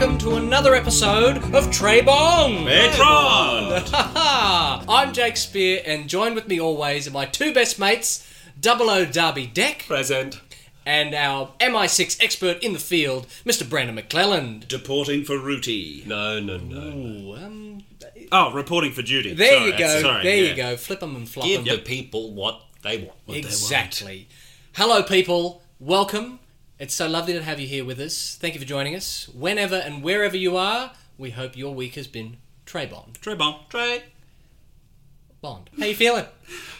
another episode of Trey Bong. Metron! I'm Jake Spear, and join with me always are my two best mates, Double O Derby Deck, Present. and our MI6 expert in the field, Mr. Brandon McClelland. Deporting for Rooty. No, no, no. Ooh, um, Oh, reporting for duty. there Sorry, you go. sorry, there yeah. you go. Flip 'em and flop 'em. Give the people what they want. What Exactly. Hello, people. Welcome. It's so lovely to have you here with us. Thank you for joining us. Whenever and wherever you are, we hope your week has been Trey Bond. Trey Bond. Trey. Bond. How you feeling?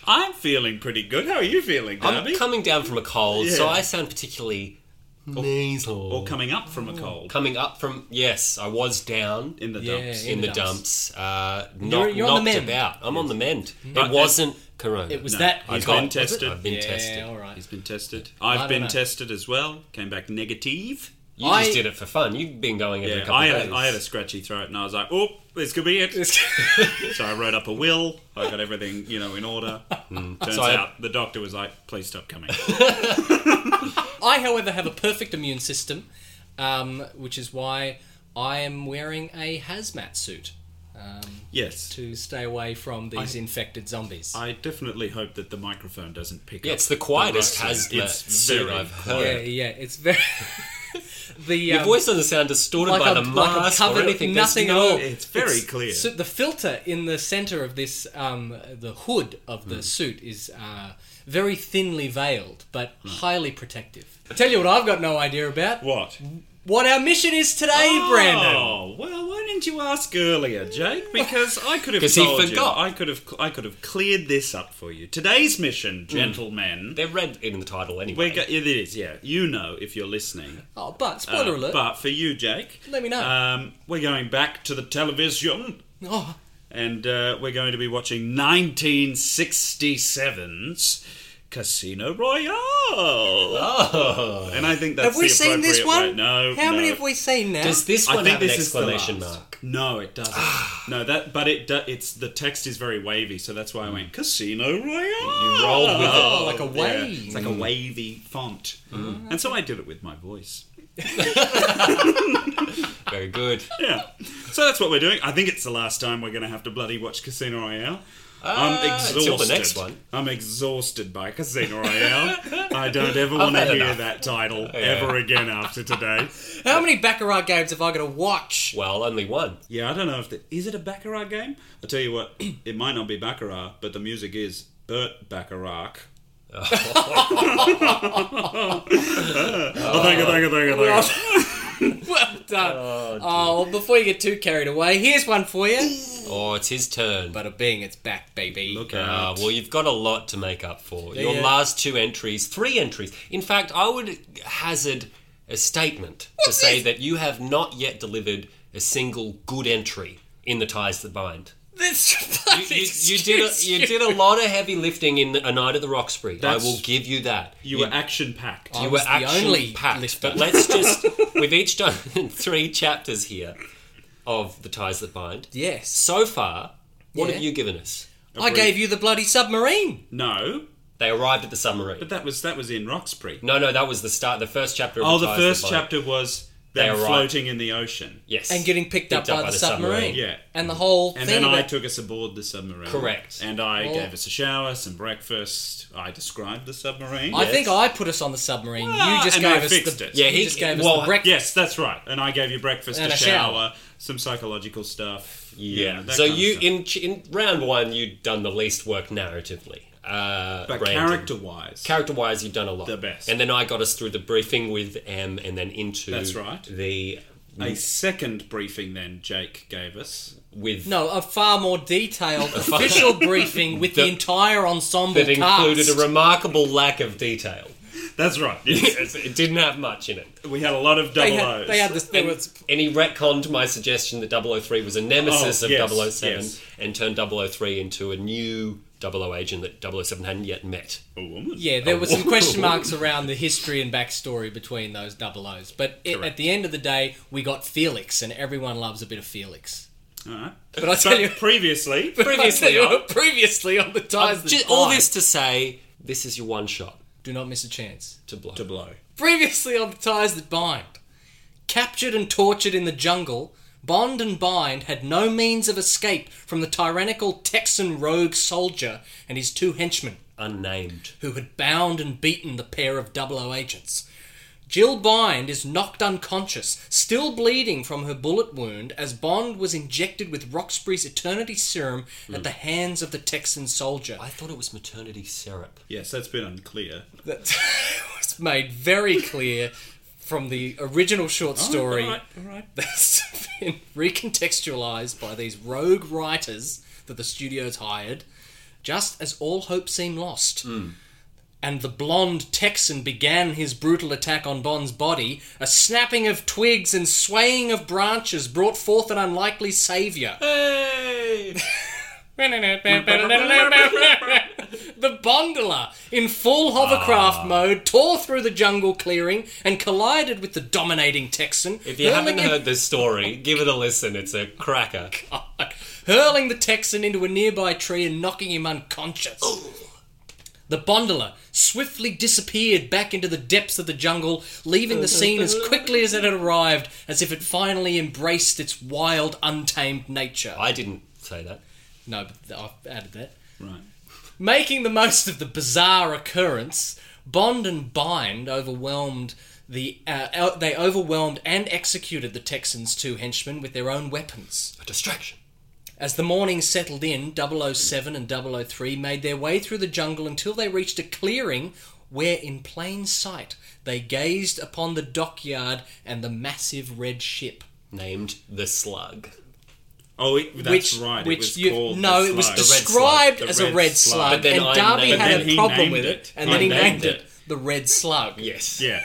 I'm feeling pretty good. How are you feeling, They want. Darby? I'm coming down from a cold, so Yeah. I sound particularly nasal. or coming up from a cold. coming up from yes, I was down in the Yeah. dumps. in, the dumps. Uh, knock, You're- you're on the knocked mend. about. I'm on the mend. But It wasn't corona. It was No, that. I've I got- been tested. I've been yeah, tested. all right. He's been tested. I I've don't been know. tested as well. Came back negative. You I- just did it for fun. You've been going every Yeah, couple I of had, days. a, I had a scratchy throat and I was like, oh, this could be it. so I wrote up a will. I got everything, you know, in order. Turns Hmm. So I- out the doctor was like, please stop coming. I, however, have a perfect immune system, um, which is why I am wearing a hazmat suit um, yes. to stay away from these infected zombies. I definitely hope that the microphone doesn't pick Yeah, up. it's the quietest rustling. hazmat suit I've yeah, heard. yeah, it's very. the Your um, voice doesn't sound distorted like by I'm- the like I'm mask covered or in anything. nothing at There's no, all. It's very clear. So the filter in the center of this, um, the hood of Hmm. the suit is uh, very thinly veiled, but Hmm. highly protective. tell you what, I've got no idea about What? what our mission is today, Brandon. Oh well, why didn't you ask earlier, Jake? Because I could have 'Cause he told you. forgot. I could have. I could have cleared this up for you. Today's mission, Hmm. gentlemen. They're read in the title anyway. We're go- it is, yeah. You know if you're listening. Oh, but Uh, spoiler alert. But for you, Jake, Let me know. Um, we're going back to the television, oh, and uh, we're going to be watching 1967's Casino Royale. oh. And I think that's have we the seen this appropriate way- one? No. How many no. have we seen now? Does this I one think have an this is the exclamation last. mark? No, it doesn't. no, that but it do, it's the text is very wavy, so that's why I went Casino Royale. You rolled with it. Oh, like a wave. It's like a wavy font, Mm. and so I did it with my voice. Very good. Yeah, so that's what we're doing. I think it's the last time we're going to have to bloody watch Casino Royale. I'm Ah, exhausted. until the next one. I'm exhausted by Casino Royale. I don't ever I've want to had hear enough. that title ever again after today. How many baccarat games have I got to watch? Well, only one. Yeah, I don't know if the, is it a baccarat game. I tell you what, it might not be baccarat, but the music is Bert Bacharach. Oh, thank you, thank you, thank you, thank you. well done. Oh, well, before you get too carried away, here's one for you. Oh, it's his turn. But a bing, it's back, baby. Look Ah, out! well, you've got a lot to make up for. Your Yeah. last two entries, three entries. In fact, I would hazard a statement What's to say this? that you have not yet delivered a single good entry in the ties that bind. This You, you, you did a, you did a lot of heavy lifting in a night at the Roxbury. That's- I will give you that. you were action packed. You I were was the only actually packed. lifter. But let's just we've each done three chapters here of the ties that bind. Yes. So far, what Yeah. have you given us? I gave you the bloody submarine. No, They arrived at the submarine. but that was that was in Roxbury. No, no, that was the start. The first chapter. Of Oh, the Ties first That Bind. chapter was They them arrived. floating in the ocean. Yes. And getting picked, up, by, the, submarine. Yeah. And the whole And thing. then I about- took us aboard the submarine. Correct. And I Well- gave us a shower, some breakfast. I described the submarine. I think I put us on the submarine. Ah, you just and gave I us fixed the it. Yeah, you he- just gave us well, the breakfast. Yes, that's right. And I gave you breakfast, And a, a shower. shower, some psychological stuff. Yeah. that so kind of you stuff. in in round one, you'd done the least work narratively. Uh, but Brandon. character wise, Character wise, you've done a lot. The best. And then I got us through the briefing with M, and then into That's right. the a Mm. second briefing then Jake gave us with No, a far more detailed official briefing with the, That- entire ensemble that included cast. a remarkable lack of detail. that's right Yes, it didn't have much in it. we had a lot of double they had, O's they had this. There And, was, and he retconned my suggestion that 003 was a nemesis Oh, of yes, 007 yes. and turned 003 into a new 00 agent that 007 hadn't yet met. a woman yeah, there were some question marks around the history and backstory between those double O's. But it, at Correct. the end of the day, we got Felix, and everyone loves a bit of Felix. all right But I tell you, previously Previously on- previously on the ties. that Just, all bind. this to say, this is your one shot Do not miss a chance. to blow. to blow Previously on the ties that bind. Captured and tortured in the jungle, Bond and Bind had no means of escape from the tyrannical Texan rogue soldier and his two henchmen, Unnamed. who had bound and beaten the pair of double O agents. Jill Bind is knocked unconscious, still bleeding from her bullet wound, as Bond was injected with Roxbury's Eternity Serum at the hands of the Texan soldier. I thought it was maternity syrup. Yes, that's been unclear. That was made very clear from the original short story. All right, all right. that's been recontextualized by these rogue writers that the studios hired, just as all hope seemed lost. Hmm. And the blonde Texan began his brutal attack on Bond's body. A snapping of twigs and swaying of branches brought forth an unlikely savior. Hey! the Bondola, in full Ah. hovercraft mode, tore through the jungle clearing and collided with the dominating Texan. If you haven't heard this story, give it a listen. It's a cracker. hurling the Texan into a nearby tree and knocking him unconscious. The Bondola swiftly disappeared back into the depths of the jungle, leaving the scene as quickly as it had arrived, as if it finally embraced its wild, untamed nature. I didn't say that. No, but I've added that. Right. Making the most of the bizarre occurrence, Bond and Bind overwhelmed the uh, out- they overwhelmed and executed the Texans' two henchmen with their own weapons. A distraction. As the morning settled in, 007 and 003 made their way through the jungle until they reached a clearing where, in plain sight, they gazed upon the dockyard and the massive red ship. Named the slug. Oh, it, that's which, right. Which it was you, called no, the it was slug. red described slug. as The a red red slug. slug, But then and I Darby named had it. a He problem named with it, it. and I then he named named it it. the red slug. Yes. Yeah.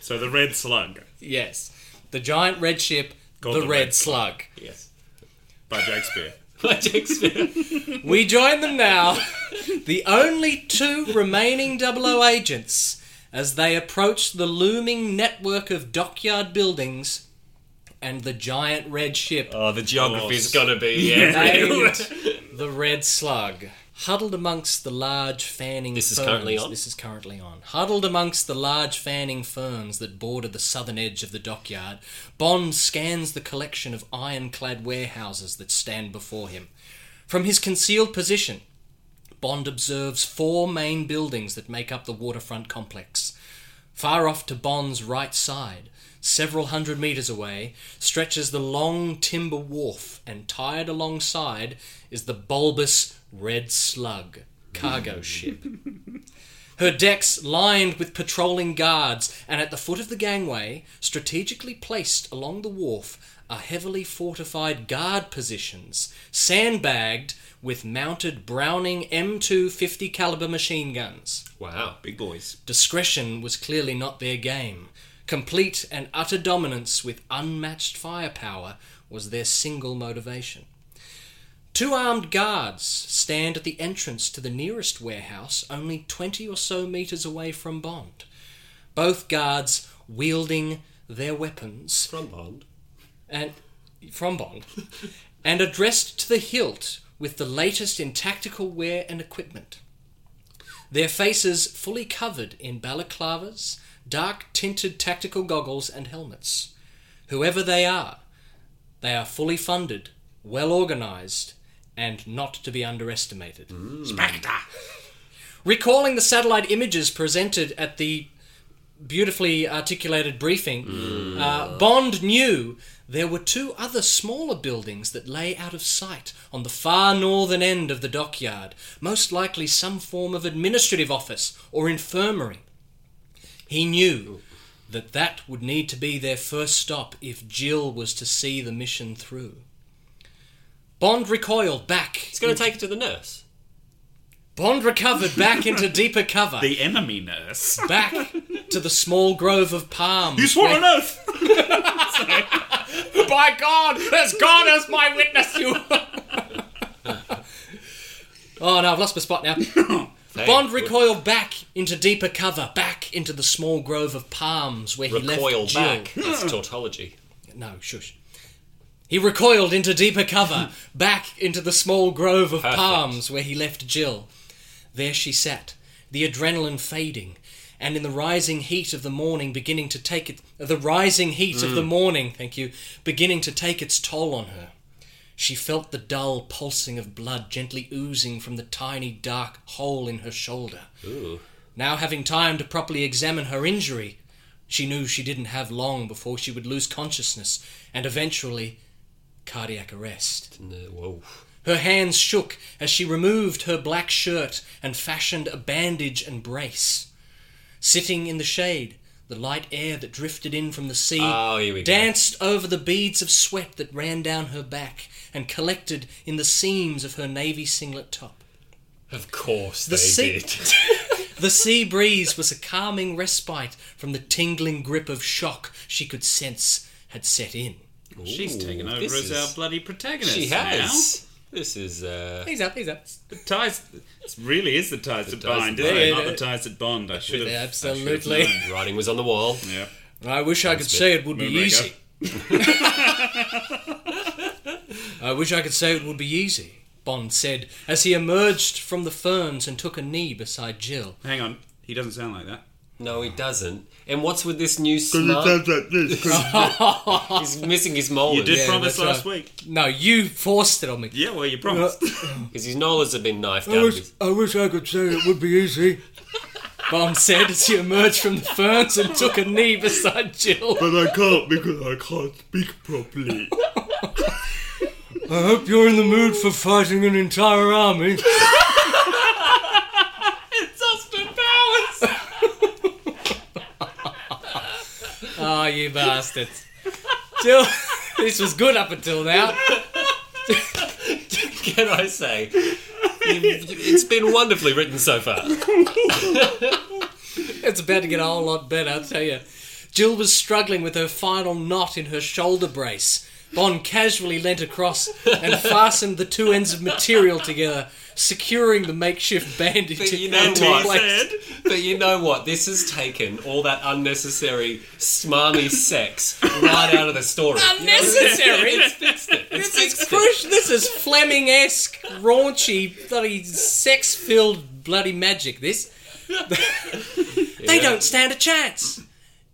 So the red slug Yes, the giant red ship, Called the, the red, Red slug. Yes. by Shakespeare. By Shakespeare. We join them now, the only two remaining 00 agents, as they approach the looming network of dockyard buildings and the giant red ship Oh, the geography's Of course. gonna be yeah. named the Red Slug. Huddled amongst the large fanning This is ferns, currently on? This is currently on. Huddled amongst the large fanning ferns that border the southern edge of the dockyard, Bond scans the collection of ironclad warehouses that stand before him. From his concealed position, Bond observes four main buildings that make up the waterfront complex. Far off to Bond's right side, several hundred metres away, stretches the long timber wharf, and tied alongside is the bulbous Red Slug cargo ship. Her decks lined with patrolling guards, and at the foot of the gangway, strategically placed along the wharf, are heavily fortified guard positions, sandbagged with mounted Browning M2 50 caliber machine guns. Wow. Big boys. Discretion was clearly not their game. Complete and utter dominance with unmatched firepower was their single motivation. Two armed guards stand at the entrance to the nearest warehouse, only 20 or so meters away from Bond. Both guards wielding their weapons From Bond. and from Bond, and are dressed to the hilt with the latest in tactical wear and equipment. Their faces fully covered in balaclavas, dark tinted tactical goggles, and helmets. Whoever they are, they are fully funded, well organized, and not to be underestimated. Recalling the satellite images presented at the beautifully articulated briefing, uh, Bond knew there were two other smaller buildings that lay out of sight on the far northern end of the dockyard, most likely some form of administrative office or infirmary. He knew that that would need to be their first stop if Jill was to see the mission through. Bond recoiled back. It's gonna take it to the nurse. Bond recovered back into deeper cover. The enemy nurse. back to the small grove of palms. You swore an oath. By God, there's God as my witness, you. oh no, I've lost my spot now. Hey, Bond recoiled back into deeper cover, back into the small grove of palms where he recoil left Jill. back. That's tautology. No, shush. He recoiled into deeper cover, back into the small grove of Perfect. palms where he left Jill. There she sat, the adrenaline fading, and in the rising heat of the morning beginning to take it the rising heat of the morning thank you beginning to take its toll on her she felt the dull pulsing of blood gently oozing from the tiny dark hole in her shoulder Ooh. now having time to properly examine her injury she knew she didn't have long before she would lose consciousness and eventually cardiac arrest No, whoa. her hands shook as she removed her black shirt and fashioned a bandage and brace. Sitting in the shade, the light air that drifted in from the sea Oh, here we go. danced over the beads of sweat that ran down her back and collected in the seams of her navy singlet top. Of course The they sea- did. The sea breeze was a calming respite from the tingling grip of shock she could sense had set in. She's taken Ooh, over this as is- our bloody protagonist. She has. This is uh, He's up, he's up. now. The ties. It really is the ties that ties bind, that isn't it? bind. Not the ties that bond. I should have. Absolutely. writing was on the wall. Yeah. I wish I could say it would be Moonraker. easy. I wish I could say it would be easy, Bond said as he emerged from the ferns and took a knee beside Jill. Hang on. He doesn't sound like that. No, he doesn't. And what's with this new smart? like this. He's missing his molars. You did Yeah, promise that's last right. week. No, you forced it on me. Yeah, well, you promised. Because his molars have been knifed Oh, out. of his- I wish I could say it would be easy. Bond said as he emerged from the ferns and took a knee beside Jill. but I can't because I can't speak properly. I hope you're in the mood for fighting an entire army. Austin Powers. Oh, you bastards. Jill, this was good up until now. Can I say? You've- It's been wonderfully written so far. It's about to get a whole lot better, I'll tell you. Jill was struggling with her final knot in her shoulder brace. Bond casually leant across and fastened the two ends of material together, securing the makeshift bandage. But you in know one what? place. Said. But you know what? This has taken all that unnecessary smarmy sex right out of the story. Unnecessary. It's fixed it. It's This is fixed it. crush. This is Fleming-esque, raunchy, bloody sex-filled bloody magic. This. they Yeah. don't stand a chance.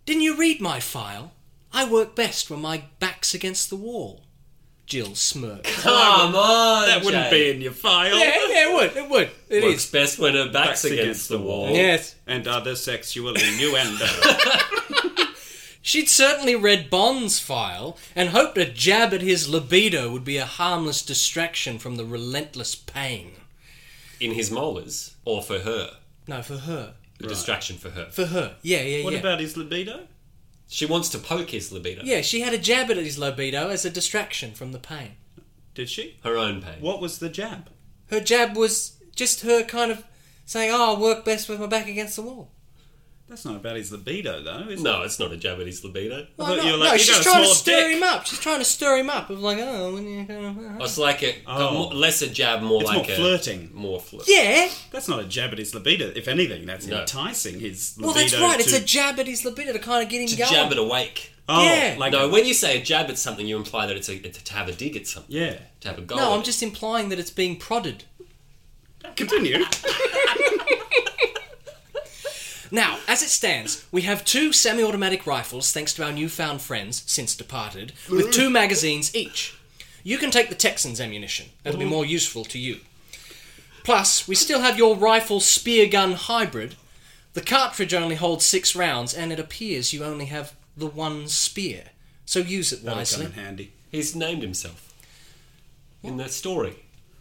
Didn't you read my file? I work best when my back's against the wall. Jill smirked. Come on, That wouldn't be Jay. in your file. Yeah, yeah, it would. It would. It Works is. best when her back's Backs against against the the wall. wall. Yes. And other sexual innuendo. She'd certainly read Bond's file and hoped a jab at his libido would be a harmless distraction from the relentless pain. In his molars, or for her, No, for her. the distraction for her. For her. Yeah, yeah, what yeah. about his libido? She wants to poke his libido. yeah, she had a jab at his libido as a distraction from the pain. Did she? Her own pain. What was the jab? Her jab was just her kind of saying, oh, I work best with my back against the wall. That's not about his libido, though, is No, it's not a jab at his libido. Why thought not? you were like, no, "You she's got a trying to small stir dick." him up. She's trying to stir him up. It was like, oh, when you kind of... It's like a, Oh. a mo- less a jab, more It's like more a flirting. More flirt. Yeah, it? That's not a jab at his libido. If anything, that's No. enticing his libido. well, that's right. To... It's a jab at his libido to kind of get him To going. jab it awake. Oh, Yeah. like a- no, when you say a jab at something, you imply that it's a, it's to have a dig at something, Yeah. to have a go. No, at I'm it. just implying that it's being prodded. Continue. Now, as it stands, we have two semi automatic rifles, thanks to our newfound friends since departed, with two magazines each. You can take the Texan's ammunition, that'll be more useful to you. Plus, we still have your rifle spear gun hybrid. The cartridge only holds six rounds, and it appears you only have the one spear. So use it That'll come wisely. in handy. He's named himself in the story.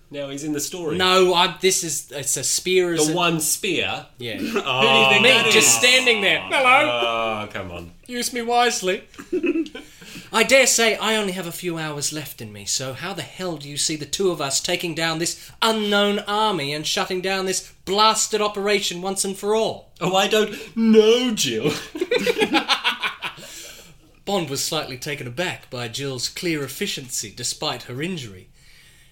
Now he's in the story. No, I, this is it's a spear. Is The a- one spear. Yeah, Who do you Oh. think me that just is? standing there. Hello. Oh, come on. Use me wisely. I dare say I only have a few hours left in me, so how the hell do you see the two of us taking down this unknown army and shutting down this blasted operation once and for all? Oh, I don't know, Jill. Bond was slightly taken aback by Jill's clear efficiency despite her injury.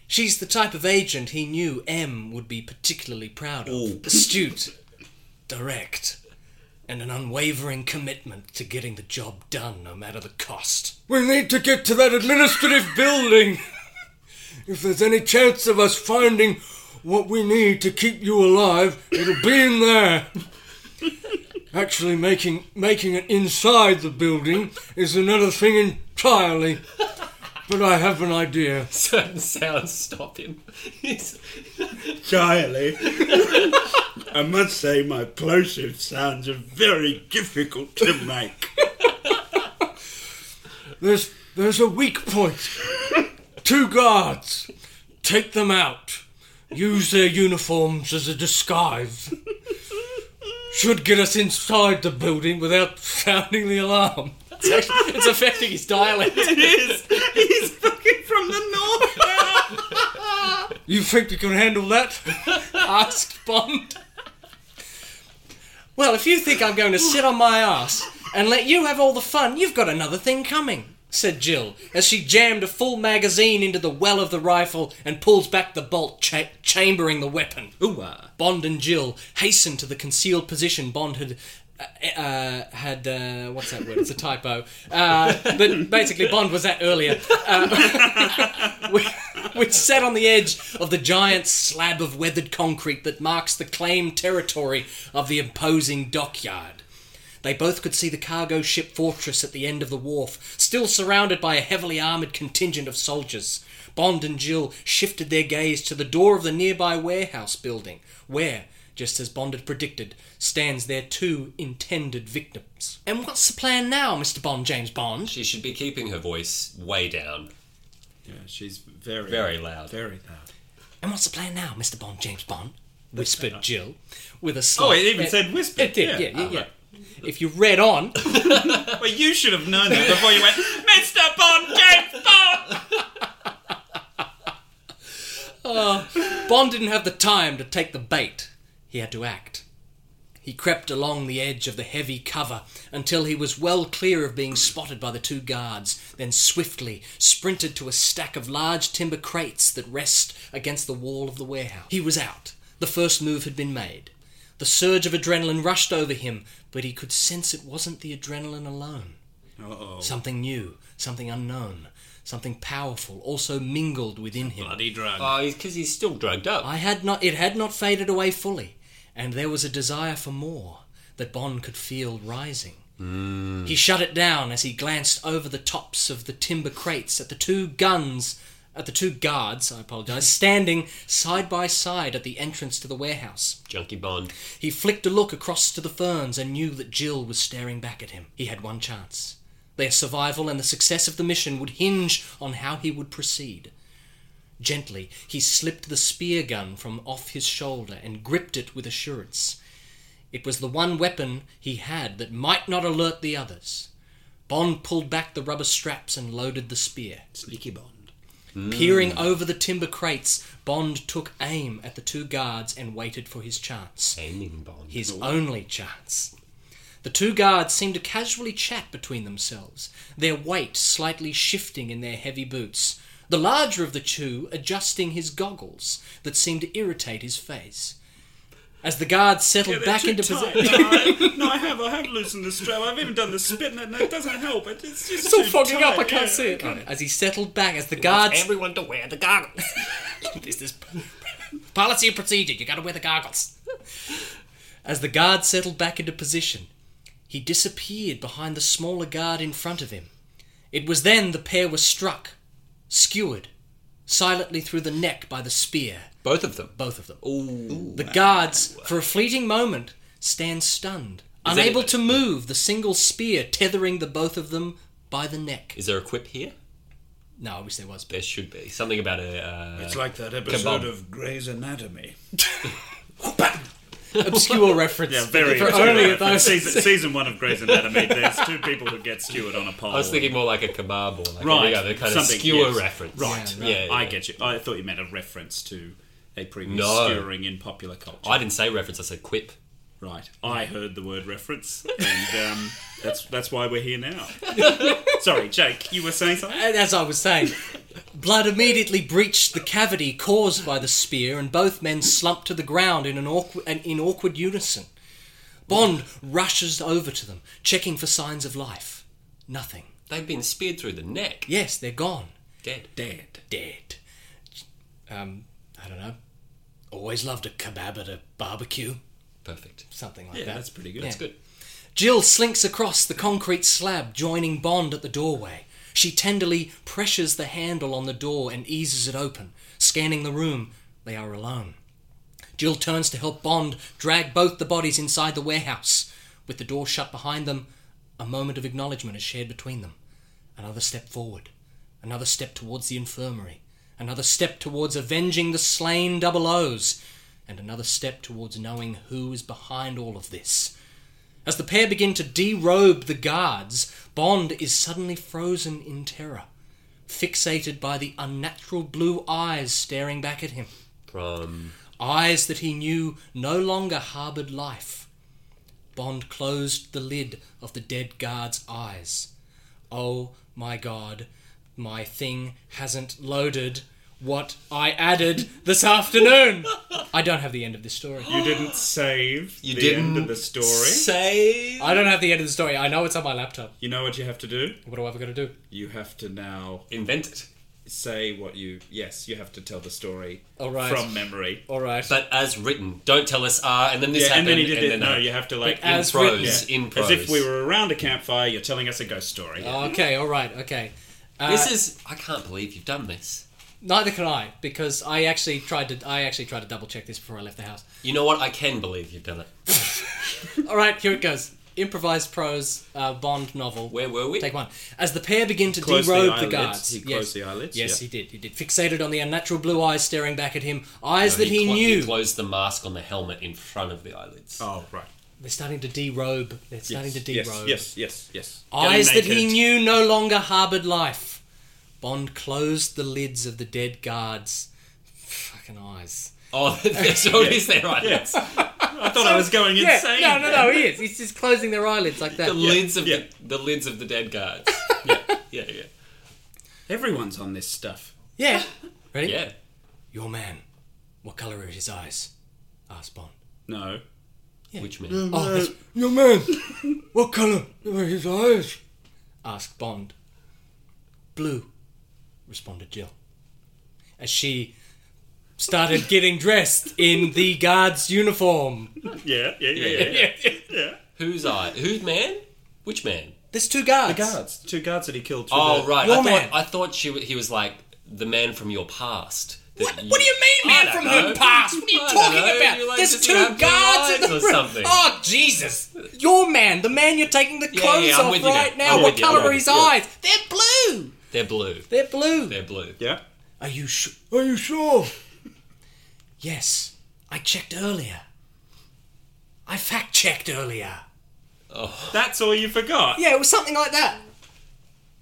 She's the type of agent he knew M would be particularly proud of. Ooh. Astute, direct, and an unwavering commitment to getting the job done no matter the cost. We need to get to that administrative building! If there's any chance of us finding what we need to keep you alive, it'll be in there! Actually, making making it inside the building is another thing entirely. But I have an idea. Certain sounds stop him. He's- Entirely. I must say, my plosive sounds are very difficult to make. There's there's a weak point. Two guards. Take them out. Use their uniforms as a disguise. Should get us inside the building without sounding the alarm. It's, actually, it's affecting his dialect. He's fucking from the north. You think you can handle that? Ask Bond. Well, if you think I'm going to sit on my ass and let you have all the fun, you've got another thing coming, said Jill, as she jammed a full magazine into the well of the rifle and pulls back the bolt, cha- chambering the weapon. Ooh-ah. Bond and Jill hasten to the concealed position Bond had. Uh, uh, had uh, what's that word? It's a typo. Uh, but basically, Bond was that earlier, uh, which, which sat on the edge of the giant slab of weathered concrete that marks the claimed territory of the imposing dockyard. They both could see the cargo ship fortress at the end of the wharf, still surrounded by a heavily armoured contingent of soldiers. Bond and Jill shifted their gaze to the door of the nearby warehouse building, where, just as Bond had predicted, stands their two intended victims. And what's the plan now, Mr. Bond, James Bond? She should be keeping her voice way down. Yeah, she's very, Very loud. very loud. And what's the plan now, Mr. Bond, James Bond? Whispered Jill, with a slight. Oh, it even eh, said whisper. It did, yeah, yeah, Oh, yeah. right. If you read on, Well, you should have known that before you went, Mr. Bond, James Bond. Bond didn't have the time to take the bait. He had to act. He crept along the edge of the heavy cover until he was well clear of being spotted by the two guards, then swiftly sprinted to a stack of large timber crates that rest against the wall of the warehouse. He was out. The first move had been made. The surge of adrenaline rushed over him, but he could sense it wasn't the adrenaline alone. Uh-oh. Something new, something unknown, something powerful also mingled within him. Bloody drug. Uh, Oh, because he's still drugged up. I had not it had not faded away fully, and there was a desire for more that Bond could feel rising. He shut it down as he glanced over the tops of the timber crates at the two guns at the two guards, I apologize, standing side by side at the entrance to the warehouse. Junkie Bond. He flicked a look across to the ferns and knew that Jill was staring back at him. He had one chance. Their survival and the success of the mission would hinge on how he would proceed. Gently, he slipped the spear gun from off his shoulder and gripped it with assurance. It was the one weapon he had that might not alert the others. Bond pulled back the rubber straps and loaded the spear. Sneaky Bond. Peering over the timber crates, Bond took aim at the two guards and waited for his chance Aiming Bond. his Mm-hmm. only chance. The two guards seemed to casually chat between themselves, their weight slightly shifting in their heavy boots, the larger of the two adjusting his goggles that seemed to irritate his face. As the guards settled back into position. position. no, I have. I have loosened the strap. I've even done the spit, and it doesn't help. It- It's just It's all too fogging up, tight. I can't Yeah. see it. As he settled back, as the guards. Everyone to wear the goggles. this is policy and procedure. You got to wear the goggles. As the guard settled back into position, he disappeared behind the smaller guard in front of him. It was then the pair were struck, skewered, silently through the neck by the spear. Both of them. Both of them. The guards, for a fleeting moment, stand stunned, unable anybody- to move. The single spear tethering the both of them by the neck. Is there a quip here? No, I wish there was. but There should be something about a. Uh, It's like that episode Kebab. of Grey's Anatomy. Obscure reference. Yeah, very. for obscure. only those. season, season one of Grey's Anatomy. There's two people who get skewered on a pole. I was thinking more like a kebab or like Right, any other kind something, of skewer yes. reference. Right. Yeah, yeah, I yeah. get you. I thought you meant a reference to a previous No. skewering in popular culture. I didn't say reference. I said quip. Right. I heard the word reference, and um, that's that's why we're here now. Sorry, Jake. You were saying something. And as I was saying, blood immediately breached the cavity caused by the spear, and both men slumped to the ground in an awkward, an, in awkward unison. Bond rushes over to them, checking for signs of life. Nothing. They've been speared through the neck. Yes, they're gone. Dead. Dead. Dead. Um, I don't know. Always loved a kebab at a barbecue. Perfect. Something like Yeah, that. that's pretty good. Yeah. That's good. Jill slinks across the concrete slab, joining Bond at the doorway. She tenderly pressures the handle on the door and eases it open. Scanning the room, they are alone. Jill turns to help Bond drag both the bodies inside the warehouse. With the door shut behind them, a moment of acknowledgement is shared between them. Another step forward, another step towards the infirmary, another step towards avenging the slain double O's, and another step towards knowing who is behind all of this. As the pair begin to derobe the guards, Bond is suddenly frozen in terror, fixated by the unnatural blue eyes staring back at him From eyes that he knew no longer harbored life. Bond closed the lid of the dead guard's eyes. Oh my god, my thing hasn't loaded what I added this afternoon. I don't have the end of this story. You didn't save You the didn't end of the story. say I don't have the end of the story. I know it's on my laptop. you know what you have to do? What do I have got to do? You have to now invent it, say what you. Yes, you have to tell the story All right. from memory. All right. but as written. Don't tell us ah, and then this Yeah, and happened, then he did it. then No, that. you have to like But as- in It's prose, Yeah. in as prose. if we were around a campfire. You're telling us a ghost story. Oh, okay. All right. Okay. Uh, This is. I can't believe you've done this. neither can I because I actually tried to. I actually tried to double check this before I left the house. You know what? I can believe you've done it. All right, here it goes. Improvised prose uh, Bond novel. Where were we? Take one. As the pair begin to Close the derobe the, eyelids. guards. He yes. closed the eyelids, Yes, yeah. he did. He did. Fixated on the unnatural blue eyes staring back at him, eyes that he, clo- knew. closed the mask on the helmet in front of the eyelids. Oh right. They're starting to derobe. They're starting to derobe. Oh, yes, yes, yes, yes. Eyes Get him that he naked. knew no longer harbored life. Bond closed the lids of the dead guards. Fucking eyes. Oh, there's always their eyelids. I thought I was going Yeah, insane. no, no, no, he is. He's just closing their eyelids like that. The lids of yeah. the, the lids of the dead guards. yeah, yeah, Everyone's on this stuff. Yeah. Ready? yeah, yeah. Your man. What colour are his eyes? asked Bond. No. Which means Oh, that's Uh, Your man, what colour are his eyes? asked Bond. Blue, responded Jill. As she started getting dressed in the guard's uniform. Yeah, yeah, yeah, yeah. whose eye? Whose man? Which man? There's two guards. Guards. Two guards that he killed. through Oh the- right. your I thought man. I thought she wa- he was like the man from your past. that What, what do you mean, man, I from don't her know. past? What are you I don't talking know. about? You're like, There's just two gonna have guards blue in the room. eyes or something. Oh, Jesus. Your man, the man you're taking the clothes yeah, I'm off with you now. right now. I'm What with you, I'm colour are with his you. eyes? They're blue. They're blue. They're blue. They're blue. Yeah. Are you sure? Are you sure? Yes, I checked earlier. I fact checked earlier. That's all you forgot. Yeah, it was something like that.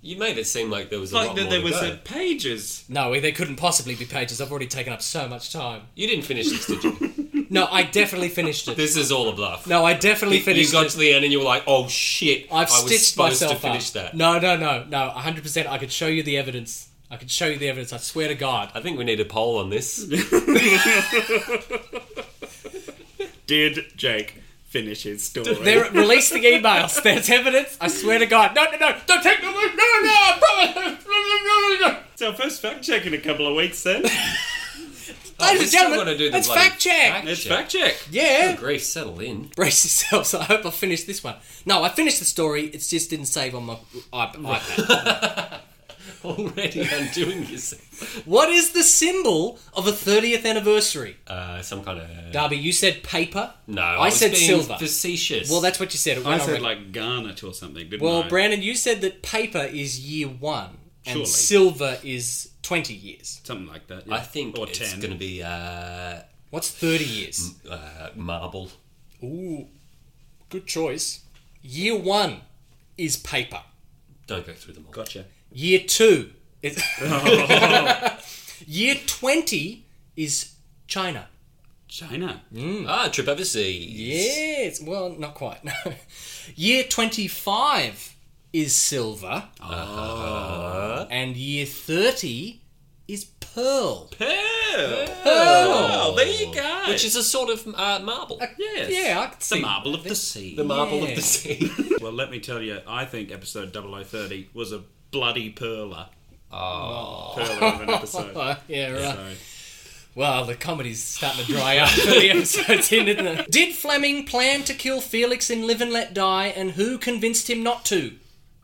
You made it seem like there was a Like lot that more there to was go. a pages. No, they couldn't possibly be pages. I've already taken up so much time. You didn't finish this, did you? No, I definitely finished it. this is all a bluff. No, I definitely you finished got it. to the end and you were like, "Oh shit!" I've I was stitched supposed myself to finish up. that. No, no, no, no. 100%. I could show you the evidence. I could show you the evidence. I swear to God. I think we need a poll on this. Did Jake finish his story? They're releasing emails. There's evidence. I swear to God. No, no, no. Don't take the No, no, no. I promise. No, no, no, no. It's our first fact check in a couple of weeks then. Oh, Ladies and gentlemen, to do the it's bloody fact check. It's fact check. Yeah. Grief, settle in. Brace yourselves. I hope I finished this one. No, I finished the story. It just didn't save on my iP- iPad. Already undoing this. What is the symbol of a 30th anniversary? Uh, some kind of. Darby, you said paper. no, I, I, was said being silver. Facetious. Well, that's what you said. It I went said already. like garnet or something, didn't well, I? Brandon, you said that paper is year one and Surely. silver is 20 years. something like that. yeah. I think or it's ten. going to be uh, What's 30 years? uh, marble. Mm. Ooh, good choice. Year one is paper. Don't go through them all. Gotcha. Year two is. year 20 is China. China. Hmm. Ah, trip overseas. Yes. Well, not quite. No. Year 25 is silver. Uh-huh. And year 30 is pearl. Oh, there you go. Which is a sort of uh, marble. yes. Yeah, I could the see. marble of the sea. The marble Yeah. of the sea. well, let me tell you, I think episode 0030 was a Oh. bloody perler. Oh. Perler of an episode. yeah, right. So, Well, the comedy's starting to dry up for the episode's end, isn't it? Did Fleming plan to kill Felix in Live and Let Die, and who convinced him not to?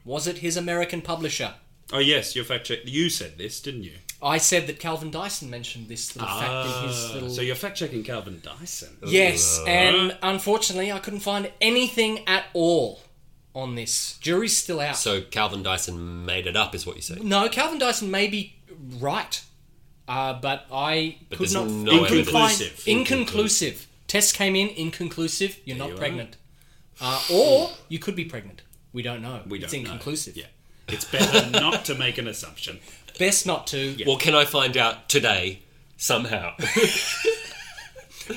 Was it his American publisher? Oh yes, your fact check. You said this, didn't you? I said that Calvin Dyson mentioned this little fact in his little. So you're fact checking Calvin Dyson. Yes, and unfortunately, I couldn't find anything at all on this. Jury's still out. So Calvin Dyson made it up, is what you say. no, Calvin Dyson may be right, uh, but I But could there's not. no couldn't find- Inconclusive. Inconclusive. Test came in inconclusive. You're not you are. pregnant, uh, or you could be pregnant. We don't know. We it's don't know. inconclusive. Yeah, it's better not to make an assumption. Best not to. Well, can I find out today somehow?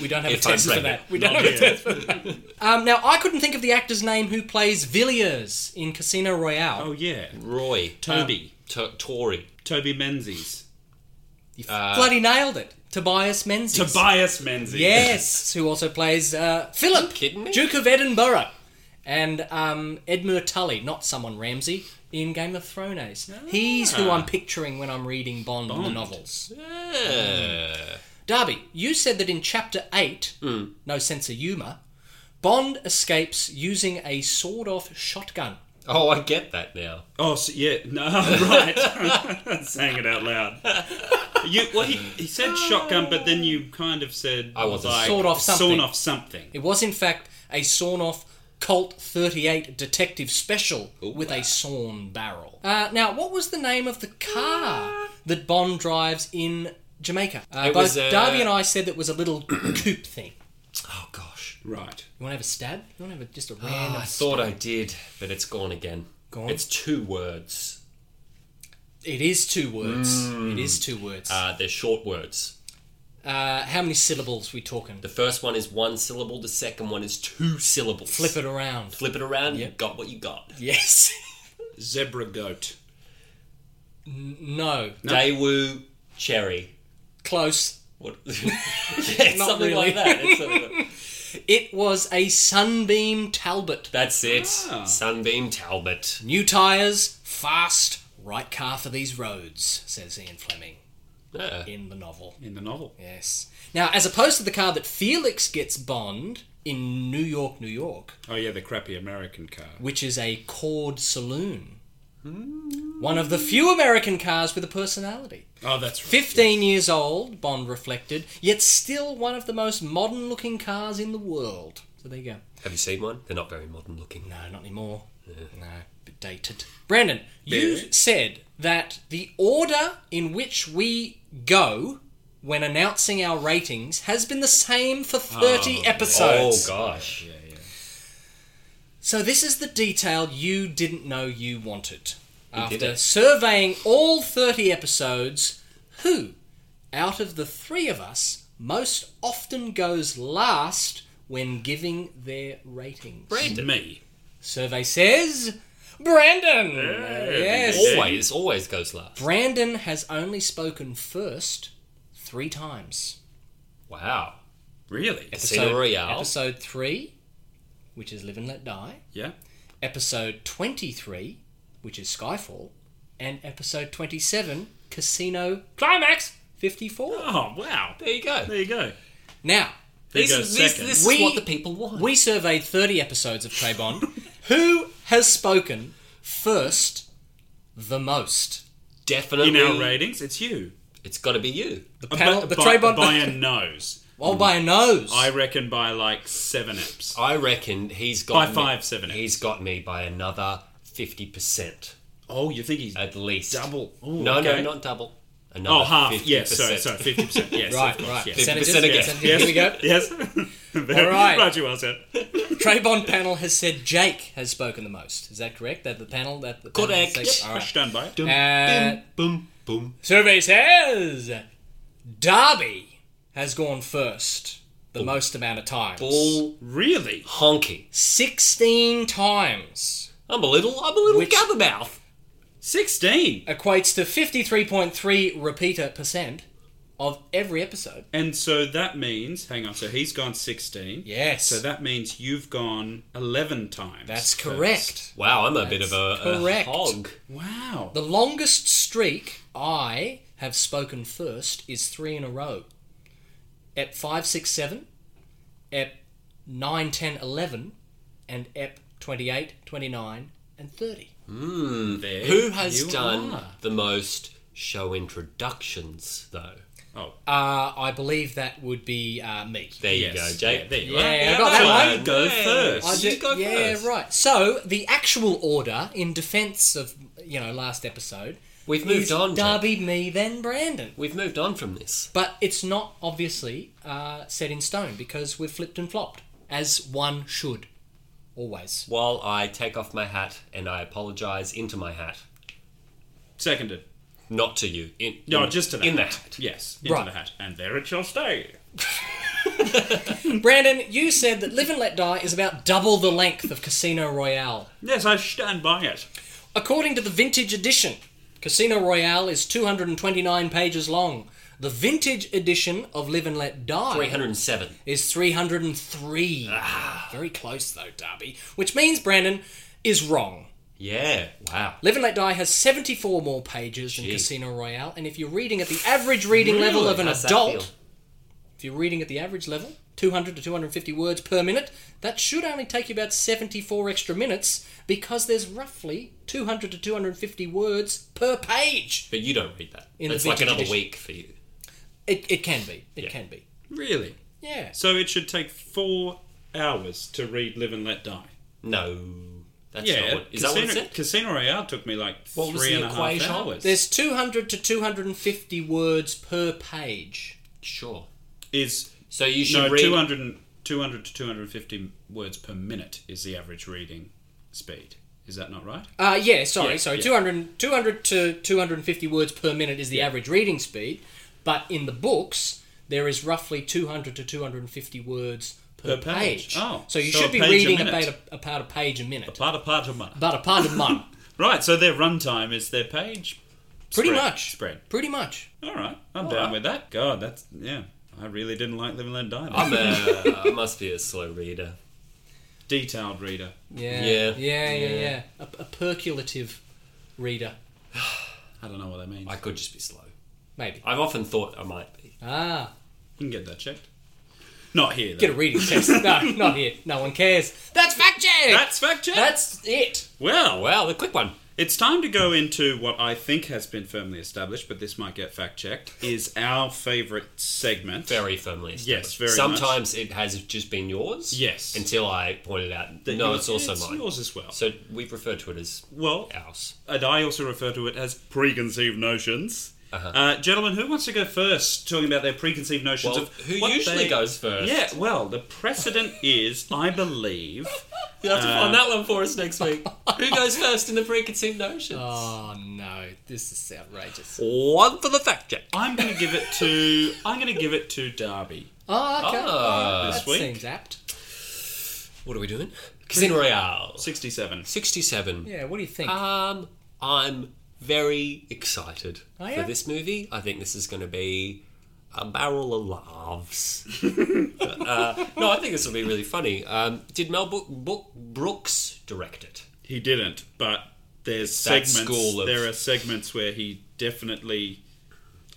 We don't have a If I'm test for pregnant. that. We don't have a test for that. Um, now, I couldn't think of the actor's name who plays Villiers in Casino Royale. Oh yeah, Roy Uh, Toby, T- Tory. Toby Menzies, You bloody nailed it. Tobias Menzies. Tobias Menzies. Yes, who also plays uh, Philip, kidding me? Duke of Edinburgh, and um, Edmure Tully, not someone Ramsey, in Game of Thrones. He's who Ah. I'm picturing when I'm reading Bond, in the novels. Hmm. Uh, Darby, you said that in Chapter 8, Hmm. No Sense of Humour, Bond escapes using a sawed off shotgun. oh, I get that now. Oh so, yeah, no right. Saying it out loud. You well he, he said shotgun, but then you kind of said I wasn't- like, Sawed off something. sawn off something. It was, in fact, a sawn off Colt 38 Detective Special Oh, with a sawn barrel. Uh, now, what was the name of the car that Bond drives in Jamaica? Uh, It both was, uh, Darby and I said that was a little coupe thing. Oh gosh. Right. You want to have a stab? You want to have a, just a Oh, random. I thought I did, but it's gone again. Ah, Gone? It's two words. it is two words. Mm. It is two words. Uh, Uh, they're short words. how many syllables we talking? The first one is one syllable. The second one is two syllables. Flip it around. Flip it around. You got what you got. Yes. Zebra goat. no. Daewoo cherry. Close. What? yeah, Not something really. like that. It's something like- It was a Sunbeam Talbot. That's it. Sunbeam Talbot. New tyres, fast, right car for these roads, says Ian Fleming Yeah. in the novel. In the novel. Yes. Now, as opposed to the car that Felix gets Bond in New York, New York, Oh yeah, the crappy American car. which is a Cord Saloon, one of the few American cars with a personality. Oh that's right. 15 years old, Bond reflected, yet still one of the most modern looking cars in the world. So there you go. Have you seen one? They're not very modern looking. No, not anymore. No, bit dated. Brandon, you said that the order in which we go when announcing our ratings has been the same for 30 episodes. Oh gosh. So this is the detail you didn't know you wanted. did After it. surveying all 30 episodes, who out of the three of us most often goes last when giving their ratings? me. Survey says Brandon. yes. Always, always goes last. Brandon has only spoken first three times. Wow. Really? Casino Royale. episode three, which is Live and Let Die. Yeah. Episode twenty-three, which is Skyfall, and episode twenty-seven, Casino Climax fifty-four. Oh wow. There you go. There you go. Now There you This go. is, this, second. this is We- what the people want. we surveyed thirty episodes of Trey Bond. Who has spoken first the most? Definitely. in our ratings, it's you. It's got to be you. The panel, By- the by, Trey Bond, by a nose. oh, by a nose. I reckon by like seven eps. I reckon he's got By me, five, seven He's got me by another fifty percent Oh, you think he's at least. double? Ooh, Uh, No, okay. no, not double. Another Oh, half. 50%. Yes, sorry, sorry, fifty percent. Yes, Right, of course, right. Yes. Senators, 50% again. senators, Yes. here we go. Yes. All right. Right, you well said. Trayvon panel has said Jake has spoken the most. Is that correct? That the panel that the panel Correct. has said- all right. Push done by. Boom, Uh, boom, boom, Survey says Darby has gone first the most amount of times. boom. All Oh, Really? honky. Sixteen times I'm a little, I'm a little Which- gabbermouth. Sixteen. equates to fifty-three point three repeater percent of every episode. And so that means, hang on. So he's gone sixteen. Yes, So that means you've gone eleven times. that's first. correct. Wow, I'm a bit of a, a correct. hog. Wow. The longest streak I have spoken first is three in a row. Ep 567, Ep 9, 10, 11, and Ep 28, 29, and 30. There Who has you done are. the most show introductions, though? Oh, Uh, I believe that would be uh, me. There you Yes. go, Jake. There you Yeah, are. I got that Fine. one. Go Hey. first. I You did- go yeah, first. right. So the actual order, in defence of you know last episode, We've moved is on. Jake. Darby, me, then Brandon. We've moved on from this. But it's not obviously uh, set in stone because we've flipped and flopped as one should, always. While I take off my hat and I apologise into my hat, Seconded. not to you. In, No, in- just to that. in the hat. Yes, into Right. the hat. And there it shall stay. Brandon, you said that Live and Let Die is about double the length of Casino Royale. Yes, I stand by it. According to the vintage edition, Casino Royale is 229 pages long. The vintage edition of Live and Let Die 307. is 303. Very close though, Darby. Which means Brandon is wrong. Yeah, wow. Live and Let Die has 74 more pages than Gee. Casino Royale, and if you're reading at the average reading level of an How's that feel? adult, if you're reading at the average level, 200 to 250 words per minute, that should only take you about 74 extra minutes because there's roughly 200 to 250 words per page. But you don't read that. In the It's like vintage another edition. week for you. It, it can be. It can be. Really? Yeah. So it should take four hours to read Live and Let Die. No. That's yeah, not what. Is Casino, that what it said? Casino Royale took me like What was three the and a half equation? hours. There's 200 to 250 words per page. Sure. Is So you should no read. 200, and- 200 to 250 words per minute is the average reading speed. Is that not right? Uh, yeah, sorry, Yeah, sorry. yeah. 200, 200 to 250 words per minute is the average reading speed, but in the books, there is roughly 200 to 250 words per, Per page. Oh, so you so should a be page a reading minute. about a, about a page a minute. Part of part of month. About a part of month. Right, so their runtime is their page. Pretty spread- much. Spread. Pretty much. All right, I'm down with that. God, that's yeah. I really didn't like Live and Let Die. I'm a, I must be a slow reader. detailed reader. Yeah. Yeah. Yeah, yeah, Yeah. yeah. A, a percolative reader, I don't know what that means. I could just be slow. maybe. I've often thought I might be. Ah. can get that checked. Not here. Though. Get a reading test. no, not here. No one cares. That's fact check! That's fact check. That's it. well, Wow, the quick one. it's time to go into what I think has been firmly established, but this might get fact checked. Is our favourite segment? Very firmly established. Yes, very Sometimes it has just been yours. Yes. Until I pointed out, That no, yours- it's also it's mine. Yours as well. So we refer to it as well, ours. and I also refer to it as preconceived notions. Uh-huh. Uh, gentlemen, who wants to go first? Talking about their preconceived notions Well, of who what usually they- goes first? Yeah, well, the precedent is, I believe, You'll have to find that one for us next week. Who goes first in the preconceived notions? Oh, no. This is outrageous. One for the fact check. I'm going to give it to I'm going to give it to Derby. Oh, okay. Ah, that this week. seems apt. What are we doing? Casino Royale. 67. 67. Yeah, what do you think? Um, I'm very excited Are for ya? this movie. I think this is going to be a barrel of laughs. uh, no, I think this will be really funny. Um, did Mel Book, Book Brooks direct it? He didn't, but there's That segments school of- there are segments where he definitely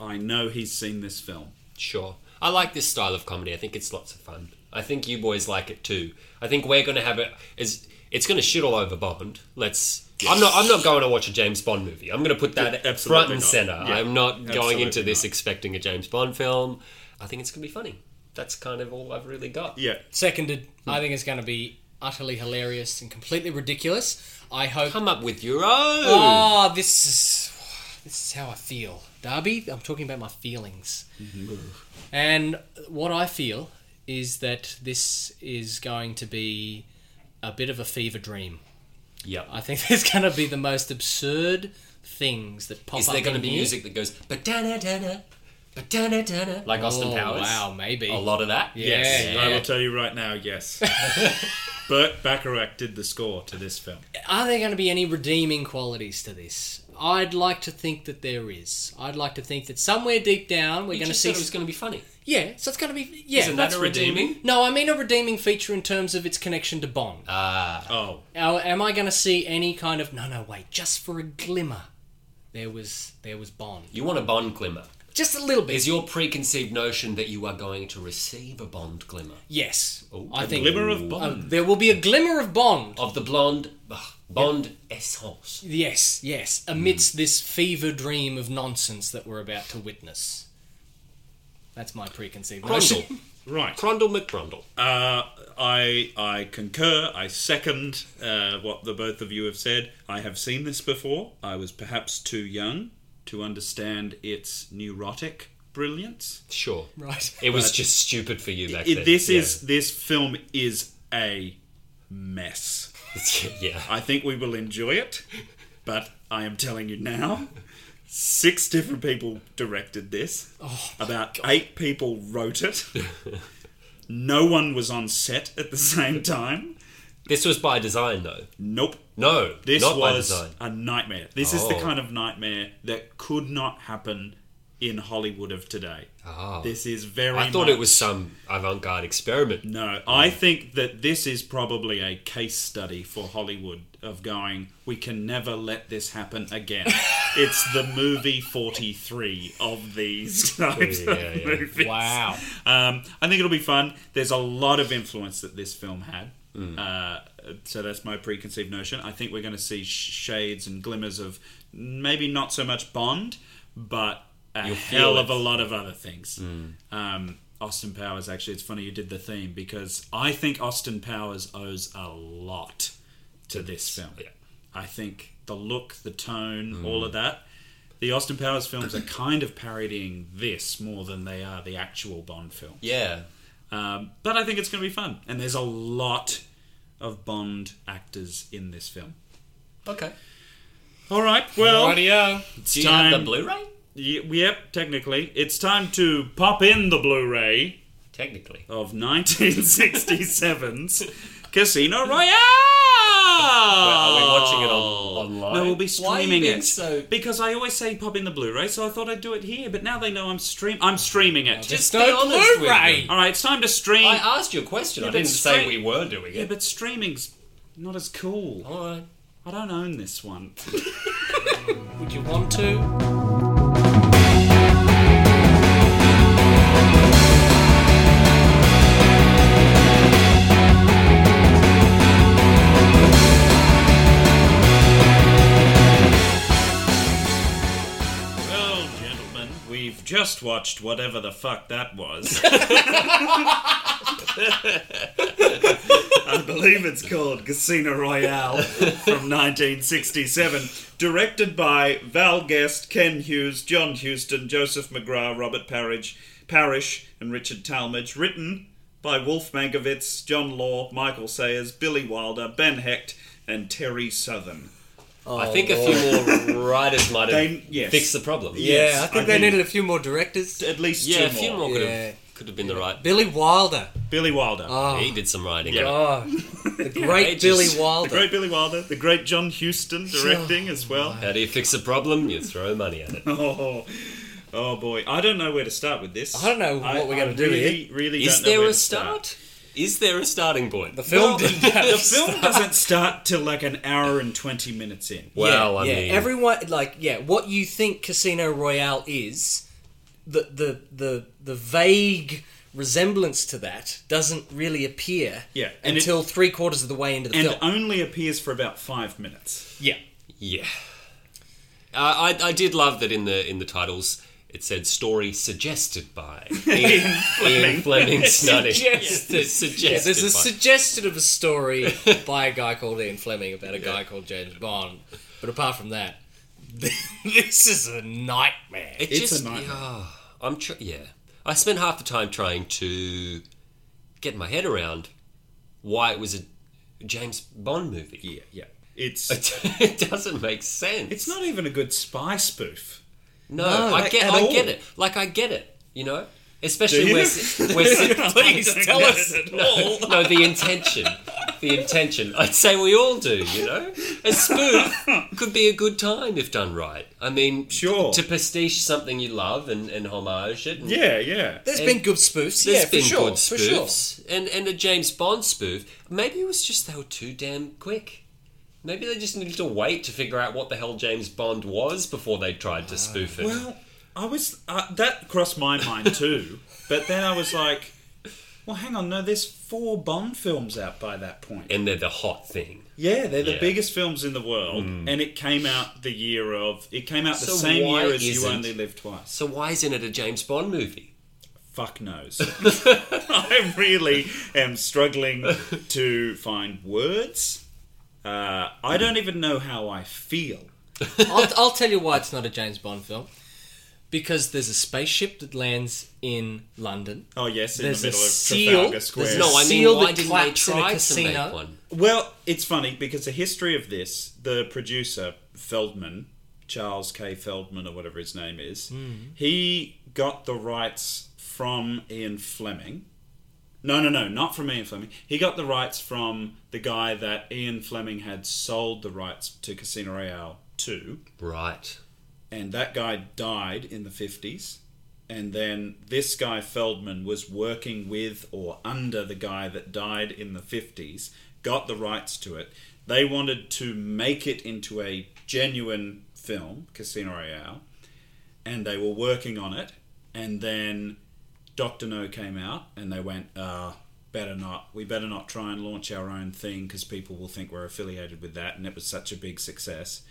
I know he's seen this film. Sure. I like this style of comedy. I think it's lots of fun. I think you boys like it too. I think we're going to have it. Is it's going to shit all over Bond. Let's. I'm not. I'm not going to watch a James Bond movie. I'm going to put that Yeah, front absolutely and not. center. Yeah, I'm not going absolutely into this not. expecting a James Bond film. I think it's going to be funny. That's kind of all I've really got. Yeah. Seconded. Hmm. I think it's going to be utterly hilarious and completely ridiculous. I hope. Come up with your own. Ah, this is this is how I feel, Darby. I'm talking about my feelings, Mm-hmm. and what I feel is that this is going to be a bit of a fever dream. Yep. I think there's going to be the most absurd things that pop Is up. there going to in be here. music that goes ba-da-na, da-na, ba-da-na, da-na, like Austin Oh, Powers? Wow, maybe. A lot of that. Yes. Yeah. I will tell you right now, yes. Burt Bacharach did the score to this film. Are there going to be any redeeming qualities to this? I'd like to think that there is. I'd like to think that somewhere deep down we're You going to just see. said it was going to be funny. yeah, so it's going to be. Yeah, Isn't that a redeeming? No, I mean a redeeming feature in terms of its connection to Bond. Ah, Oh, Now, am I going to see any kind of no, no, wait, just for a glimmer, there was there was Bond. you want a Bond glimmer. Just a little bit. Is your preconceived notion that you are going to receive a Bond glimmer yes. I Oh, a think Glimmer of uh, Bond. there will be a glimmer of Bond. of the blonde ugh, Bond essence? Yes, yes. Amidst this fever dream of nonsense that we're about to witness. That's my preconceived notion. Crondle, Right. Crondle McBrundle. Uh, I I concur. I second uh, what the both of you have said. I have seen this before. I was perhaps too young to understand its neurotic brilliance. Sure, Right. it was just stupid for you back Uh, It- then. this yeah. is this film is a mess. yeah. I think we will enjoy it, but I am telling you now, six different people directed this. Oh About eight people wrote it. no one was on set at the same time. This was by design, though. Nope. No, This not by was design. a nightmare. This is the Oh. kind of nightmare that could not happen in Hollywood of today. Ah. This is very. I thought much- it was some avant-garde experiment. No, Um, I think that this is probably a case study for Hollywood of going, we can never let this happen again. it's the movie 43 of these types Yeah, of yeah. movies. Wow. Um, I think it'll be fun. There's a lot of influence that this film had. Mm. Uh, so that's my preconceived notion. I think we're going to see sh- shades and glimmers of maybe not so much Bond, but a You'll feel hell it. Mm. of a lot of other things. Um, Austin Powers, actually, it's funny you did the theme because I think Austin Powers owes a lot to this film. yeah. Mm. I think the look, the tone, all of that. The Austin Powers films are kind of parodying this more than they are the actual Bond film. Yeah, Um, but I think it's going to be fun. And there's a lot of Bond actors in this film. okay. All right, well, Rightio. Do you have time- the Blu-ray? y- yep, technically. It's time to pop in the Blu ray Technically. of 1967's Casino Royale! Are we watching it on, online? No, we'll be streaming Why are you being it. So Because I always say pop in the Blu-ray, so I thought I'd do it here. But now they know I'm stream. I'm streaming it. just There's be no honest with Blu-ray. them. all right, it's time to stream. I asked you a question. I but didn't straight- say we were doing yeah, it. but streaming's not as cool. All right. I don't own this one. Would you want to? well, gentlemen, we've just watched whatever the fuck that was. I believe it's called Casino Royale from 1967. Directed by Val Guest, Ken Hughes, John Huston, Joseph McGrath, Robert Parrish, Parrish and Richard Talmadge. Written by Wolf Mankiewicz, John Law, Michael Sayers, Billy Wilder, Ben Hecht, and Terry Southern. I think a few more writers might have oh, They- yes. fixed the problem. Yes, yeah, I think I they think- needed a few more directors. At least Yeah, a two few more could Yeah. Ah. have could have been the right. Billy Wilder. Billy Wilder. He did some writing. Oh, the They great just- Billy The Wilder. great Billy Wilder, the great John Huston directing as well. How do you fix a problem? You throw money at it. Oh, oh boy, I don't know where to start with this. I don't know I- what we're I gonna do Really, really, Is don't know there where a to start? Is there a starting point? The film didn't have The film doesn't start till like an hour and twenty minutes in. well, yeah, I yeah. mean, everyone like yeah, what you think Casino Royale is, the the the the vague resemblance to that doesn't really appear Yeah, and it- until three quarters of the way into the And film. only appears for about five minutes. yeah, Yeah. I, I, I did love that in the in the titles it said story suggested by Ian, Ian Fleming Snuddy. Suggested. suggested yeah. There's a by. suggestion of a story by a guy called Ian Fleming about a guy called James Bond, but apart from that, this is a nightmare. It It's a just, nightmare. yeah, I'm tr- yeah. I spent half the time trying to get my head around why it was a James Bond movie. Yeah, yeah. It's It doesn't make sense. it's not even a good spy spoof. No, No, I like, get at I all. get it. Like I get it, you know? Especially Do you? where si- where si- Please tell us No, no, the intention. The intention. I'd say we all do, you know? A spoof could be a good time if done right. I mean, Sure. To pastiche something you love and, and homage it. And Yeah, yeah. There's And been good spoofs. there's yeah, been for sure, good for sure. spoofs. And, and a James Bond spoof. Maybe it was just they were too damn quick. Maybe they just needed to wait to figure out what the hell James Bond was before they tried to spoof it. Well, I was uh, that crossed my mind too, but then I was like, well, hang on, no, there's four Bond films out by that point. and they're the hot thing. Yeah, they're the Yeah. biggest films in the world, and it came out the year of. It came out the So same why year as isn't- You Only Live Twice. So why isn't it a James Bond movie? Fuck knows. I really am struggling to find words. Uh, I don't even know how I feel. I'll, I'll tell you why it's not a James Bond film. Because there's a spaceship that lands in London. Oh yes, in There's the a middle of seal. Trafalgar Square. There's a No, I mean, seal why that didn't they claps in a try to casino. make one? Well, it's funny because the history of this, the producer Feldman, Charles K. Feldman or whatever his name is, he got the rights from Ian Fleming. No, no, no, not from Ian Fleming. He got the rights from the guy that Ian Fleming had sold the rights to Casino Royale to, Right. and that guy died in the 50s. And then this guy Feldman was working with or under the guy that died in the 50s, got the rights to it. They wanted to make it into a genuine film, Casino Royale, and they were working on it. And then Doctor No came out, and they went, uh, better not. We better not try and launch our own thing because people will think we're affiliated with that. And it was such a big success.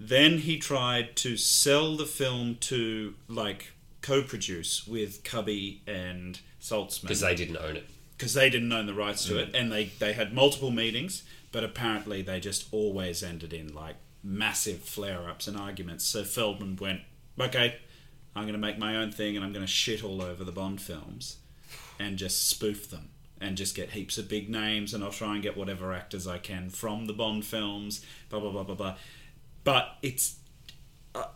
Then he tried to sell the film to like co-produce with Cubby and Because Saltzman they didn't own it. because they didn't own the rights to it, and they they had multiple meetings, but apparently they just always ended in like massive flare-ups and arguments. So Feldman went, okay, I'm going to make my own thing, and I'm going to shit all over the Bond films, and just spoof them. And just get heaps of big names, and I'll try and get whatever actors I can from the Bond films, blah blah blah blah blah. But it's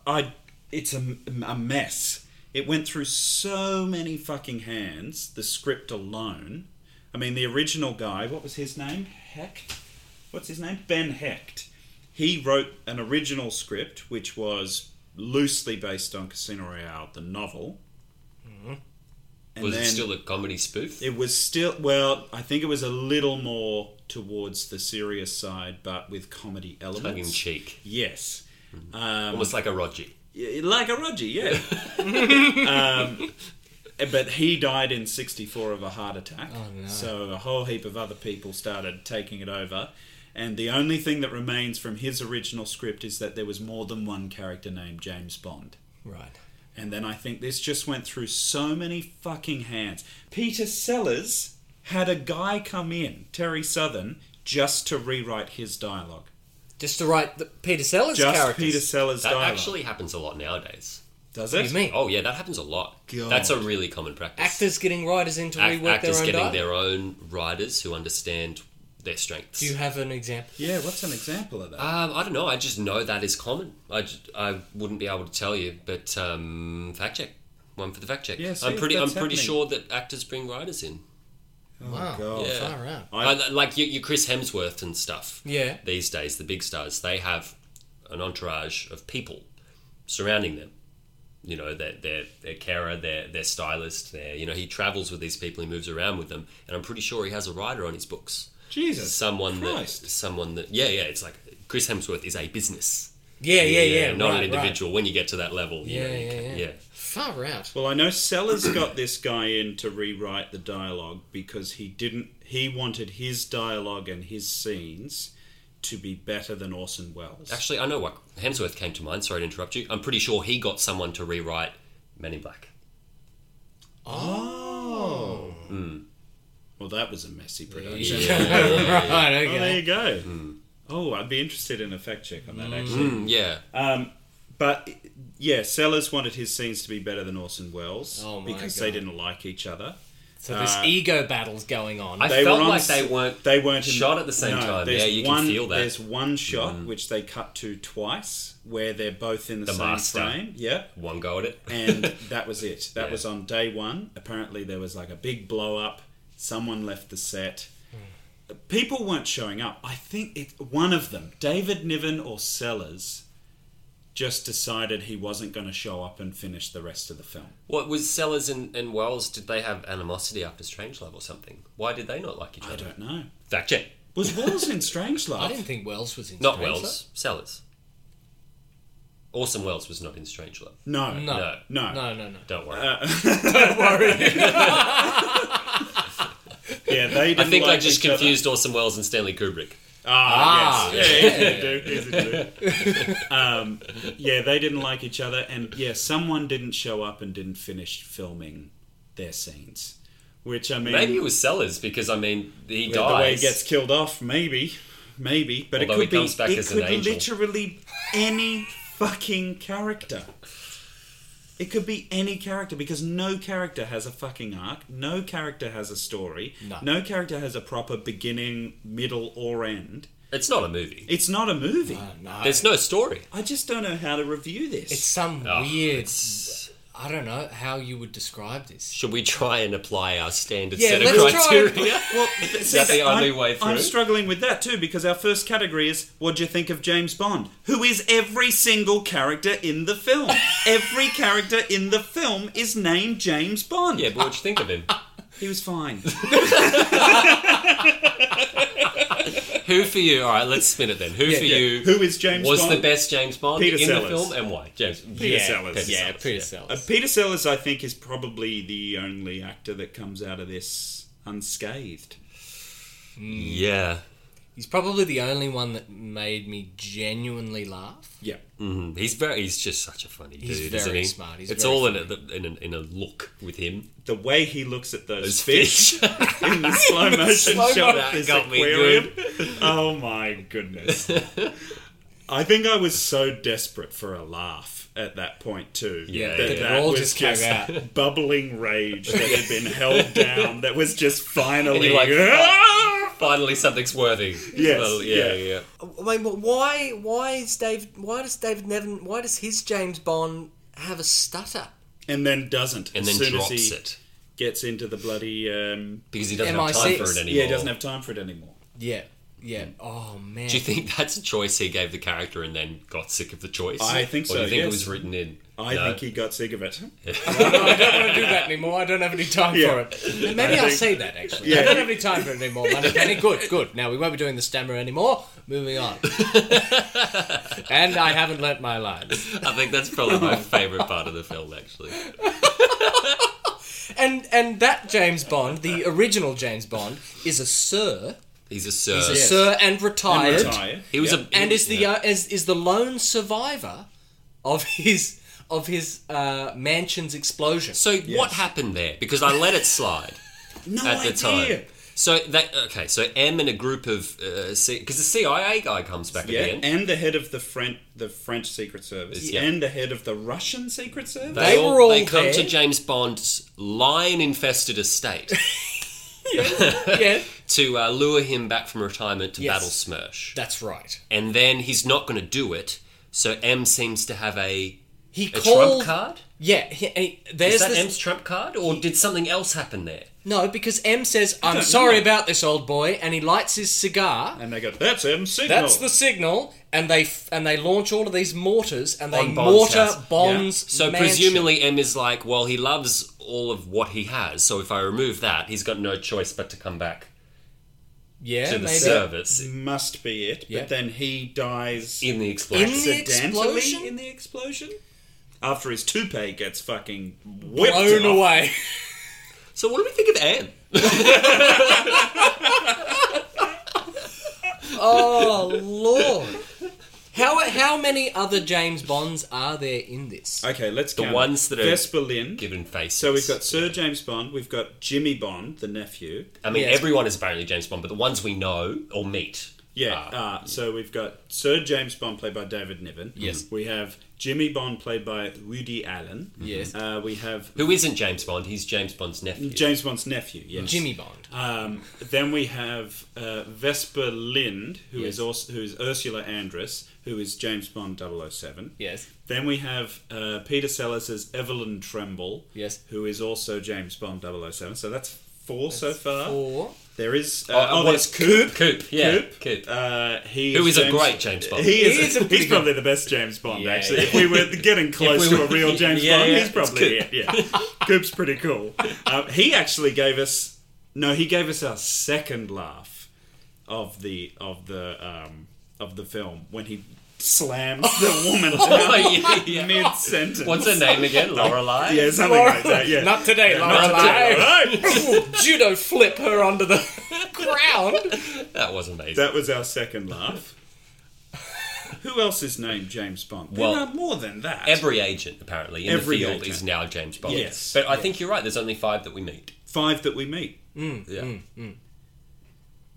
I it's a, a mess. It went through so many fucking hands. The script alone. I mean, the original guy. What was his name? Hecht. What's his name? Ben Hecht. He wrote an original script which was loosely based on Casino Royale, the novel. And Mm-hmm. Was then it still a comedy spoof? it was still well. I think it was a little more towards the serious side, but with comedy Tongue in elements. cheek. Mm-hmm. Yes. Um, Almost like a Roger. yeah, like a Roger, yeah. um, but he died in '64 of a heart attack. Oh, no. So a whole heap of other people started taking it over, and the only thing that remains from his original script is that there was more than one character named James Bond. Right. And then I think this just went through so many fucking hands. Peter Sellers had a guy come in, Terry Southern, just to rewrite his dialogue. Just to write the Peter Sellers Just characters. Peter Sellers' That dialogue. actually happens a lot nowadays. does What it? do you mean? Oh yeah, that happens a lot. God. That's a really common practice. Actors getting writers in to Ac- rework their actors own getting dialogue. their own writers who understand their strengths. Do you have an example? Yeah, what's an example of that? Uh, um, I don't know. I just know that is common. I, j- I wouldn't be able to tell you, but um, fact check. One for the fact check. Yeah, see I'm if pretty. I'm that's pretty happening. sure that actors bring writers in. wow. Oh, God. Yeah. Far out. I- Uh, like you, you, Chris Hemsworth and stuff. Yeah. These days, the big stars they have an entourage of people surrounding them. You know, their their their carer, their their stylist, their you know he travels with these people, he moves around with them, and I'm pretty sure he has a writer on his books. Jesus. Someone Christ. that someone that yeah yeah it's like Chris Hemsworth is a business. Yeah, yeah, yeah. uh, not right, an individual. When you get to that level, you Yeah, know, you yeah, can- yeah. yeah. Far out. Well, I know Sellers got this guy in to rewrite the dialogue because he didn't. He wanted his dialogue and his scenes to be better than Orson Welles. Actually, I know what Hemsworth came to mind. Sorry to interrupt you. I'm pretty sure he got someone to rewrite Men in Black. oh. Well, that was a messy production. right, Oh, there okay. you go. Hmm. Oh, I'd be interested in a fact check on that actually. Hmm, Mm, yeah. Um, but yeah, Sellers wanted his scenes to be better than Orson Welles Oh, my because they God. didn't like each other. so this uh, ego battle's going on. I They felt were on like s- they weren't They weren't in- shot at the same no, time. there's Yeah, you one- can feel that. Hmm. There's one shot which they cut to twice, where they're both in the, The same master. frame. Yeah, One go at it. and that was it. That Yeah. was on day one. Apparently, there was like a big blow up. Someone left the set. Hmm. People weren't showing up. I think it, one of them, David Niven or Sellers, just decided he wasn't going to show up and finish the rest of the film. What was Sellers and, and Wells? Did they have animosity after Strangelove or something? Why did they not like each I other? don't know. Fact check. Was Wells in Strange I Love? didn't think Wells was in Not Strange Wells. Sellers. Orson Welles was not in Strangelove. No. No. No. No. No, no, no. Don't worry. Uh, Yeah, they. Didn't I think like I just each other. confused Orson Welles and Stanley Kubrick. Ah, Ah, yes. yeah, easy to do, easy to do. um, yeah, they didn't like each other, and yeah, someone didn't show up and didn't finish filming their scenes, which I mean, Maybe it was Sellers because I mean he the dies. way he gets killed off, maybe, maybe, but Although it could he comes be back it as an could angel. literally any fucking character. It could be any character because no character has a fucking arc. No character has a story. No. no character has a proper beginning, middle, or end. It's not a movie. It's not a movie. Oh, no. There's no story. I just don't know how to review this. It's some Oh, weird. it's- I don't know how you would describe this. Should we try and apply our standard Yeah, set of let's try and- criteria? well, th- see, that the I'm- only way I'm through? struggling with that too because our first category is what do you think of James Bond, who is every single character in the film. every character in the film is named James Bond. yeah, but what do you think of him? He was fine. Who for you? All right, let's spin it then. Who for yeah. you? Who is James was Bond? the best James Bond Peter in Sellers. the film and why? James Peter Yeah, Sellers. Peter Yeah, Sellers, Peter Uh, Sellers. Peter Sellers, I think, is probably the only actor that comes out of this unscathed. Yeah, He's probably the only one that made me genuinely laugh. Yeah. Mm, he's very. He's just such a funny He's dude, very isn't he? smart. He's it's very all in a, in a in a look with him. The way he looks at those Those fish. fish. in the slow motion slow shot mo- of this got me aquarium. Oh my goodness. I think I was so desperate for a laugh at that point too. Yeah, that, yeah. that It all was just just, came out. bubbling rage that had been held down. That was just finally And you're like, Finally, something's worthy. Ah! Yes, Well, yeah. yeah, yeah. Uh, I mean, why? Why is David? Why does David Nevin? Why does his James Bond have a stutter? and then doesn't. And as then soon drops as he it gets into the bloody um, because he doesn't have time MI6. for it anymore. yeah, he doesn't have time for it anymore. Yeah, yeah. Oh man. Do you think that's a choice he gave the character and then got sick of the choice? I think Or do so, you think it yes. was written in? I No. think he got sick of it. I don't want to do that anymore. I don't have any time Yeah. for it. Maybe I'll say that actually. I Yeah. don't have any time for it anymore. Moneypenny. Good, good. Now we won't be doing the stammer anymore. Moving on. and I haven't learnt my lines. I think that's probably my favourite part of the film, actually. And and that James Bond, the original James Bond, is a sir, He's a sir. a sir and retired, and, Retire. He was Yep. a is the uh, is is the lone survivor of his of his uh, mansion's explosion. So what happened there? Because I let it slide no at the idea. time. So that okay. So M and a group of uh, C because the CIA guy comes back Yeah, again. and the head of the French the French Secret Service Yeah. and the head of the Russian Secret Service. They were all they come to there. James Bond's lion-infested estate yeah, to uh, lure him back from retirement to Yes. battle Smirsh, that's right. and then he's not going to do it. So M seems to have a He a called. trump card. Yeah, he, he- there's Is that this, M's trump card, or did something else happen there? No, because M says, I'm sorry about this, old boy, and he lights his cigar. and they go, "That's him signal." That's the signal, and they f- and they launch all of these mortars, and they On Bond's mortar house. Bond's So mansion. presumably M is like, well, he loves all of what he has. So if I remove that, he's got no choice but to come back yeah, to the maybe. service must be it. Yeah. But then he dies in the explosion. In the accidentally explosion? in the explosion after his toupee gets fucking whipped blown off. away. so what do we think of M? oh lord! How how many other James Bonds are there in this? Okay, let's The count. ones that are Vesper Lynn. Given faces. So we've got Sir James Bond. We've got Jimmy Bond, the nephew. I mean, Yeah. everyone is apparently James Bond, but the ones we know or meet. Yeah. are- Ah. uh, so we've got Sir James Bond played by David Niven. Yes. We have Jimmy Bond played by Woody Allen. Mm-hmm. Yes. Uh, we have who isn't James Bond? He's James Bond's nephew. James Bond's nephew. Yes. Jimmy Bond. Um, then we have uh, Vesper Lind, who is Yes. also who is Ursula Andress, who is James Bond 007. Yes. Then we have uh, Peter Sellers as Evelyn Tremble, Yes. who is also James Bond 007. So that's four so far. Or There is uh, Oh, oh, what- there's Coop. Coop, yeah, Coop. Coop. Uh, he Who is is a James- great James Bond. He is. He is a pretty he's probably the best James Bond. Yeah, actually, yeah. if we were getting close we to a were- real James Yeah, Bond, yeah, he's it's probably it. Yeah, Coop's pretty cool. Um, he actually gave us no. He gave us our second laugh of the of the um, of the film when he slams the woman down Oh, yeah, yeah. mid sentence. What's her name again? Lorelai. Yeah, something like that. uh, Yeah. Not today, today. Lorelai. Alright. Judo flip her onto the ground. That was amazing. That was our second laugh. Who else is named James Bond? There Well, are more than that. Every agent apparently in Every the field agent. is now James Bond. Yes. but I think you're right. There's only five that we meet. Five that we meet. Yeah. Mm,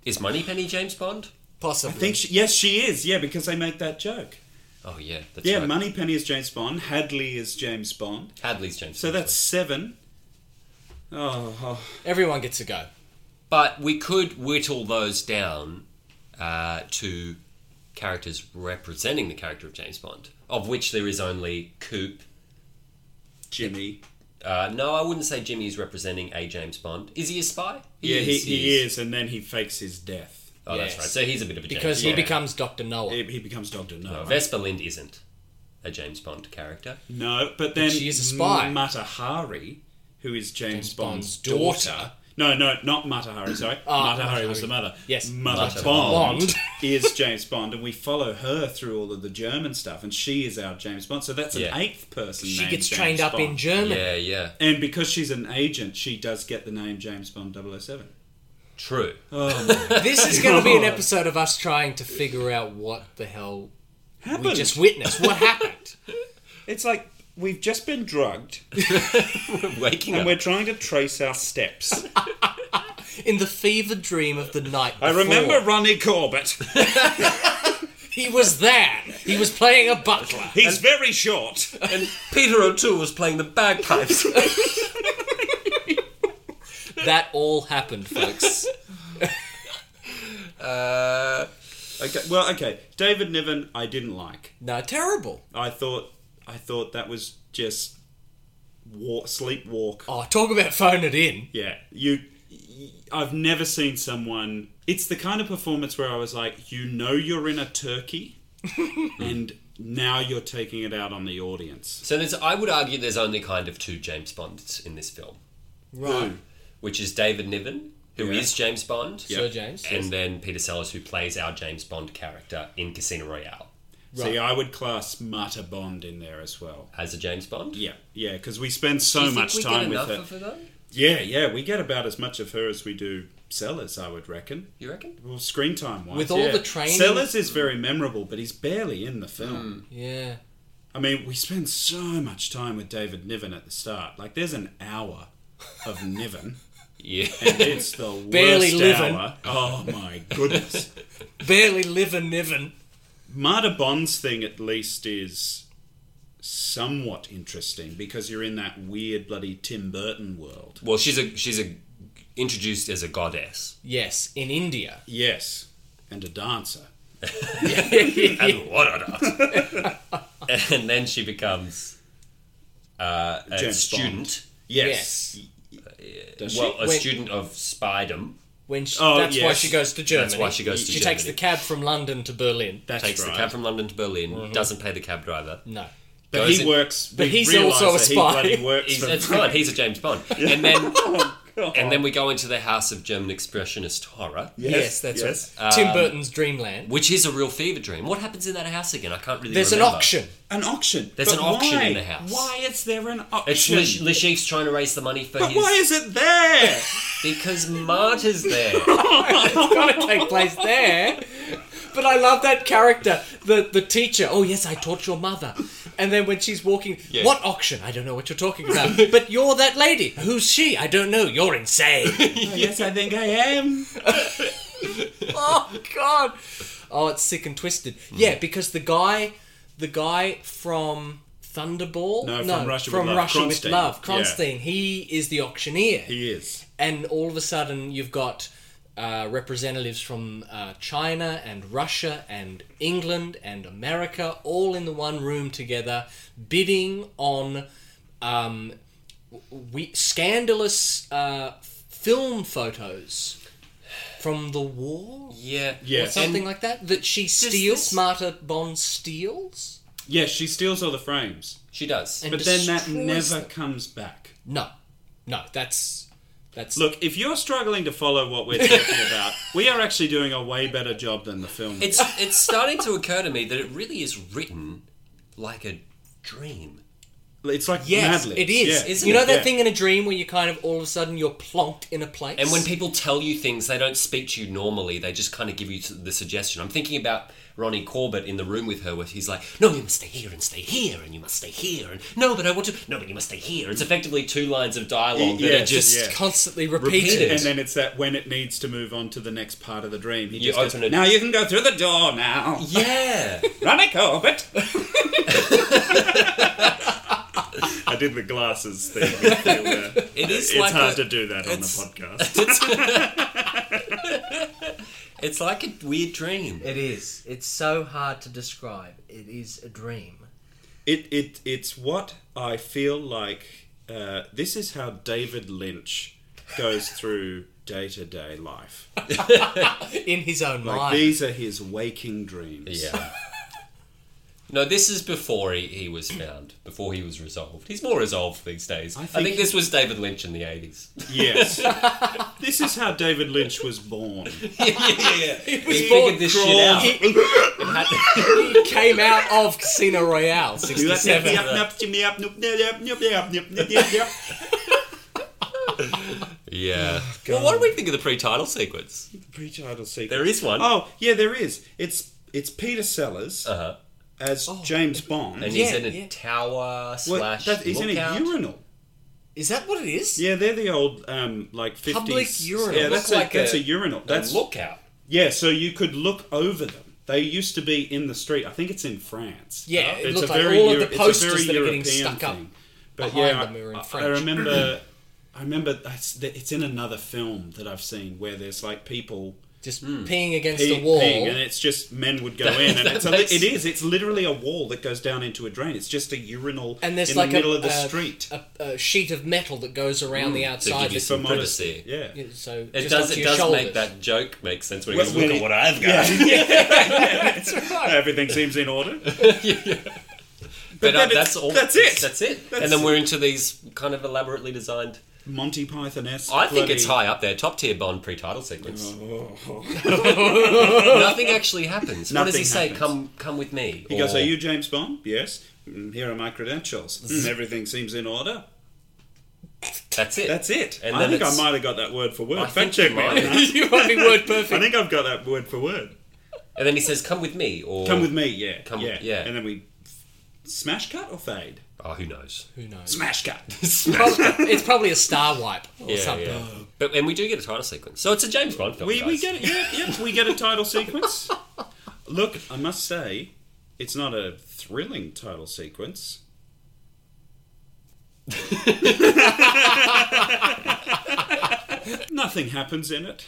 Is Moneypenny James Bond? Possibly. I think she, yes, she is. Yeah, because they make that joke. Oh yeah, that's Yeah, right. Moneypenny is James Bond. Hadley is James Bond. Hadley's James. So Bond. that's seven. Oh, oh. Everyone gets a go. But we could whittle those down uh, to characters representing the character of James Bond, of which there is only Coop. Jimmy. Uh, no, I wouldn't say Jimmy is representing a James Bond. Is he a spy? yeah, he, he is, and then he fakes his death. Oh, Yes. that's right. So he's a bit of a James Because he Bond. becomes Dr. Noah. He, he becomes Doctor No. No, Vespa Lind isn't a James Bond character. No, but then she is a spy. Matahari, who is James, Bond's, Bond's daughter. daughter. No, no, not Matahari. Sorry, Ah, Matahari was Matahari. the mother. Yes. Mother Mata Bond, Bond. is James Bond, and we follow her through all of the German stuff, and she is our James Bond. So that's Yeah. an eighth person. she named gets James trained up Bond. in German. Yeah, yeah. and because she's an agent, she does get the name James Bond 007. True. This is going to be an episode of us trying to figure out what the hell we Happened. just witnessed. What happened? It's like we've just been drugged, Waking and up. we're trying to trace our steps. In the fevered dream of the night. I before. remember Ronnie Corbett. He was there. He was playing a butler. He's very short. and Peter O'Toole was playing the bagpipes. That all happened, folks. uh, Okay, well, okay. David Niven, I didn't like. No, terrible. I thought, I thought that was just walk, sleepwalk. Oh, talk about phone it in. Yeah, you. y- I've never seen someone. It's the kind of performance where I was like, you know, you're in a turkey, and now you're taking it out on the audience. so there's, I would argue there's only kind of two James Bonds in this film, Right. which is David Niven, who is Yeah. James Bond, Sir James. and then Peter Sellers, who plays our James Bond character in Casino Royale See, I would class Mata Bond in there as well. as a James Bond. Yeah, yeah, because we spend so Do you think much we get time enough with her. of her though? yeah, yeah, we get about as much of her as we do Sellers, I would reckon. You reckon? Well, screen time wise, With all yeah. the training- Hmm. Sellers is very memorable, but he's barely in the film. Yeah. I mean, we spend so much time with David Niven at the start. Like, there's an hour of Niven, Yeah. and it's the worst Barely living. hour. Oh my goodness! Barely living, niven. Marta Bond's thing, at least, is somewhat interesting because you're in that weird bloody Tim Burton world. well, she's a she's a introduced as a goddess Yes, in India. Yes, and a dancer. and what a and then she becomes uh, a James student. Yes. Does she? Well, a Wait. student of spydom. When she, Oh, that's why yes. she goes to Germany. That's why she goes to She Germany. takes the cab from London to Berlin. That's takes right. Mm-hmm. the cab from London to Berlin. Doesn't pay the cab driver. No. But goes he in- works. But we he's realise also a that he spy. bloody works He's, for- Oh, it's fine. He's a James Bond. And then, and then we go into the house of German expressionist horror, Yes, that's yes. right. Um, Tim Burton's Dreamland. which is a real fever dream. What happens in that house again? I can't really. There's an remember. auction. An auction. There's But an auction why? in the house. Why is there an It's auction? Le, Le Chiffre's trying to raise the money for but his why is it there? because Marta's there. it's got to take place there. But I love that character, the the teacher. Oh yes, I taught your mother. And then when she's walking, what auction? I don't know what you're talking about. but you're that lady. Who's she? I don't know. You're insane. yes, I think I am. oh god. Oh, it's sick and twisted. Hmm. Yeah, because the guy, the guy from Thunderball, No, from Russia with from Love, Russia with Kronstein. Love, Yeah. Kronstein. He is the auctioneer. He is. and all of a sudden you've got uh, representatives from uh, China and Russia and England and America all in the one room together bidding on um, w- we- scandalous uh, film photos from the war yeah. or Yes. something like that that she steals this- smarter Bond steals Yes, she steals all the frames, She does. and but then that destroys never them. comes back. no no that's That's Look, if you're struggling to follow what we're talking about, we are actually doing a way better job than the film. It's it's starting to occur to me that it really is written like a dream. It's like Yes, Mad Libs. it is. Yeah. you know it? that Yeah. thing in a dream where you kind of all of a sudden you're plonked in a place, And when people tell you things, they don't speak to you normally. They just kind of give you the suggestion. I'm thinking about Ronnie Corbett in the room with her, where he's like, "No, you must stay here and stay here, and you must stay here, and no, but I want to. No, but you must stay here." It's effectively two lines of dialogue that Yes, are just yeah. constantly Repeat repeated. it. And then it's that when it needs to move on to the next part of the dream, he You just goes, open it. Now you can go through the door now. yeah. Ronnie Corbett. I did the glasses thing. It is It's like hard a- to do that on the it's- podcast. It's like a weird dream. it is. It's so hard to describe. It is a dream. It, it, it's what I feel like. Uh, this is how David Lynch goes through day to day life. In his own Like mind. these are his waking dreams. Yeah. No, this is before he, he was found, before he was resolved. He's more resolved these days. I think, think this was David Lynch in the 80s. Yes. this is how David Lynch was born. yeah, yeah, yeah. was He born figured this shit out. he came out of Casino Royale Yup, yup, 67. yup, yup, yup, yup, yup, yup, yup, yup, yup, yup, yup, yup. Yeah. well, what do we think of the pre-title sequence? Pre-title sequence. There is one. Oh yeah, there is. It's it's Peter Uh, Sellers Uh-huh. as oh. James Bond. And he's Yeah, in a yeah. tower Well, slash that- he's in a lookout. urinal. Is that what it is? Yeah, they're the old um, like fifties. Public urinal. Yeah, Look that's like a, that's a- a urinal. A That's lookout. yeah. So you could look over them. They used to be in the street. I think it's in France. Yeah, it It's looked a like very all of Euro- it's the a posters very that are getting European stuck up. thing. But behind yeah, them were in I- I French. remember. I remember that's- it's in another film that I've seen where there's like people Just peeing against pee- the wall. Hmm. peeing, and it's just men would go in, and that it's a, li- makes- it is it's literally a wall that goes down into a drain. It's just a urinal And there's in like the middle a, of the a- street. Hmm. A, a sheet of metal that goes around the outside. give you that- some- For modest- privacy. yeah. you know, so It just up does. to It your does shoulders. make that joke make sense when he Well, goes, when "Look at he- what I've got." Everything seems in order. But, uh, then it's- that's all. that's it. That's it. That's- and then we're into these kind of elaborately designed. Monty Python esque. I think it's high up there, top tier Bond pre-title sequence. Nothing actually happens. what does Nothing he say? happens. Come, come with me. He goes, Or- Are you James Bond? Yes. "Mm, Here are my credentials. "Mm, everything seems in order. That's it. That's it. And I then think I it's- might have got that word for word. I Fact think check you me on might. that. you might be word I perfect. think I've got that word for word. And then he says, "Come with me." Or Come with me, yeah. Come- yeah. yeah. And then we f- smash cut or fade? Oh, who knows? Who knows? Smash cut. it's probably a star wipe or Yeah, something. yeah. But and we do get a title sequence, so it's a James Bond film. We, we guys. get it. Yeah, yeah. We get a title sequence. Look, I must say, it's not a thrilling title sequence. Nothing happens in it.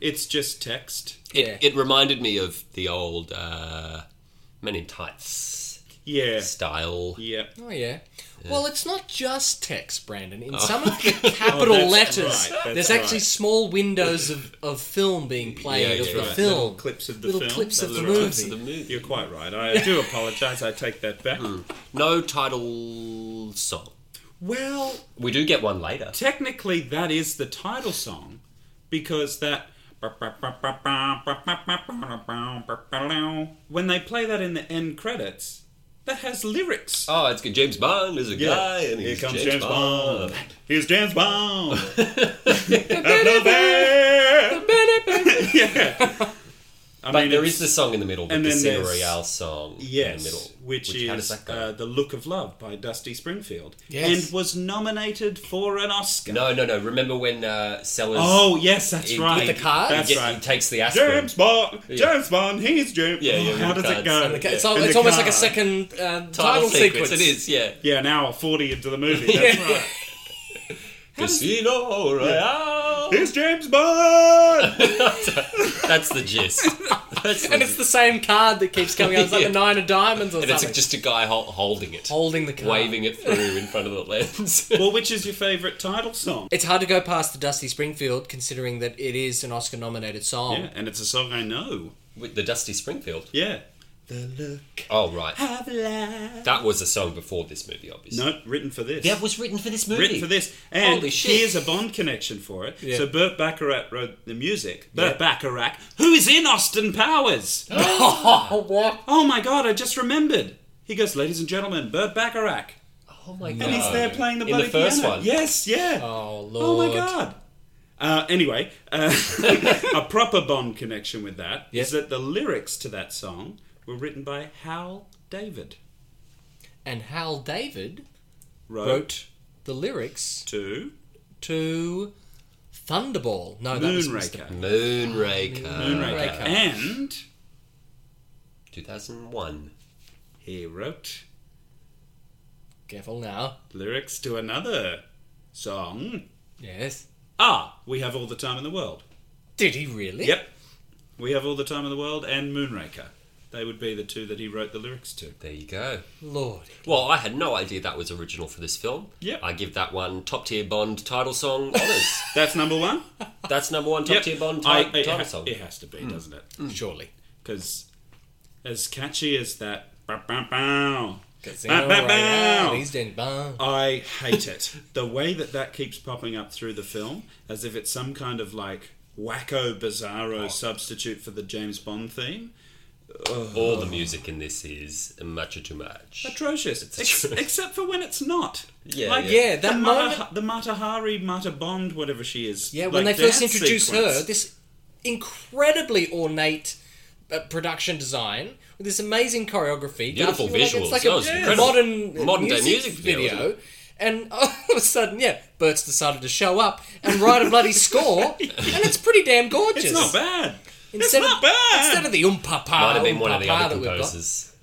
It's just text. It, Yeah. it reminded me of the old uh, Men in Tights Yeah. style. Yeah. Oh yeah. Well, it's not just text, Brandon. In some of the capital Oh, that's letters, right, that's there's actually right. small windows of, of film being played Yeah, of yeah, the right. film. Little clips of the Little film. clips of the Little Clips of the movie. movie. You're quite right. I do apologise. I take that back. No title song. Well, We do get one later. technically that is the title song because that when they play that in the end credits that has lyrics Oh, it's good. James Bond is a guy, and he's James, Bond. here's James Bond Up nowhere. yeah I But mean, there it's- is the song in the middle, but and the then Cine there's- Royale song in Yes, the middle. which, how does is that go? uh, the Look of Love by Dusty Springfield, Yes. and was nominated for an Oscar. no, no, no. Remember when uh, Sellers Oh yes, that's He- right. with the cards? That's get- right. he takes the aspirin? James Bond, James Bond, he's James. Yeah, yeah, How with the does it cards. go? And the Okay, It's, Yeah. al- And it's the almost like a cards. second um, title, title sequence. It is, yeah. Yeah, an hour forty into the movie. That's right. Casino Royale. He's James Bond. That's the gist. That's the And it's the same card that keeps coming out. It's like the nine of diamonds or And it's something. just a guy hol- holding it, holding the card. waving it through in front of the lens. well, which is your favourite title song? It's hard to go past the Dusty Springfield, considering that it is an Oscar-nominated song. Yeah, and it's a song I know. With the Dusty Springfield. Yeah. the look Oh, right. of love. That was a song before this movie, obviously. No, written for this. That was written for this movie. Written for this, and Holy shit. here's a Bond connection for it. Yeah. So Burt Bacharach wrote the music. Burt Bacharach, who is in Austin Powers. oh, what? oh my god, I just remembered. He goes, ladies and gentlemen, Burt Bacharach, Oh, my God. and he's there playing the In bloody the first piano. one. Yes, yeah. Oh lord. Oh my god. Uh, anyway, uh, a proper Bond connection with that is Yeah. that the lyrics to that song were written by Hal David. And Hal David Wrote, wrote the lyrics to to Thunderball. No, Oh, that was Mr. Moonraker. Moonraker. Oh, Moonraker. Moonraker. And 2001. he wrote Careful now. lyrics to another song. Yes. Ah, we have all the time in the world. Did he really? Yep. We have all the time in the world and Moonraker. They would be the two that he wrote the lyrics to. There you go. Lord. Well, I had no idea that was original for this film. Yep. I give that one top tier Bond title song honours. That's number one. That's number one top tier Bond ti- I- it, title ha- song. it has to be, doesn't it? Surely. because as catchy as that bow, bow, bow, Casino Royale, bow, bow. East End Bar. I hate it. the way that that keeps popping up through the film, as if it's some kind of like wacko bizarro substitute for the James Bond theme, All the music in this is much or too much. atrocious. Ex- atrocious. except for when it's not. Yeah, like, yeah. Yeah, that the, moment- Mata, the Mata Hari, Mata Bond, whatever she is. Yeah, when like they first that introduce her, sequence. this incredibly ornate uh, production design with this amazing choreography. Beautiful Darth, you're visuals. Like, That it's was like a incredible. modern, Modern day music, music video, video. wasn't and all of a sudden, yeah, Burt's decided to show up and write a bloody score, and it's pretty damn gorgeous. it's not bad. Instead it's of, not bad. Instead of the umpapa, Might have been one of the other Oh, that we've got. composers.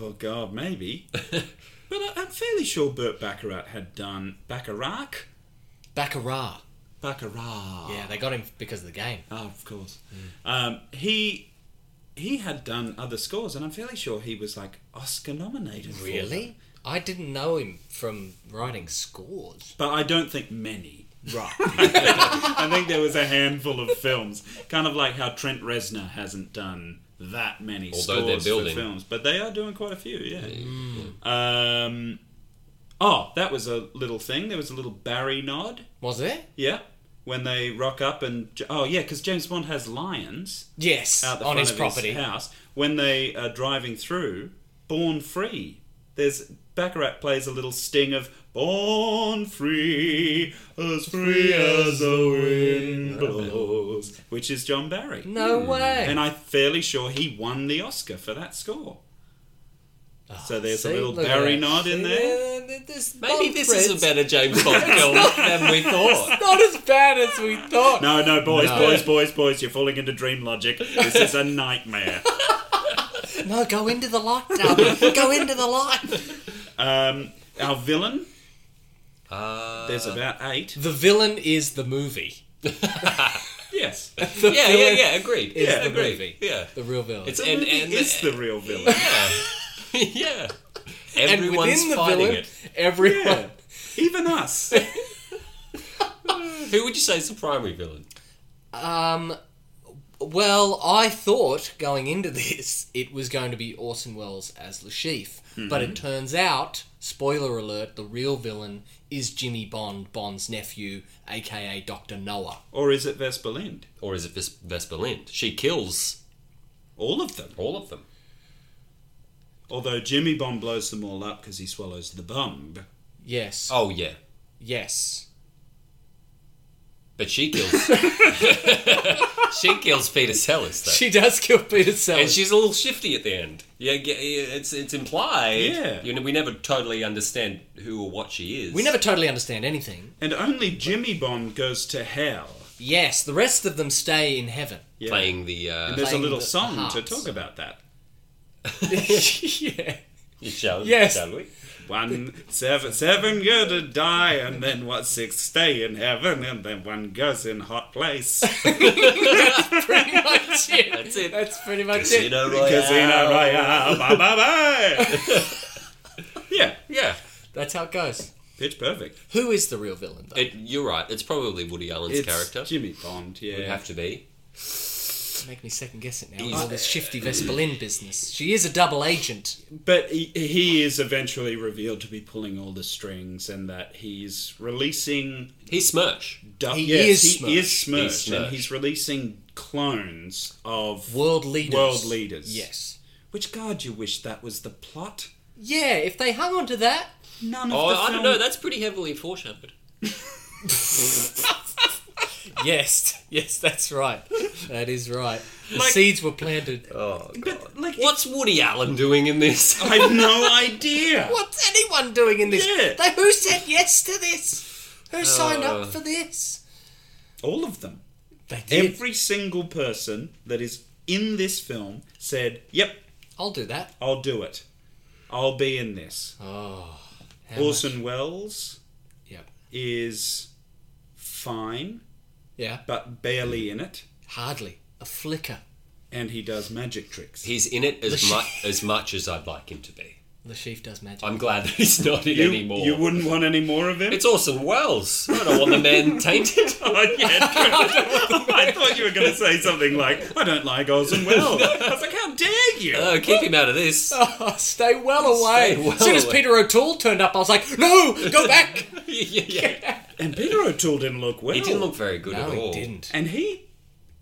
Oh God, maybe. but I, I'm fairly sure Burt Bacharach had done Bacharach. Baccarat. Baccarat. Yeah, they got him because of the game. Oh, of course. Um, he he had done other scores, and I'm fairly sure he was like Oscar nominated. for them. Really? I didn't know him from writing scores. But I don't think many. Right. I think there was a handful of films, kind of like how Trent Reznor hasn't done that many Although they're scores building. for films, but they are doing quite a few. Yeah. Um, oh, that was a little thing. There was a little Barry nod. Was there? Yeah. When they rock up and oh yeah, because James Bond has lions. Yes, out the on front his of property. house when they are driving through Born Free. There's Baccarat plays a little sting of Born Free, as free as the wind blows, which is John Barry. No way. And I'm fairly sure he won the Oscar for that score. so there's a Ah, See, little look at Barry that. nod in there. Yeah, th- this Maybe Bond this Fred's is a better James Bond film than we thought. Not as bad as we thought. No, no, boys, boys, boys, boys, you're falling into dream logic. This is a nightmare. No, go into the light, darling. go into the light. Um, our villain, Uh, there's about eight. The villain is the movie. Yes. The yeah, yeah, villain yeah. Agreed. Is yeah, the agreed. movie. Yeah, The real villain. it's The and, movie and is the real villain. yeah, yeah. and Everyone's within the fighting villain, it. everyone. Yeah. Even us. Who would you say is the primary villain? Um, well, I thought going into this it was going to be Orson Welles as Lashif, but Mm-hmm. it turns out, spoiler alert, the real villain is Jimmy Bond, Bond's nephew, aka Doctor Noah. or is it Vespa Lind? Or is it Ves- Vesper Lind? She kills All of them. all of them. Although Jimmy Bond blows them all up because he swallows the bomb. Yes, Oh yeah, yes. but she kills. she kills Peter Sellers though. She does kill Peter and Sellers. she's a little shifty at the end. Yeah, ge- it's it's implied. Yeah. you know, we never totally understand who or what she is. we never totally understand anything. And only Jimmy Bond goes to hell. Yes, the rest of them stay in heaven. Yeah. playing the. Uh, There's a Playing little the song to harps. talk about that. yeah. shall, Yes. shall we? One, seven, seven go to die, and then what, six stay in heaven, and then one goes in hot place. Pretty much it. That's it. That's pretty much it. Casino Royale. Casino Royale, bye bye bye. yeah, Yeah, That's how it goes. pitch perfect. Who is the real villain, though? it, you're right. It's probably Woody Allen's It's character. Jimmy Bond, yeah. Would have to be. Make me second guess it now. All this shifty Vespelin business. She is a double agent. But he, he is eventually revealed to be pulling all the strings and that he's releasing. He's Smirch. Du- He yes, is he is Smirch. Smirch, He's Smirch. and he's releasing clones of. World leaders. World leaders. Yes. Which, God, you wish that was the plot? Yeah, if they hung on to that. None of Oh, the I don't film- know. That's pretty heavily foreshadowed. Yes, yes, that's right. Uh, That is right. The seeds were planted. But, like, Oh. What's Woody Allen doing in this? I have no idea. What's anyone doing in this? Yeah. They, who said yes to this? Who signed Uh. up for this? All of them. They did. Every single person that is in this film said, "Yep, I'll do that. I'll do it. I'll be in this." Oh. how Orson Welles much- Yep. is fine, Yeah. but barely in it, Hardly. A flicker. and he does magic tricks. He's in it as The much as much as I'd like him to be. The sheaf does magic. I'm glad that he's not in You, anymore. you wouldn't want any more of him. it's Orson Welles. I don't want the man tainted. Oh, yeah, true. I thought you were going to say something like, "I don't like Orson Welles." I was like, "How dare you?" Oh, keep him out of this. Oh, stay well away. Stay well as soon as away. Peter O'Toole turned up, I was like, no, go back. yeah, yeah. and Peter O'Toole didn't look well. He didn't look very good no, at he all. didn't. and he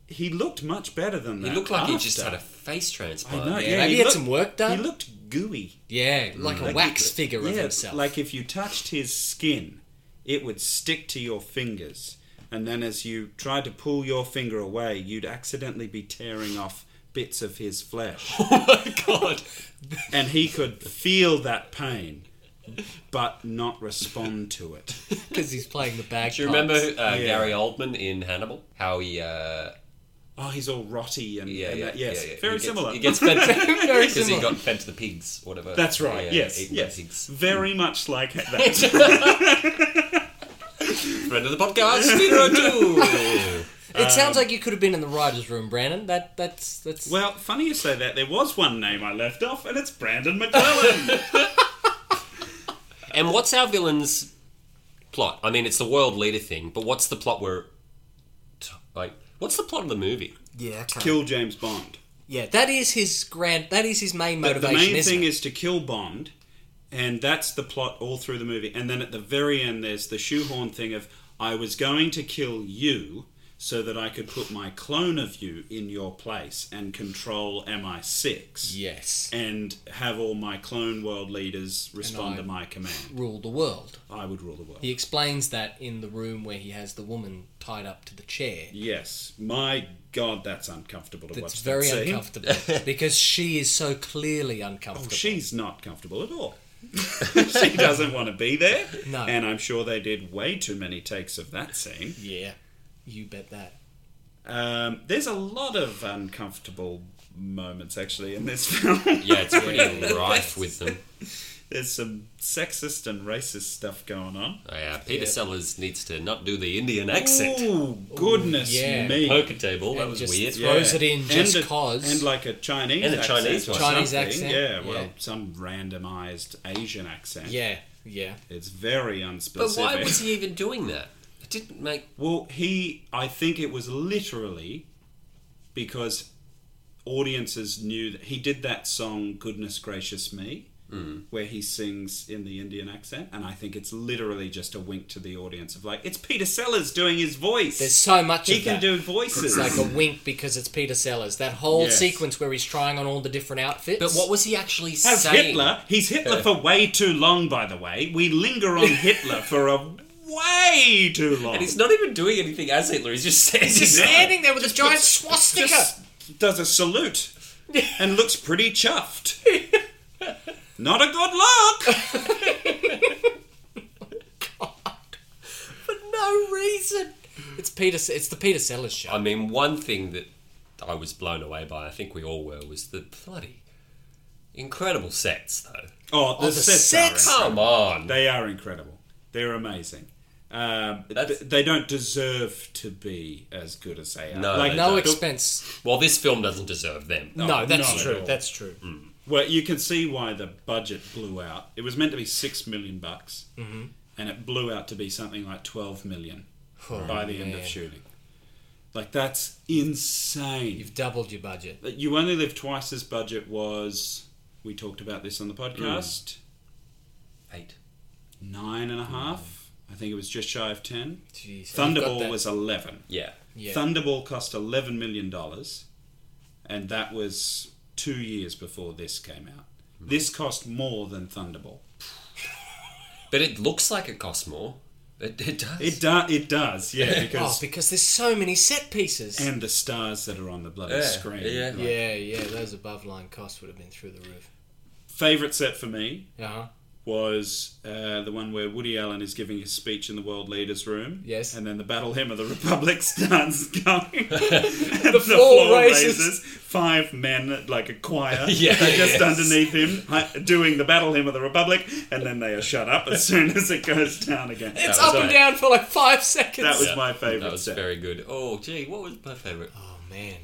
he looked much better than that. He looked like he after. just had a face transplant. I know, yeah, Maybe he, he had looked- some work He done. looked gooey. yeah, like a Mm. Like wax he- figure of yeah, himself. Like if you touched his skin, it would stick to your fingers. And then as you tried to pull your finger away, you'd accidentally be tearing off bits of his flesh. Oh my god. and he could feel that pain, but not respond to it. because he's playing the bag. Do you remember uh, Gary Oldman in Hannibal? How he, uh, Oh, he's all rotty and, yeah, and yeah, that. Yes, yeah, yeah. very he gets, similar. He gets fed to, Very because he similar. got fed to the pigs, whatever. That's right. Yeah, yes, eaten by yes. Pigs. Very much like that. Friend of the podcast, Peter O'Toole. um, It sounds like you could have been in the writers' room, Brandon. That that's that's. Well, funny you say that. There was one name I left off, and it's Brandon McClellan. and what's our villain's plot? I mean, it's the world leader thing, but what's the plot where, like, what's the plot of the movie? yeah, okay. kill James Bond. yeah. That is his grand. That is his main But the motivation. main isn't thing it? is to kill Bond, and that's the plot all through the movie. And then at the very end, there's the shoehorn thing of I was going to kill you so that I could put my clone of you in your place and control MI6 yes, and have all my clone world leaders respond I- to my command. rule the world. I would rule the world. He explains that in the room where he has the woman tied up to the chair. Yes, my God, that's uncomfortable to That's watch. very that scene. uncomfortable because she is so clearly Oh, uncomfortable. she's not comfortable at all. she doesn't want to be there. No. And I'm sure they did way too many takes of that scene. Yeah, you bet that. Um, there's a lot of uncomfortable moments actually in this film. Yeah, it's pretty rife with them. there's some sexist and racist stuff going on. Oh, yeah, Peter Sellers needs to not do the Indian accent. Oh goodness Ooh, yeah. me! Poker table, that And was just- weird. yeah. Throws it in just and a- 'cause. and like a Chinese And a accent Chinese or one. Chinese something. accent, Yeah, well, yeah. some randomized Asian accent. Yeah, yeah. it's very But unspecific. why was he even doing that? It didn't make. Well, he, I think it was literally because audiences knew that he did that song "Goodness Gracious Me," where he sings in the Indian accent, and I think it's literally just a wink to the audience of like, it's Peter Sellers doing his voice. There's so much he of can that. do voices. It's like a wink because it's Peter Sellers. That whole Yes. sequence where he's trying on all the different outfits. But what was he actually As saying? Hitler, he's Hitler for way too long. By the way, we linger on Hitler for a way too long. And he's not even doing anything as Hitler. He's just saying. He's just No. standing there with a giant swastika. just does a salute and looks pretty chuffed. Not a good look. for no reason. It's Peter. It's the Peter Sellers show. I mean, one thing that I was blown away by, I think we all were, was the bloody incredible sets, though. Oh, the, the sets sex. Are incredible. Come on. They are incredible. They're amazing. Um, That's- th- they don't deserve to be as good as they are. No, they no don't. expense. Well, this film doesn't deserve them. no, that's not at true. all. Mm. That's true. Well, you can see why the budget blew out. It was meant to be six million bucks, Oh, Oh, and it blew out to be something like twelve million by the end of shooting. Like that's insane. You've doubled your budget. You only live twice as budget was. We talked about this on the podcast. Oh, Eight. Nine and a half. I think it was just shy of ten. Jeez. You've got Thunderball that- was eleven. Yeah. Yeah. Thunderball cost eleven million dollars, and that was two years before this came out. Mm-hmm. This cost more than Thunderball. But it looks like it costs more. It, it does. It does. It does. Yeah, Oh, because because there's so many set pieces. and the stars that are on the bloody Yeah, screen. yeah. Like, yeah, yeah, those above line costs would have been through the roof. Favorite set for me Uh huh. was uh, the one where Woody Allen is giving his speech in the world leaders' room. Yes. And then the battle hymn of the Republic starts going. The, floor races. Five men, like a choir, Yeah, are just yes. underneath him, hi- doing the battle hymn of the Republic, and then they are shut up as soon as it goes down again. It's That up was and right. down for like five seconds. That was Yeah. my favorite That was set. very good. Oh, gee, what was my favourite? oh man.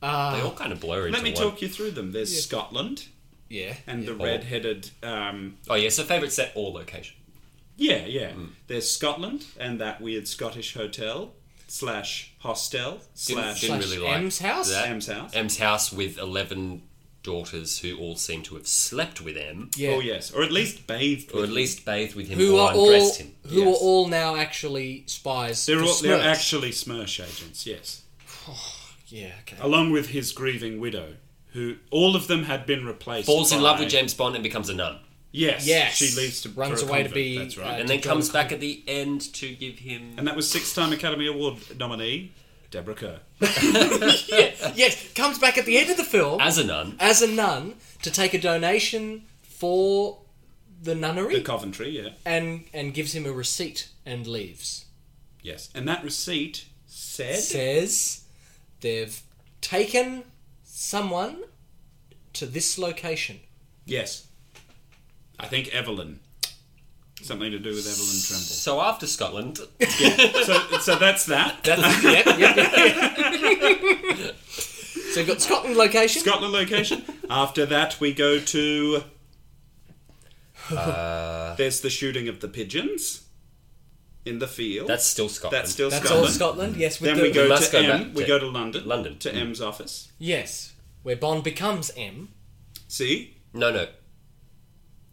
They Uh, all kind of blur into Ah. Let me one. talk you through them. There's Scotland yeah. and the Yeah. red-headed um, Oh, yeah, so favourite set or location. Yeah, yeah. There's Scotland and that weird Scottish hotel slash hostel slash didn't Slash really like M's house. that. M's house. M's house with 11 daughters who all seem to have slept with M. Yeah. Oh yes, or at least bathed. Or with at him. least bathed with him Who or are all undressed him. who Yes. are all now actually spies? they're for all, they're Smurfs. actually Smirsh agents. Yes, Yeah. Okay. along with his grieving widow, who all of them had been replaced. Falls in by- love with James Bond and becomes a nun. Yes, Yes. She leaves to Runs for a away to convent, be, That's right. uh, And then John comes back at the end to give him. and that was six-time Academy Award nominee Deborah Kerr. Yes, comes back at the end of the film as, As a nun, a nun to take a donation for the nunnery The Coventry, yeah, and and gives him a receipt and leaves. yes, and that receipt said, Says they've taken someone to this location. yes. I think Evelyn, something to do with Evelyn Tremble. so after Scotland, so, so that's that. That's, yep, yep, yep. so you've got Scotland location. Scotland location. After that, we go to. Uh, uh, there's the shooting of the pigeons in the field. that's still Scotland. That's still That's Scotland. all Scotland. Yes, with Then the, we go must to go M. back We to go to London. London. Mm-hmm. to M's office. yes, where Bond becomes M. See, No, no.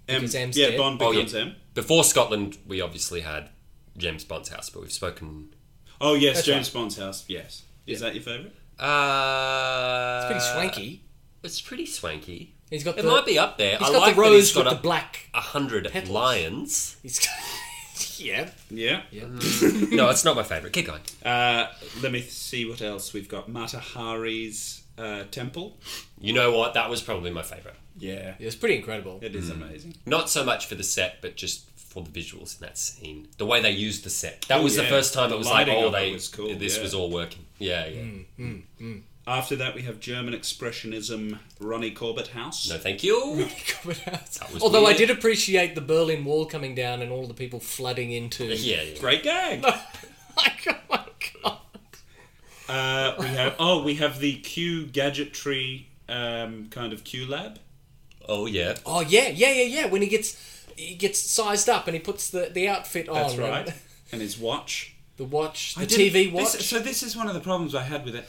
M. Because M's yeah, dead. Bond Oh, yeah. becomes M. Before Scotland, we obviously had James Bond's house, but we've spoken. Oh yes, That's James Bond's house. Yes, is that your favorite? Uh, Pretty swanky. It's pretty swanky. He's got It the might be up there. he's I got like the that he's rose got with the a, black. a hundred petals. lions. He's yeah. Yeah. no, it's not my favourite. Keep going. Uh, let me see what else we've got. Matahari's uh, temple. You know what? That was probably my favourite. Yeah, It was pretty incredible. it Mm. is amazing. Not so much for the set, but just for the visuals in that scene. The way they used the set. That Oh, was yeah. the first time The it was like, lighting oh, of it they was cool, this yeah. Hmm. was all working. Yeah, yeah. After that, we have German Expressionism, Ronnie Corbett House. No, thank you. was Although I weird. did appreciate the Berlin Wall coming down and all the people flooding into. yeah, yeah. Great gag. Like, oh my god. Uh, we have oh, we have the Q gadgetry um, kind of Q lab. Oh yeah. Oh yeah, yeah, yeah, yeah. When he gets he gets sized up and he puts the the outfit on. That's and right. And his watch. The watch, Oh, the I didn't- TV watch. This, so this is one of the problems I had with it.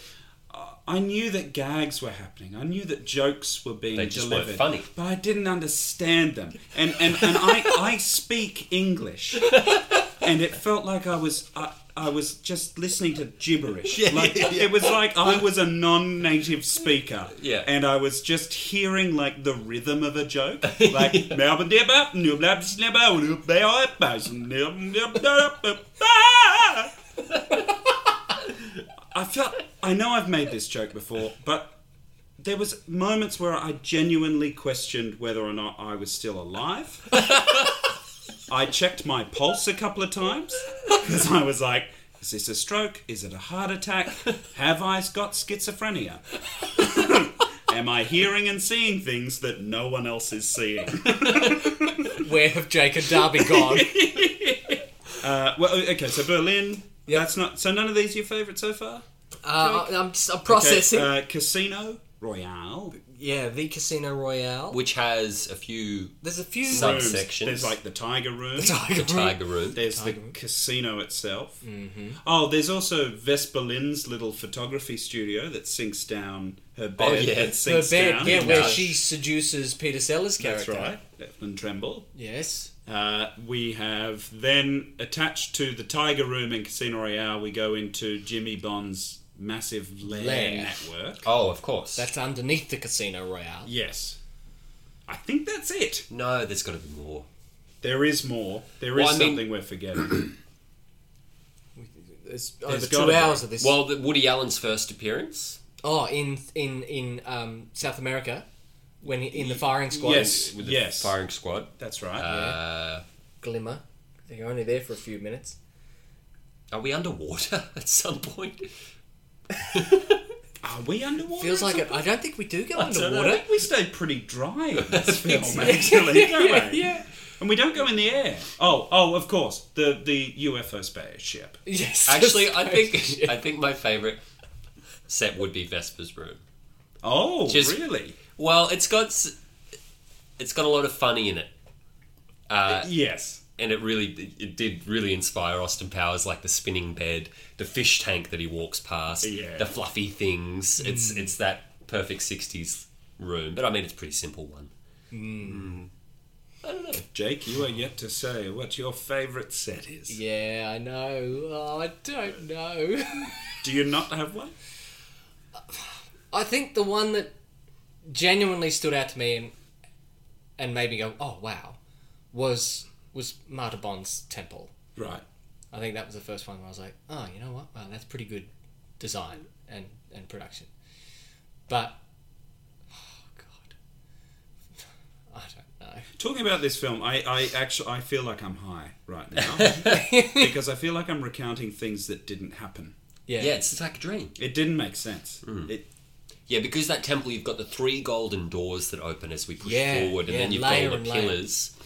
Uh, I knew that gags were happening. I knew that jokes were being They just weren't delivered. funny. But I didn't understand them. And and, and I, I speak English. And it felt like I was I, I was just listening to gibberish. like, It was like I was a non-native speaker. Yeah. And I was just hearing like the rhythm of a joke. Like Melbourne Dipper, New Blab Snipper, New Bay I felt I know I've made this joke before, but there was moments where I genuinely questioned whether or not I was still alive. I checked my pulse a couple of times because I was like, "Is this a stroke? Is it a heart attack? Have I got schizophrenia? Am I hearing and seeing things that no one else is seeing?" Where have Jake and Darby gone? Uh, well, okay, so Berlin. That's not so. None of these are your favourite so far. uh, I'm, I'm processing. Okay, uh, casino. Royale. Yeah, the Casino Royale. which has a few There's a few Some- Rooms. Subsections. There's like the Tiger Room. Tiger tiger room. There's the casino itself. Mm-hmm. Oh, there's also Vespa Lynn's little photography studio that sinks down her bed. Oh, yeah. that Her sinks bed, down. yeah, where does. she seduces Peter Sellers' That's character. right, Evelyn Tremble. Yes. Uh, we have then attached to the Tiger Room in Casino Royale, we go into Jimmy Bond's massive lair, Lair. network. Oh, of course. That's underneath the Casino Royale. Yes, I think that's it. no, there's got to be more. There is more. There is Well, I mean- something we're forgetting. It's There's over gotta two be. hours of this. Well, the, Woody Allen's first appearance. oh, in in in um, South America, when he, in the firing squad, yes, With the yes, firing squad. that's right. Uh, glimmer. They're only there for a few minutes. are we underwater at some point? Are we underwater? Feels at like some it. I don't think we do go I don't know. I underwater. think we stay pretty dry in this film, actually, don't we? yeah. And we don't go in the air. Oh, oh, of course, the the UFO spaceship. Yes. Actually, I think I think my favorite set would be Vesper's room. Oh, Just- really? Well, it's got s- it's got a lot of funny in it, uh, Yes. and it really it did really inspire Austin Powers, like the spinning bed, the fish tank that he walks past, Yeah. the fluffy things. It's it's that perfect '60s room, but I mean it's a pretty simple one. Jake, you are yet to say what your favourite set is. Yeah, I know. Oh, I don't know. Do you not have one? I think the one that genuinely stood out to me and and made me go, "Oh wow," was was Marta Bond's temple. Right. I think that was the first one where I was like, "Oh, you know what? Wow, that's pretty good design and and production." But oh god, I don't know. Talking about this film, I, I actually I feel like I'm high right now because I feel like I'm recounting things that didn't happen. Yeah, Yeah, it's like a dream. It didn't make sense. Hmm. It, Yeah, because that temple, you've got the three golden doors that open as we push Yeah, forward, and yeah, then you've layer got all and the layer. pillars.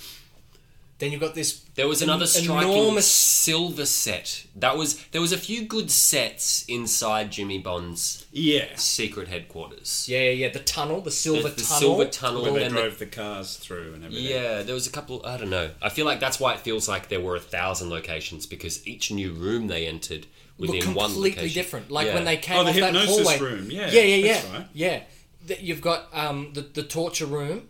Then you've got this. There was another striking enormous- silver set. That was there was a few good sets inside Jimmy Bond's yes. secret headquarters. Yeah, yeah, yeah. The tunnel, the silver the tunnel. silver tunnel When they and the- drove the cars through and everything. yeah, there was a couple. I don't know. I feel like that's why it feels like there were a thousand locations because each new room they entered within look one completely location. different. Like Yeah. when they came Oh, the off that hypnosis hallway. room, yeah, yeah, yeah, that's yeah. right. yeah. Th- You've got um, the the torture room,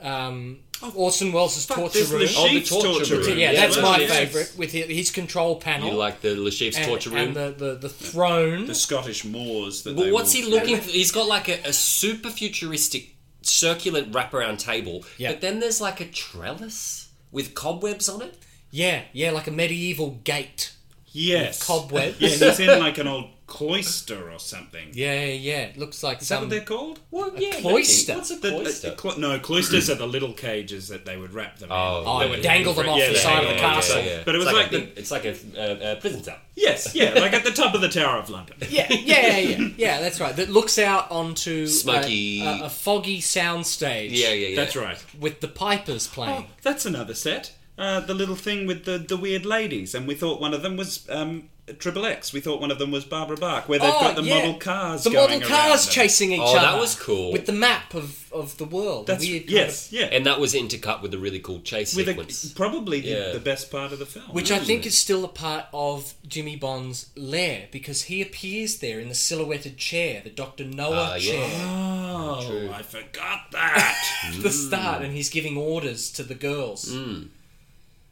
um, Orson Welles' torture Oh, There's room. the Oh, the sheep's torture torture, room. room. yeah, Yeah, that's my yes. favourite with hi- his control panel You like the Lashif's and, torture room? and the, the, the throne. the Scottish moors. That But they what's walked he looking for? He's got like a, a super futuristic circulant wraparound table, Yeah. but then there's like a trellis with cobwebs on it. yeah, yeah, like a medieval gate. Yes. cobwebs. Yeah, he's in like an old cloister or something. Is Yeah, yeah, it looks like that what some. they're called? Well, yeah, maybe. cloister. What's a The- the- cloister? the clo- no, cloisters are the little cages that they would wrap them Oh, in. Oh, they yeah. were dangle them off Yeah, the they side of hang the on, yeah, castle. yeah. But it was like, a the- thing- it's like a uh, uh, prison cell. Yes, yeah, like at the top of the Tower of London. Yeah, yeah, yeah, yeah, yeah. That's right. That looks out onto a- Smoky- a, a foggy soundstage. Yeah, yeah, yeah. That's right. with the pipers playing. Oh, that's another set. Uh, the little thing with the, the weird ladies, and we thought one of them was um, Triple X. We thought one of them was Barbara Bach, where they've Oh, got the yeah. model cars. The going model around cars them. chasing each Oh, other. that was cool. With the map of, of the world. That's weird kind yes, of- yeah, And that was intercut with a really cool chase with sequence. a, probably the, Yeah. the best part of the film. which I think is still a part of Jimmy Bond's lair because he appears there in the silhouetted chair, the Dr. Noah Ah, yeah. chair, oh, I forgot that. at the start, and he's giving orders to the girls.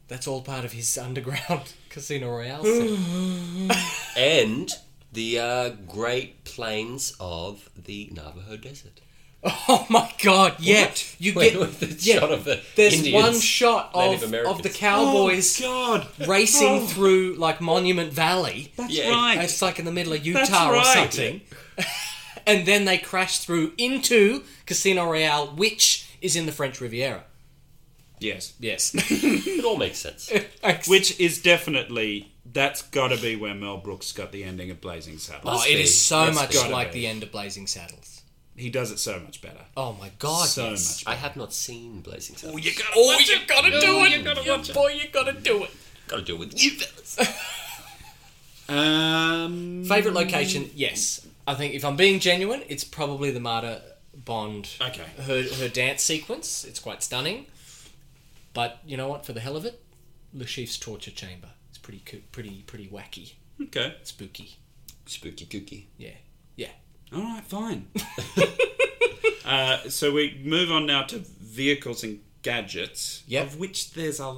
That's all part of his underground Casino Royale set. and the uh, Great Plains of the Navajo Desert. Oh my god, yeah. You Wait, get with the yeah, shot of the There's Indians, one shot of, Native of the Americans. cowboys Oh, God. racing Oh. through like Monument Valley. That's Yeah. right. It's like in the middle of That's Utah or right. something. and then they crash through into Casino Royale, which is in the French Riviera. yes. Yes. It all makes sense. Which is definitely that's got to be where Mel Brooks got the ending of Blazing Saddles. oh, it is so Must much be. Gotta like be. the end of Blazing Saddles. He does it so much better. Oh my god. so yes. much. I have not seen Blazing Saddles. you gotta Oh, watch you it. gotta do it. you gotta Yeah, watch it. boy, you gotta do it. Got to do it with you fellas. Um, Favorite location? Yes. I think if I'm being genuine, it's probably the Marta Bond. Okay. Her her dance sequence, it's quite stunning. But you know what? For the hell of it, Le Chiffre's torture chamber. It's pretty coo- pretty pretty wacky, Okay. spooky. Spooky kooky. Yeah, yeah. All right, fine. uh, so we move on now to vehicles and gadgets, Yep. of which there's a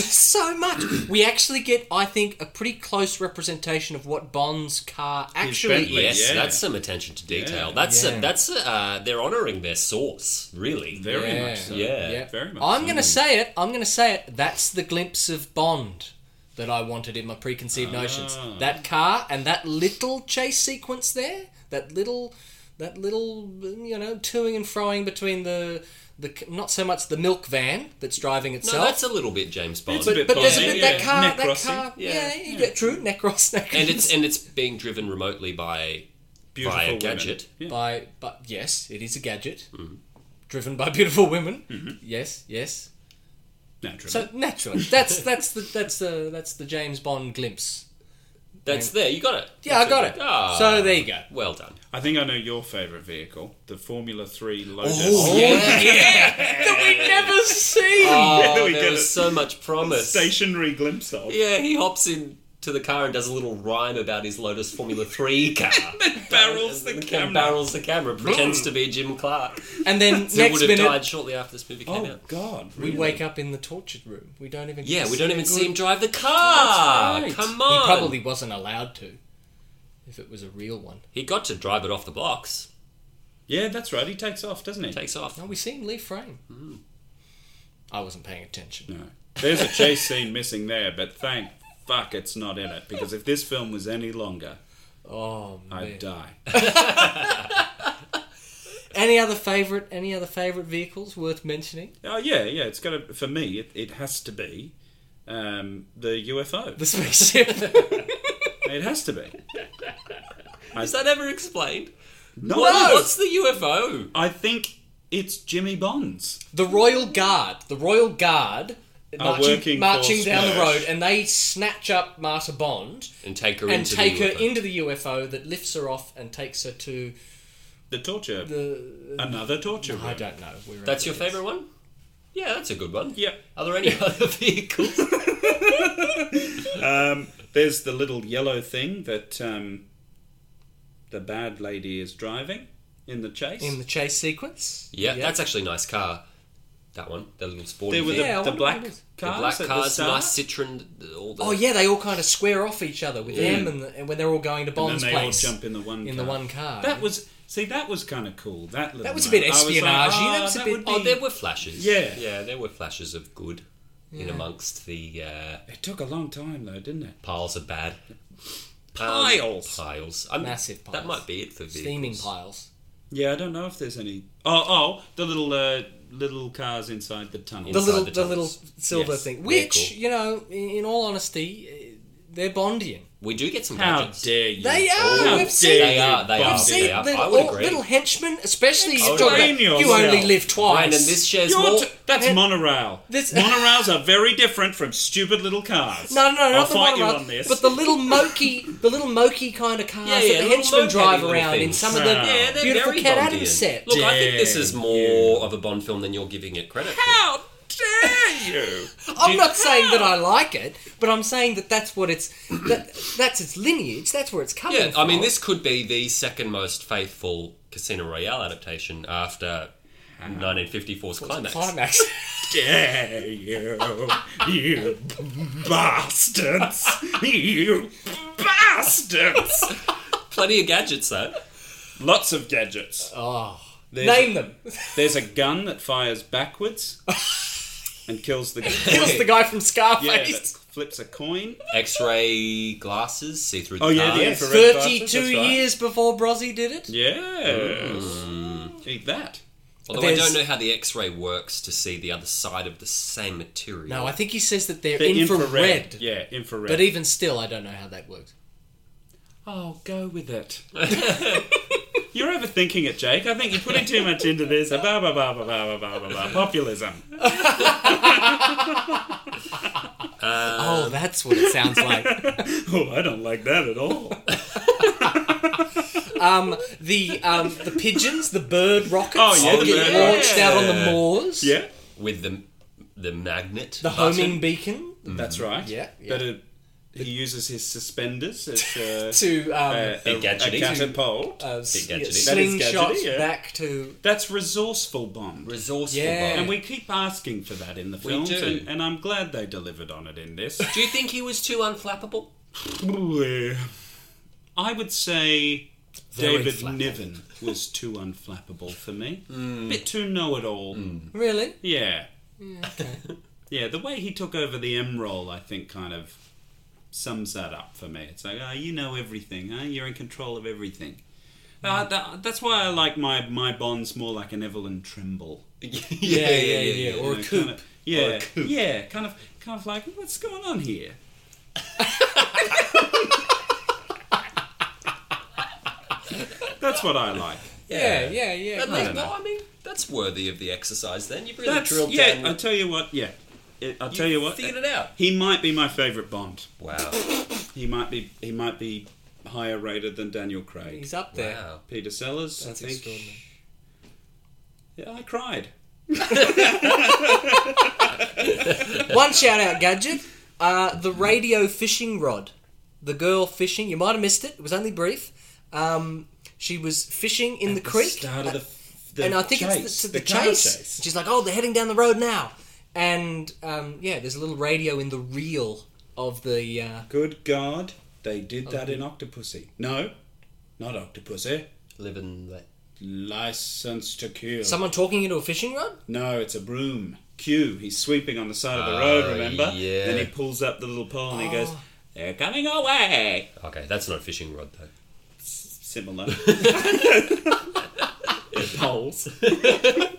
so much. We actually get, I think, a pretty close representation of what Bond's car actually Bentley, is. Yes, Yeah. that's some attention to detail. Yeah. That's Yeah. A, that's a, uh, they're honouring their source, really. Very Yeah. much so. Yeah. Yeah. Very much I'm so. going to say it. I'm going to say it. That's the glimpse of Bond that I wanted in my preconceived notions. That car and that little chase sequence there. That little, that little, you know, toing and froing between the the c- not so much the milk van that's driving no, itself. that's a little bit James Bond. a but, bit but there's a Bondy, bit that yeah. car, Neck that crossing, car, yeah, yeah, you get true neck cross, neck and it's and it's being driven remotely by by a women. gadget. by but yes, it is a gadget driven by beautiful women. Yes, yes. Naturally. So naturally, that's that's the that's the that's the James Bond glimpse. That's there. You got it. Yeah, I got it. Ah. So there you go. Well done. I think I know your favourite vehicle, the Formula 3 Lotus. Oh, yeah. That we never see. Oh, we there get was it. so much promise. Stationary glimpse of. Yeah, he hops in to the car and does a little rhyme about his Lotus Formula Three car. Barrels the And camera. Barrels the camera. Pretends to be Jim Clark. and then Who next would have minute died shortly after this movie came Oh, out. God. we really? wake up in the tortured room. We don't even Yeah, we don't even a see him good- drive the car. Right. Come on. He probably wasn't allowed to. If it was a real one, He got to drive it off the blocks. Yeah, that's right. He takes off, doesn't he? Takes off. no, we see him leave frame. Hmm. I wasn't paying attention. No. There's a chase scene missing there, but thank fuck it's not in it, because if this film was any longer, Oh man! I'd die. Any other favorite? Any other favorite vehicles worth mentioning? Oh, yeah, yeah. It's got to, for me, it, it has to be um, the UFO. The spaceship. It has to be. Is that ever explained? No! What, what's the UFO? I think it's Jimmy Bonds. the Royal Guard, the Royal Guard marching, working marching for down the Smash. road, and they snatch up Marta Bond And take her and into take the her UFO. into the UFO that lifts her off and takes her to The torture. the. Another torture. I room. don't know. wherever That's your it is. favourite one? Yeah, that's a good one. Yeah. Are there any other vehicles? Um, There's the little yellow thing that um, the bad lady is driving in the chase. in the chase sequence. yeah, that's actually a nice car. That one, that little sporty there were thing. the, Yeah, I the wonder black what it is. cars. The black at cars, the nice start. Citroen. All the, Oh yeah, they all kind of square off each other with them, and, the, and when they're all going to And Bond's they all place jump in the one in car. the one car. That was see, that was kind of cool. That little That was a moment. bit I like, espionage-y, ah, that was a bit- would be- Oh, there were flashes. Yeah. Yeah, there were flashes of good in amongst the uh, It took a long time though, didn't it? piles of bad. Piles. Um, piles. I'm- Massive piles. That might be it for vehicles. steaming piles. Yeah, I don't know if there's any. Oh, oh, the little uh, little cars inside the tunnel. The Inside little, the the, tunnels. little silver Yes, thing, they're which cool. you know, in, in all honesty, eh, they're Bondian. We do get some How gadgets. dare you? They are. How We've dare seen- you, They are, they Bob. are. I've see, seen they are. little, I would all- agree. little henchmen, especially Explain you talk about you yourself. only live twice. Brandon, this shares You're more. t- that's It- monorail. This- Monorails are very different from stupid little cars. no, no, no, I'll not the fight you monorail, on this. but the little mokey, the little mokey kind of cars Yeah, yeah, that the little henchmen mopedy drive little around in things. some of Nah. the Yeah, they're beautiful very Cat Bondian. Adams set. Look, I think this is Damn more of a Bond film than you're giving it credit for. How dare you? I'm not saying that I like it, but I'm saying that that's what it's that, that's its lineage. That's where it's coming Yeah, from. I mean, this could be the second most faithful Casino Royale adaptation after 1954's climax. climax. dare you, you bastards, you bastards! Plenty of gadgets, though. Lots of gadgets. oh, There's name a, them. There's a gun that fires backwards and kills the. Kills the guy from Yeah, that Scarface. flips a coin. Mm. X-ray glasses, see-through. Oh, yeah, cars. the infrared glasses, Thirty-two that's right. years before Brozzy did it. Yes. Eat that. Although I There's- don't know how the X-ray works to see the other side of the same material. No, I think he says that they're, The infrared. infrared. Yeah, infrared. But even still, I don't know how that works. Oh, go with it. You're overthinking it, Jake. I think you're putting too much into this. Blah, blah, blah, blah, blah, blah, blah, blah, blah. Populism. Uh, oh, that's what it sounds like. Oh, I don't like that at all. um, the um, the pigeons, the bird rockets Oh, yeah, the that get bird launched out on the rockets. moors. Yeah, with the the magnet. The button. homing beacon that's right. Yeah, yeah. But it, he uses his suspenders as uh, to um, a, Big a, gadgety. a catapult. uh, s- Big yeah, gadgety. That is slingshot gadgety, yeah. back to That's resourceful bomb. resourceful. Yeah. bomb. and we keep asking for that in the We films, do. And, and I'm glad they delivered on it in this. Do you think he was too unflappable? I would say Very David flappable. Mm. Niven was too unflappable for me. Bit too know-it-all. really. Yeah. yeah, the way he took over the M role, I think, kind of sums that up for me. It's like, oh, you know everything, huh? You're in control of everything. Uh, that, that's why I like my, my Bonds more like an Evelyn Trimble. yeah, Yeah, yeah, yeah, Or a know, coup. Kind of, yeah, Or a coup. yeah, kind of, kind of like, what's going on here? that's what I like. Yeah, yeah, yeah. But great. like, well, I mean, that's worthy of the exercise. Then you've really That's drilled yeah. down. I tell you what, yeah. It, I'll tell you what. figured it out. He might be my favorite Bond. Wow, He might be. He might be higher rated than Daniel Craig. He's up there. wow. Peter Sellers. That's I think. extraordinary. Yeah, I cried. One shout out, Gadget. Uh, the radio fishing rod. The girl fishing. You might have missed it. It was only brief. Um, she was fishing in the, creek. Start of the, f- the and I think chase, it's the, to the, car chase. She's like, oh, they're heading down the road now. And um, yeah, there's a little radio in the reel of the. Uh, Good God, they did that in Octopussy. No, not Octopussy. Live and let. License to kill. someone talking into a fishing rod? No, it's a broom. Q. He's sweeping on the side of the Ah, road. Remember? yeah. Then he pulls up the little pole and he goes, "They're coming away." Okay, that's not a fishing rod though. Similar. Poles. Is that,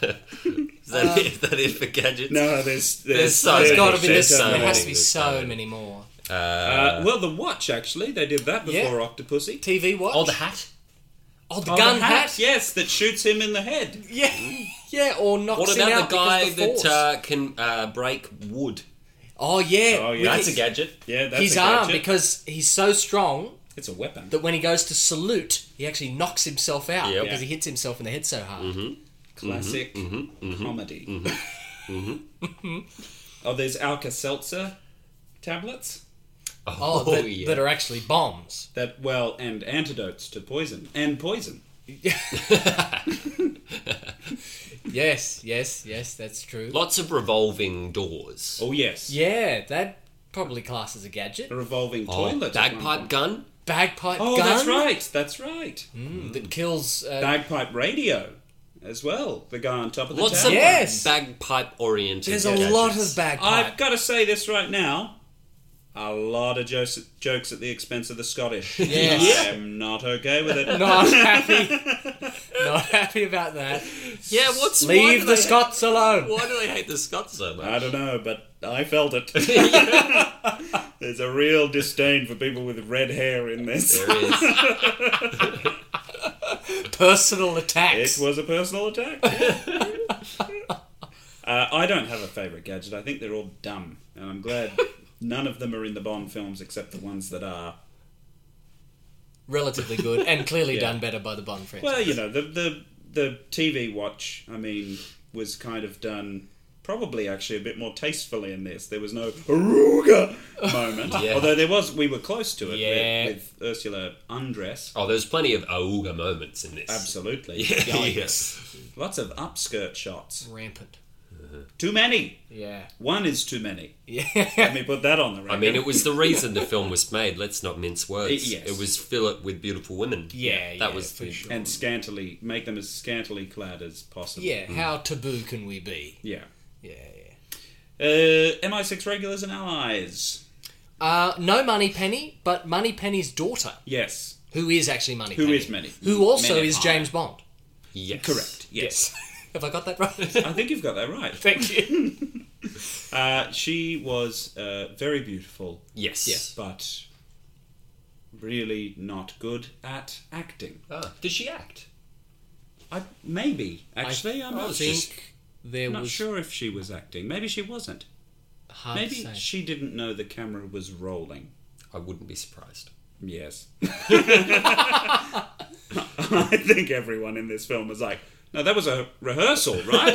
it? Is that it for gadgets? No, there's there's, There's so- There's Oh, Yeah, got to be there's this. so there has to many. be There's so so many. many. more. Uh, well, the watch actually they did that Yeah. before Octopussy. TV watch. Oh, the hat. Oh, the Oh, the gun hat, hat. yes, that shoots him in the head. Yeah, yeah. Or knocks What him about out the guy because of the force. that uh, can uh, break wood? oh yeah. Oh, yeah. with That's a his- gadget. Yeah, that's His a arm, gadget. because he's so strong it's a weapon. that when he goes to salute, he actually knocks himself out Yep. Mm-hmm. because he hits himself in the head so hard. classic comedy. oh, there's Alka Seltzer tablets Oh, that, yeah. that are actually bombs. that well, and antidotes to poison and poison. Yes, yes, yes. That's true. Lots of revolving doors. Oh yes, Yeah, that probably classes a gadget. a revolving Oh, toilet. at one bagpipe point. gun. Bagpipe Oh, gun. that's right. That's right. Mm, that kills. Uh, Bagpipe radio, as well. The guy on top of the Lots tower. of Yes. bagpipe oriented. there's a lot of bagpipe. I've got to say this right now. A lot of jokes, jokes at the expense of the Scottish. Yes. I am not okay with it. Not happy. Not happy about that. Yeah, what's why do Leave the they- Scots alone. Why do they hate the Scots so much? I don't know, but I felt it. There's a real disdain for people with red hair in this. There is. Personal It attacks. was a personal attack. uh, I don't have a favourite gadget. I think they're all dumb, and I'm glad none of them are in the Bond films except the ones that are. Relatively good, and clearly Yeah. done better by the Bond franchise. Well, you know, the the the TV watch, I mean, was kind of done probably actually a bit more tastefully in this. There was no Aruga moment. Yeah. Although there was we were close to it Yeah. with, with Ursula undress. Oh, there's plenty of Auga moments in this. Absolutely. Yeah, Lots of upskirt shots. Rampant. Too many. Yeah. One is too many. Yeah. Let me put that on the record. I mean, it was the reason the film was made. Let's not mince words. It- yes. It was fill it with beautiful women. Yeah, that yeah, was for the sure. and scantily make them as scantily clad as possible. yeah. How taboo can we be? Yeah. Yeah. yeah. Uh, MI6 regulars and allies. Uh, no Money Penny, but Money Penny's daughter, Yes. who is actually Money Who Penny, is Money- who also Money is Penny. James Bond. yes. Correct. Yes. Have I got that right? I think you've got that right. Thank you. Uh, she was uh, very beautiful, Yes. but really not good at acting. Ah, did she act? I maybe actually I, am I not, think just there not was sure if she was acting. Maybe she wasn't. hard to Maybe say. she didn't know the camera was rolling. I wouldn't be surprised. Yes. I think everyone in this film was like, No, that was a rehearsal, right?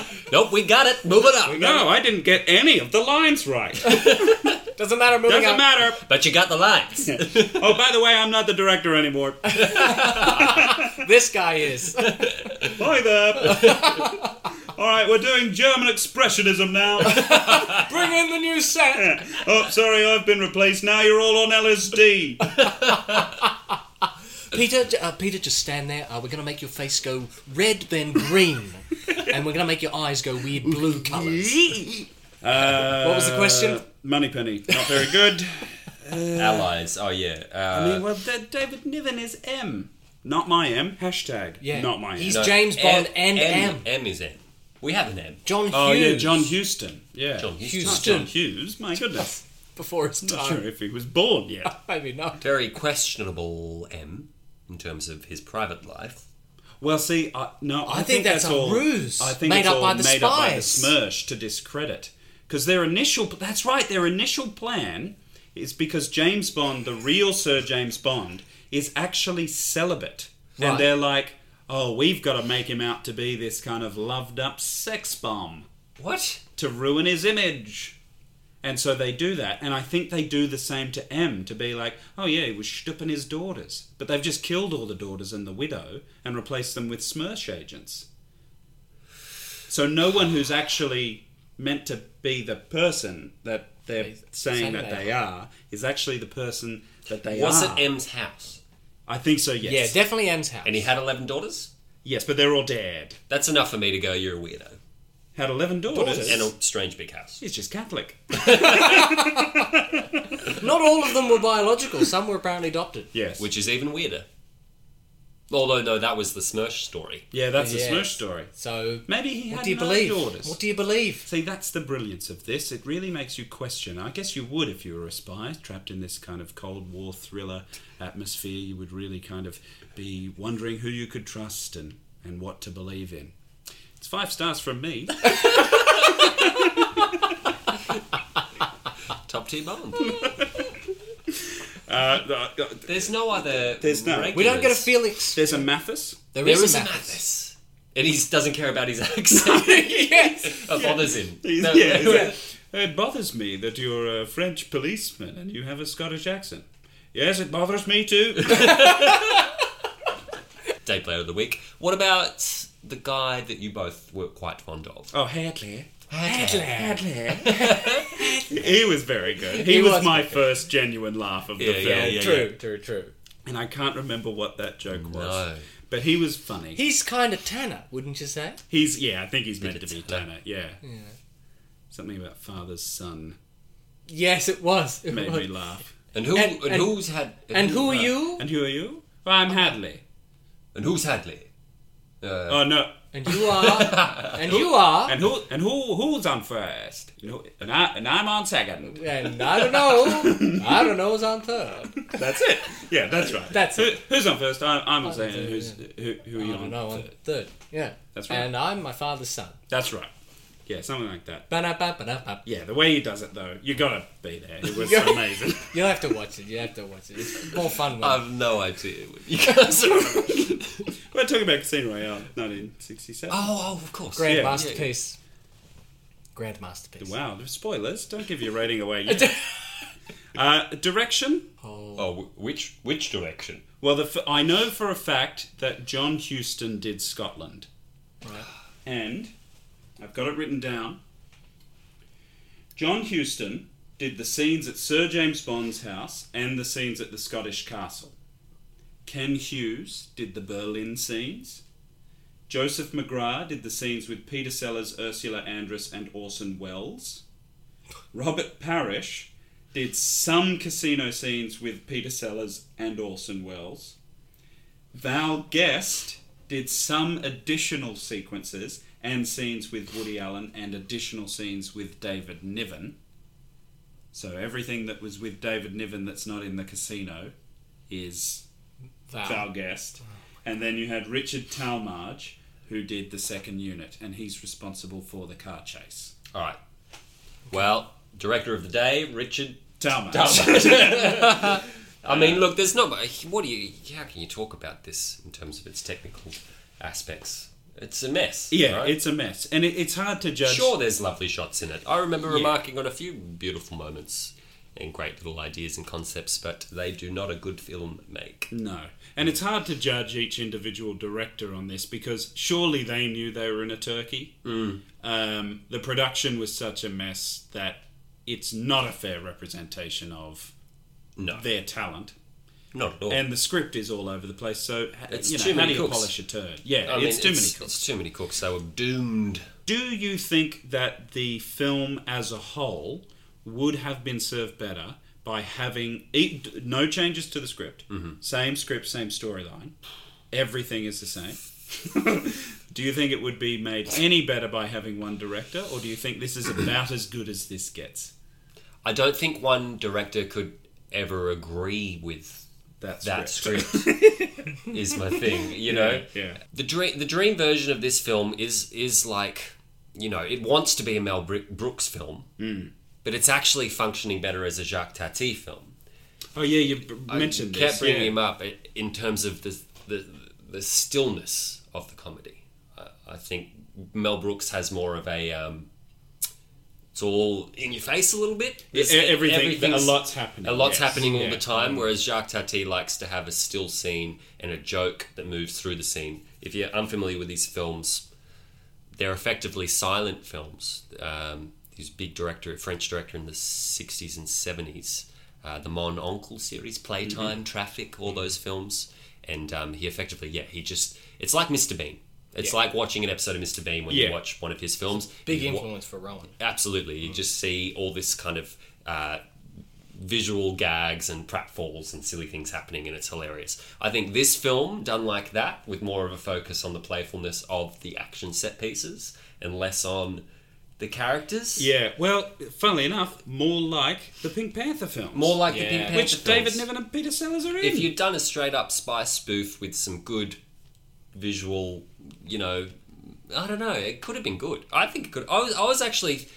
Nope, we got it. Move it up. no, I didn't get any of the lines right. Doesn't matter. Moving Doesn't on. matter. But you got the lines. Oh, by the way, I'm not the director anymore. This guy is. Hi there. All right, we're doing German Expressionism now. Bring in the new set. Oh, sorry, I've been replaced. Now you're all on LSD. Peter, j- uh, Peter, just stand there. Uh, we're going to make your face go red, then green, and we're going to make your eyes go weird blue colours. what was the question? Uh, Moneypenny, not very good. Allies. Oh yeah. Uh, I mean, well, D- David Niven is M. Not my M. Hashtag. Yeah. Not my M. He's- James Bond and M, M. M is M. We have an M. John Hughes. oh, yeah, John Houston. Yeah. John Hughes. Not John Hughes, my goodness. Before his Not sure time. if he was born yet. Maybe not. Very questionable M in terms of his private life. Well, see, I, no, I, think that's a all, ruse I think made it's up all by the made up by the spies. Smirsh to discredit because their initial—that's right, their initial plan is because James Bond, the real Sir James Bond, is actually celibate, Right. and they're like, "Oh, we've got to make him out to be this kind of loved-up sex bomb What? to ruin his image." And so they do that, and I think they do the same to M to be like, "Oh yeah, he was stooping his daughters," but they've just killed all the daughters and the widow and replaced them with Smirsh agents. So no one who's actually meant to be the person that they're saying that they are is actually the person that they Was are. it M's house? I think so. Yes. Yeah, definitely M's house. And he had eleven daughters. yes, but they're all dead. That's enough for me to go. You're a weirdo. Had eleven daughters. And a strange big house. He's just Catholic. Not all of them were biological. Some were apparently adopted. Yes. Which is even weirder. Although no, that was the Smirsh story. yeah, that's Yes. the Smirsh story. So, Maybe he what had do you no believe? daughters. What do you believe? See, that's the brilliance of this. It really makes you question. I guess you would if you were a spy trapped in this kind of Cold War thriller atmosphere. You would really kind of be wondering who you could trust and, and what to believe in. It's five stars from me. Uh, Top tier Bond. Uh, There's no other. There's no- We don't get a regulars. Felix. there's a Mathis. There is a a Mathis. Mathis. And he doesn't care about his accent. yes. That bothers him. He's- No, yeah, no. he's like, it bothers me that you're a French policeman and you have a Scottish accent. Yes, it bothers me too. Day player of the week. What about the guy that you both were quite fond of? oh, Hadley. Adler. He was very good. He, He was, was my first genuine laugh of the Yeah, film. yeah, yeah. True, true, true. and I can't remember what that joke No. was. But he was funny. He's kind of Tanner, wouldn't you say? He's yeah, I think he's meant Bit to of be Tanner. Tanner. Yeah. Something about father's son Yes, it was. It made was. me laugh. And who? And- And, and- who's had? uh, And who are you? And who are you? I'm Hadley. And who's Hadley? Uh, Oh no. And you are. And you are. And who and who who's on first? You know, and I and I'm on second. And I don't know. I don't know who's on third. That's it. Yeah, that's right. That's who, it. Who's on first? I'm, I'm on second. second, Who's who? Who are you I don't on? know, on third? third. Yeah. That's right. And I'm my father's son. That's right. Yeah, something like that. Ba-da-ba-ba-da-ba. Yeah, the way he does it though, you gotta be there. It was amazing. You'll have to watch it. You have to watch it. It's more fun when Uh, I've no idea. Oh, what You guys are. We're talking about Casino Royale, 1967. Oh, oh, of course. grand yeah. masterpiece. Grand masterpiece. Wow, spoilers! Don't give your rating away. Yet. uh, direction? Oh, wh- which which direction? Well, the f- I know for a fact that John Huston did Scotland, Right. and I've got it written down. John Huston did the scenes at Sir James Bond's house and the scenes at the Scottish castle. Ken Hughes did the Berlin scenes. Joseph McGrath did the scenes with Peter Sellers, Ursula Andress, and Orson Welles. Robert Parrish did some casino scenes with Peter Sellers and Orson Welles. Val Guest did some additional sequences and scenes with Woody Allen and additional scenes with David Niven. So everything that was with David Niven that's not in the casino is Ah. Val. Val Guest. And then you had Richard Talmadge, who did the second unit, and he's responsible for the car chase. All right. Well, director of the day, Richard Talmud. I mean, Uh. look, there's not. much- What do you? How can you talk about this in terms of its technical aspects? It's a mess. Yeah, right? it's a mess, and it, it's hard to judge. sure. There's lovely shots in it. I remember remarking on a few beautiful moments and great little ideas and concepts, but they do not a good film make. No. And it's hard to judge each individual director on this because surely they knew they were in a turkey. Mm. Um, the production was such a mess that it's not a fair representation of No, their talent. not at all. And the script is all over the place, so h- It's you know, too how many do you cooks. polish a turd? Yeah, I mean, it's too many cooks. It's too many cooks. They were doomed. Do you think that the film as a whole would have been served better by having e- no changes to the script, Mm-hmm. same script, same storyline, everything is the same? do you think it would be made any better by having one director, or do you think this is about as good as this gets? I don't think one director could ever agree with That's that script. is my thing. You know, yeah. The dream, the dream version of this film is is like, you know, it wants to be a Mel Bri- Brooks film, Hmm. but it's actually functioning better as a Jacques Tati film. Oh yeah, you b- mentioned kept this. bringing yeah. him up i- in terms of the the, the stillness of the comedy. I, I think Mel Brooks has more of a. Um, it's all in your face a little bit. E- It's- everything. A everything's- lot's happening. a lot's yes, happening all yeah. Mm. the time, whereas Jacques Tati likes to have a still scene and a joke that moves through the scene. If you're unfamiliar with these films, they're effectively silent films. Um, he's a big director, French director in the 60s and 70s. Uh, the Mon Oncle series, Playtime, Mm-hmm. Traffic, all those films. And um, he effectively, yeah, he just, it's like Mr. Bean. It's like watching an episode of Mr. Bean when Yeah. you watch one of his films. Big You wa- influence for Rowan. Absolutely. You just see all this kind of uh, visual gags and pratfalls and silly things happening, and it's hilarious. I think this film, done like that, with more of a focus on the playfulness of the action set pieces and less on the characters. Yeah, well, funnily enough, more like the Pink Panther films. More like Yeah. the Pink Panther which David films. Niven and Peter Sellers are in. If you'd done a straight up spy spoof with some good visual, you know, I don't know, it could have been good. I think it could. I was, I was actually,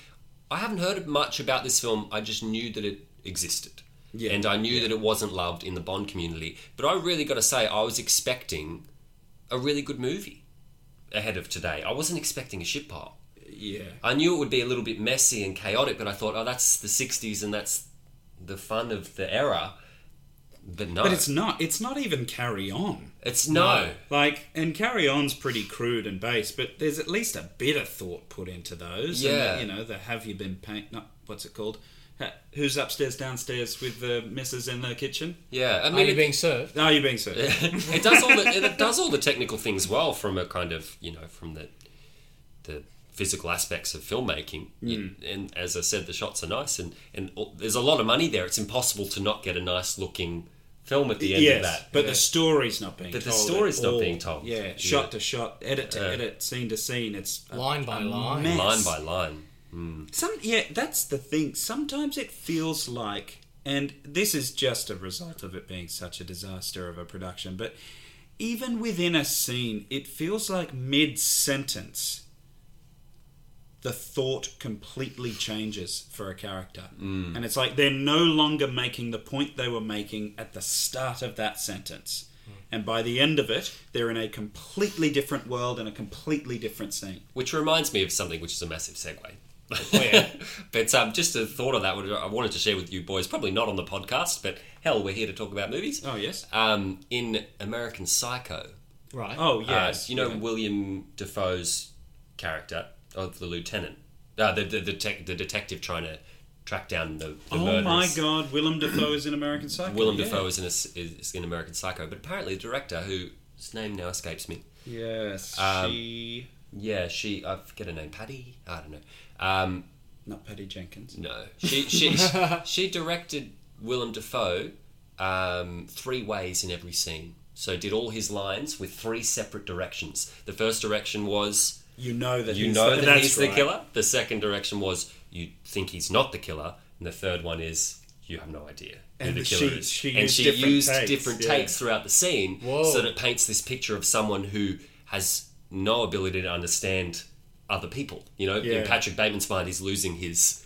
I haven't heard much about this film. I just knew that it existed. Yeah. And I knew that it wasn't loved in the Bond community. But I really got to say, I was expecting a really good movie ahead of today. I wasn't expecting a shit pile. yeah. I knew it would be a little bit messy and chaotic, but I thought, oh, that's the 60s and that's the fun of the era. But no. But it's not. It's not even carry on. It's no. Like, and carry on's pretty crude and base, but there's at least a bit of thought put into those. And Yeah. the- you know, the have you been paint? Not what's it called? Ha- Who's upstairs, downstairs with the missus in the kitchen? Yeah, I Are mean, you it, being served? Are you being served? it does all the it does all the technical things well from a kind of you know from the the physical aspects of filmmaking. You- and as I said, the shots are nice, and and all- there's a lot of money there. It's impossible to not get a nice looking film at the end yes, of that. but the story's not being. But the told at story's not all. being told. Yeah, Yeah. Uh, shot to shot, edit to edit, scene to scene. It's a- Line by a line. mess. Line by line. Some yeah, that's the thing. Sometimes it feels like, and this is just a result of it being such a disaster of a production, but even within a scene, it feels like mid sentence the thought completely changes for a character. Mm. And it's like they're no longer making the point they were making at the start of that sentence. Mm. And by the end of it, they're in a completely different world and a completely different scene. Which reminds me of something which is a massive segue. but um, just a thought of that, what I wanted to share with you boys, probably not on the podcast, but hell, we're here to talk about movies. Oh, yes. Um, in American Psycho, Right. Oh, Uh, yes. you know William Defoe's character of the lieutenant, uh, the the, the, tech the detective trying to track down the, the Oh murderers. my God, Willem Dafoe is in American Psycho. Willem yeah. Dafoe is in a s is in American Psycho, but apparently the director who whose name now escapes me. Yes, Um, she. Yeah, she I forget her name, Patty. I don't know. Um, Not Patty Jenkins. no, she she she directed Willem Dafoe um, three ways in every scene. So did all his lines with three separate directions. The first direction was You know that. you he's know the, that that's he's right. the killer. The second direction was you think he's not the killer, and the third one is you have no idea who And the she- killer is. she and used she different used takes, different yeah. takes throughout the scene, Whoa. so that it paints this picture of someone who has no ability to understand other people. You know, Yeah. in Patrick Bateman's mind, he's losing his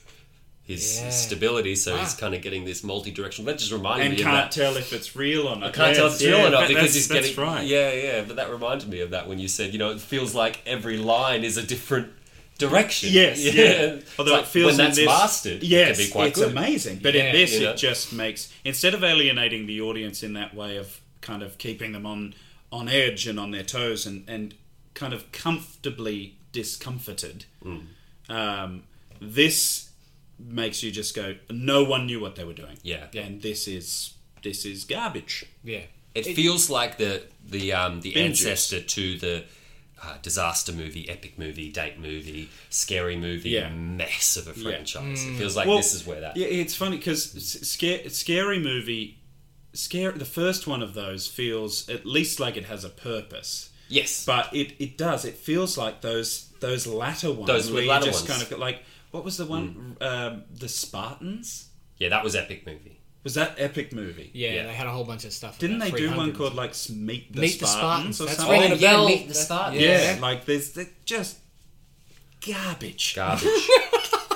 his stability, so he's kind of getting this multi-directional. That just reminded Ah. and me of can't that. tell if it's real or not. I can't tell if it's real or not because he's that's getting right. yeah, yeah. But that reminded me of that when you said, you know, it feels like every line is a different direction. Yes, yeah. It's Although like it feels when in that's this- mastered, it Yes, can be quite it's good. amazing. But Yeah, in this, you know. it just makes instead of alienating the audience in that way of kind of keeping them on on edge and on their toes and and kind of comfortably discomforted, um, this makes you just go. No one knew what they were doing. Yeah. and this is this is garbage. Yeah. It, feels like the the um, the Binges. ancestor to the uh, disaster movie, epic movie, date movie, scary movie Yeah. Mm. mess of a franchise. It feels like this is where that. yeah, Yeah. it's funny because because scare, scary movie scare the first one of those feels at least like it has a purpose Yes. but it, it does it feels like those those latter ones Those where latter you just ones. Mm. kind of like what was the one um, the spartans yeah, that was epic movie. was that epic movie yeah, Yeah. they had a whole bunch of stuff. didn't about they do 300 one and called like S- meet the Meet the spartans Spartans, or that's something ringing a yeah, bell. Meet the That- Spartans. yeah. yeah, like there's they're just garbage Garbage.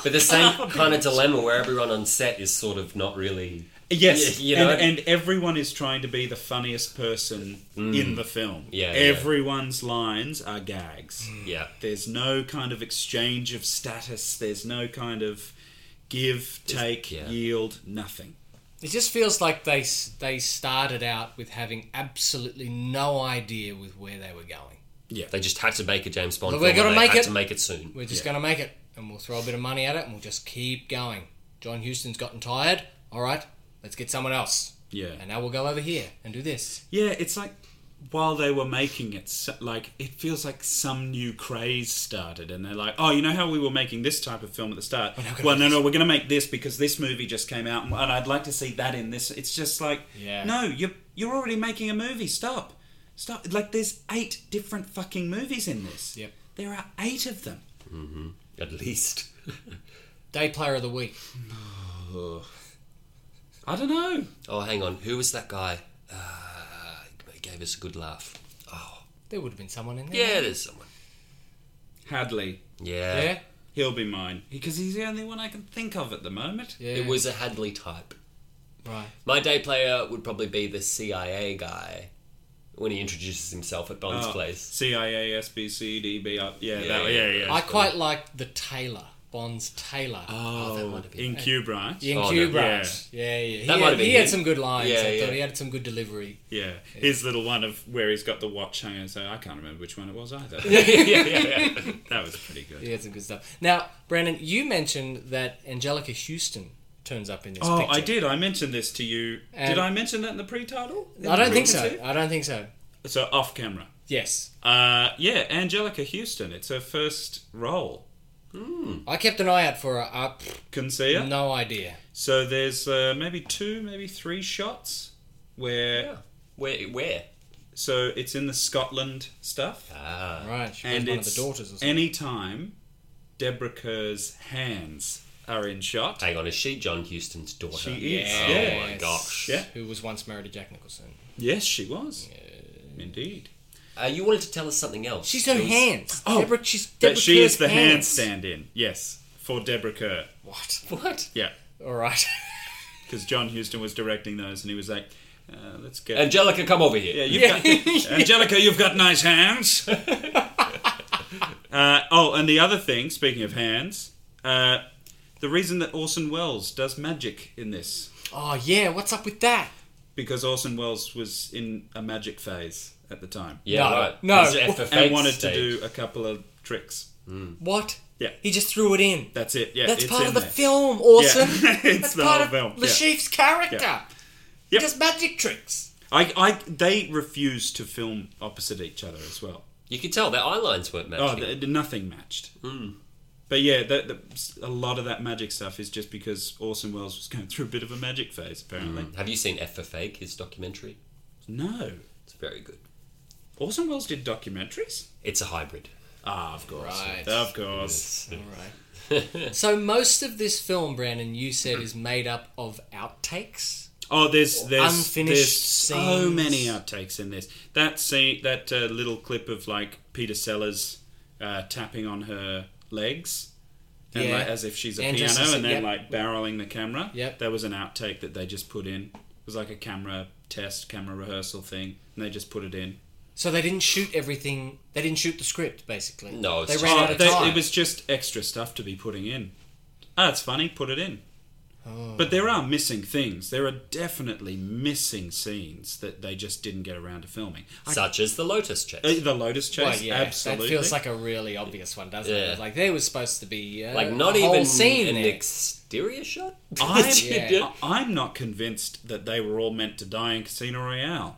but the same kind of dilemma where everyone on set is sort of not really. Yes, Y- you know? and, and everyone is trying to be the funniest person in the film. Mm. Yeah, yeah. everyone's lines are gags. Yeah. There's no kind of exchange of status. There's no kind of give, take, yeah. yield, nothing. It just feels like they s- they started out with having absolutely no idea with where they were going. They just had to make a James Bond. But film we're and gonna they make had it. to make it soon. We're just going to make it, and we'll throw a bit of money at it, and we'll just keep going. John Houston's gotten tired. All right, let's get someone else. Yeah. And now we'll go over here and do this. Yeah, it's like while they were making it, so- like it feels like some new craze started, and they're like, "Oh, you know how we were making this type of film at the start? now we're gonna well, make Oh, no, this." no, we're going to make this because this movie just came out, and and I'd like to see that in this." It's just like, Yeah. no, you're you're already making a movie. Stop, stop. Like, there's eight different fucking movies in this. Yep. there are eight of them. At least. Day player of the week. I don't know. Oh, hang on. Who was that guy? Uh, he gave us a good laugh. Oh, There would have been someone in there. yeah, there's someone. Hadley, Yeah. Yeah. he'll be mine because he's the only one I can think of at the moment. Yeah. It was a Hadley type. right. My day player would probably be the CIA guy when he introduces himself at Bond's Oh, place. CIA, SBC, DB, uh, yeah, Yeah, that, yeah. yeah, yeah. I quite like the Taylor Bond's Taylor. Oh, that might have been in Cube, right? in Oh, Cube, no. right? Yeah, yeah. He, That might had, have been he had him. some good lines. Yeah, I yeah. thought he had some good delivery. Yeah. His little one of where he's got the watch hanging. So I can't remember which one it was either. yeah, yeah, yeah. that was pretty good. He had some good stuff. Now, Brandon, you mentioned that Angelica Houston turns up in this. Oh, picture. I did. I mentioned this to you. And- did I mention that in the pre-title? In I don't the think so. pre-title? I don't think so. So off camera. Yes, Uh, yeah, Angelica Houston. It's her first role. I kept an eye out for her. I, pff, Couldn't see her. No idea. So there's uh, maybe two, maybe three shots where. Where? Where? So it's in the Scotland stuff. Ah, Right, she and was one of it's the daughters. Or something. any time Deborah Kerr's hands are in shot. hang on. Is she John Houston's daughter? She is. Oh yeah. my gosh. Yeah. who was once married to Jack Nicholson? Yes, she was. Indeed. Uh, you wanted to tell us something else. She's her It was- hands. Oh, Deborah, she's Deborah But she is Kerr's the hand hands. stand in. Yes, for Deborah Kerr. What? What? Yeah, All right. because John Huston was directing those and he was like, uh, let's go. Angelica, come over here. yeah, you've Yeah. got, Angelica, you've got nice hands. uh, oh, and the other thing, speaking of hands, uh, the reason that Orson Welles does magic in this oh yeah, what's up with that? because Orson Welles was in a magic phase at the time Yeah, No, right. no. It's at the and fake wanted stage. to do a couple of tricks. What? Yeah. He just threw it in. That's it. Yeah, That's it's part in of the there. film, Orson. Yeah, it's That's the part whole of film, yeah. Lashif's character. Yeah. He Yep. does magic tricks. I, I, they refused to film opposite each other as well. You could tell their eye lines weren't matching. Oh, the, the- nothing matched. But yeah, the, the, a lot of that magic stuff is just because Orson Welles was going through a bit of a magic phase, apparently. Mm. Have you seen F for Fake? His documentary. No. It's very good. Orson Welles did documentaries? It's a hybrid. Ah, of course. Right. Of course. All right. so most of this film, Brandon, you said is made up of outtakes. Oh, there's there's Unfinished there's so scenes. many outtakes in this. That scene, that uh, little clip of like Peter Sellers uh, tapping on her legs and Yeah. like, as if she's a And piano, just as- and yep. then like barreling the camera. Yep. That was an outtake that they just put in. It was like a camera test, camera rehearsal thing, and they just put it in. So they didn't shoot everything. They didn't shoot the script, basically. No, it's they just- ran Oh, out of they- time. it was just extra stuff to be putting in. Ah, it's funny, put it in. Oh. But there are missing things. There are definitely missing scenes that they just didn't get around to filming. I, Such as the Lotus chase. uh, the Lotus chase, Well, yeah, absolutely. That feels like a really obvious one, doesn't Yeah. it? Like there was supposed to be uh, like not a whole even scene an there. exterior shot. I'm, Yeah. I'm not convinced that they were all meant to die in Casino Royale.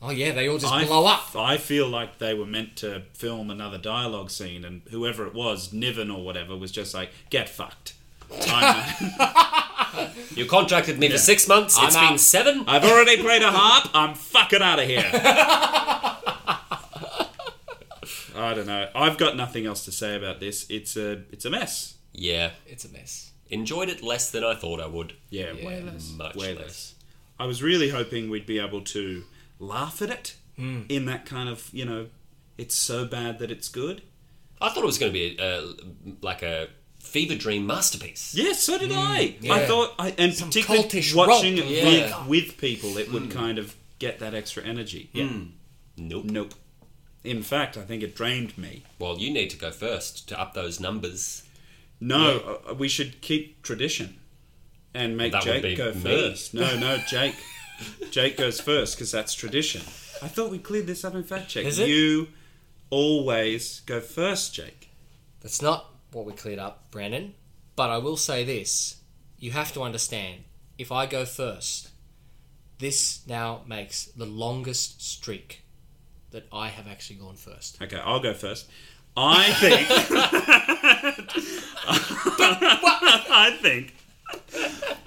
oh yeah, they all just I, blow up. I feel like they were meant to film another dialogue scene, and whoever it was, Niven or whatever, was just like, get fucked. I'm, You contracted me for six months. It's I'm been out. Uh, seven. I've already played a harp. I'm fucking out of here. I don't know. I've got nothing else to say about this. It's a it's a mess. Yeah, It's a mess. enjoyed it less than I thought I would. Yeah, way less. Much way less. less. I was really hoping we'd be able to laugh at it Hmm. in that kind of you know, it's so bad that it's good. I thought it was going to be a, like a fever dream masterpiece. Yes, so did I. I Hmm. yeah. thought, I, and Some particularly cultish Hmm. watching romp, it yeah. with, with people, it would kind of get that extra energy. Yeah. Hmm. Nope. Nope. In fact, I think it drained me. Well, you need to go first to up those numbers. No, uh, we should keep tradition and make That would be Jake go me. first. No, no, Jake. Jake goes first because that's tradition. I thought we cleared this up in fact check. Is it? You always go first, Jake. That's not what we cleared up, Brandon. But I will say this: you have to understand. If I go first, this now makes the longest streak that I have actually gone first. Okay, I'll go first. I think. I think.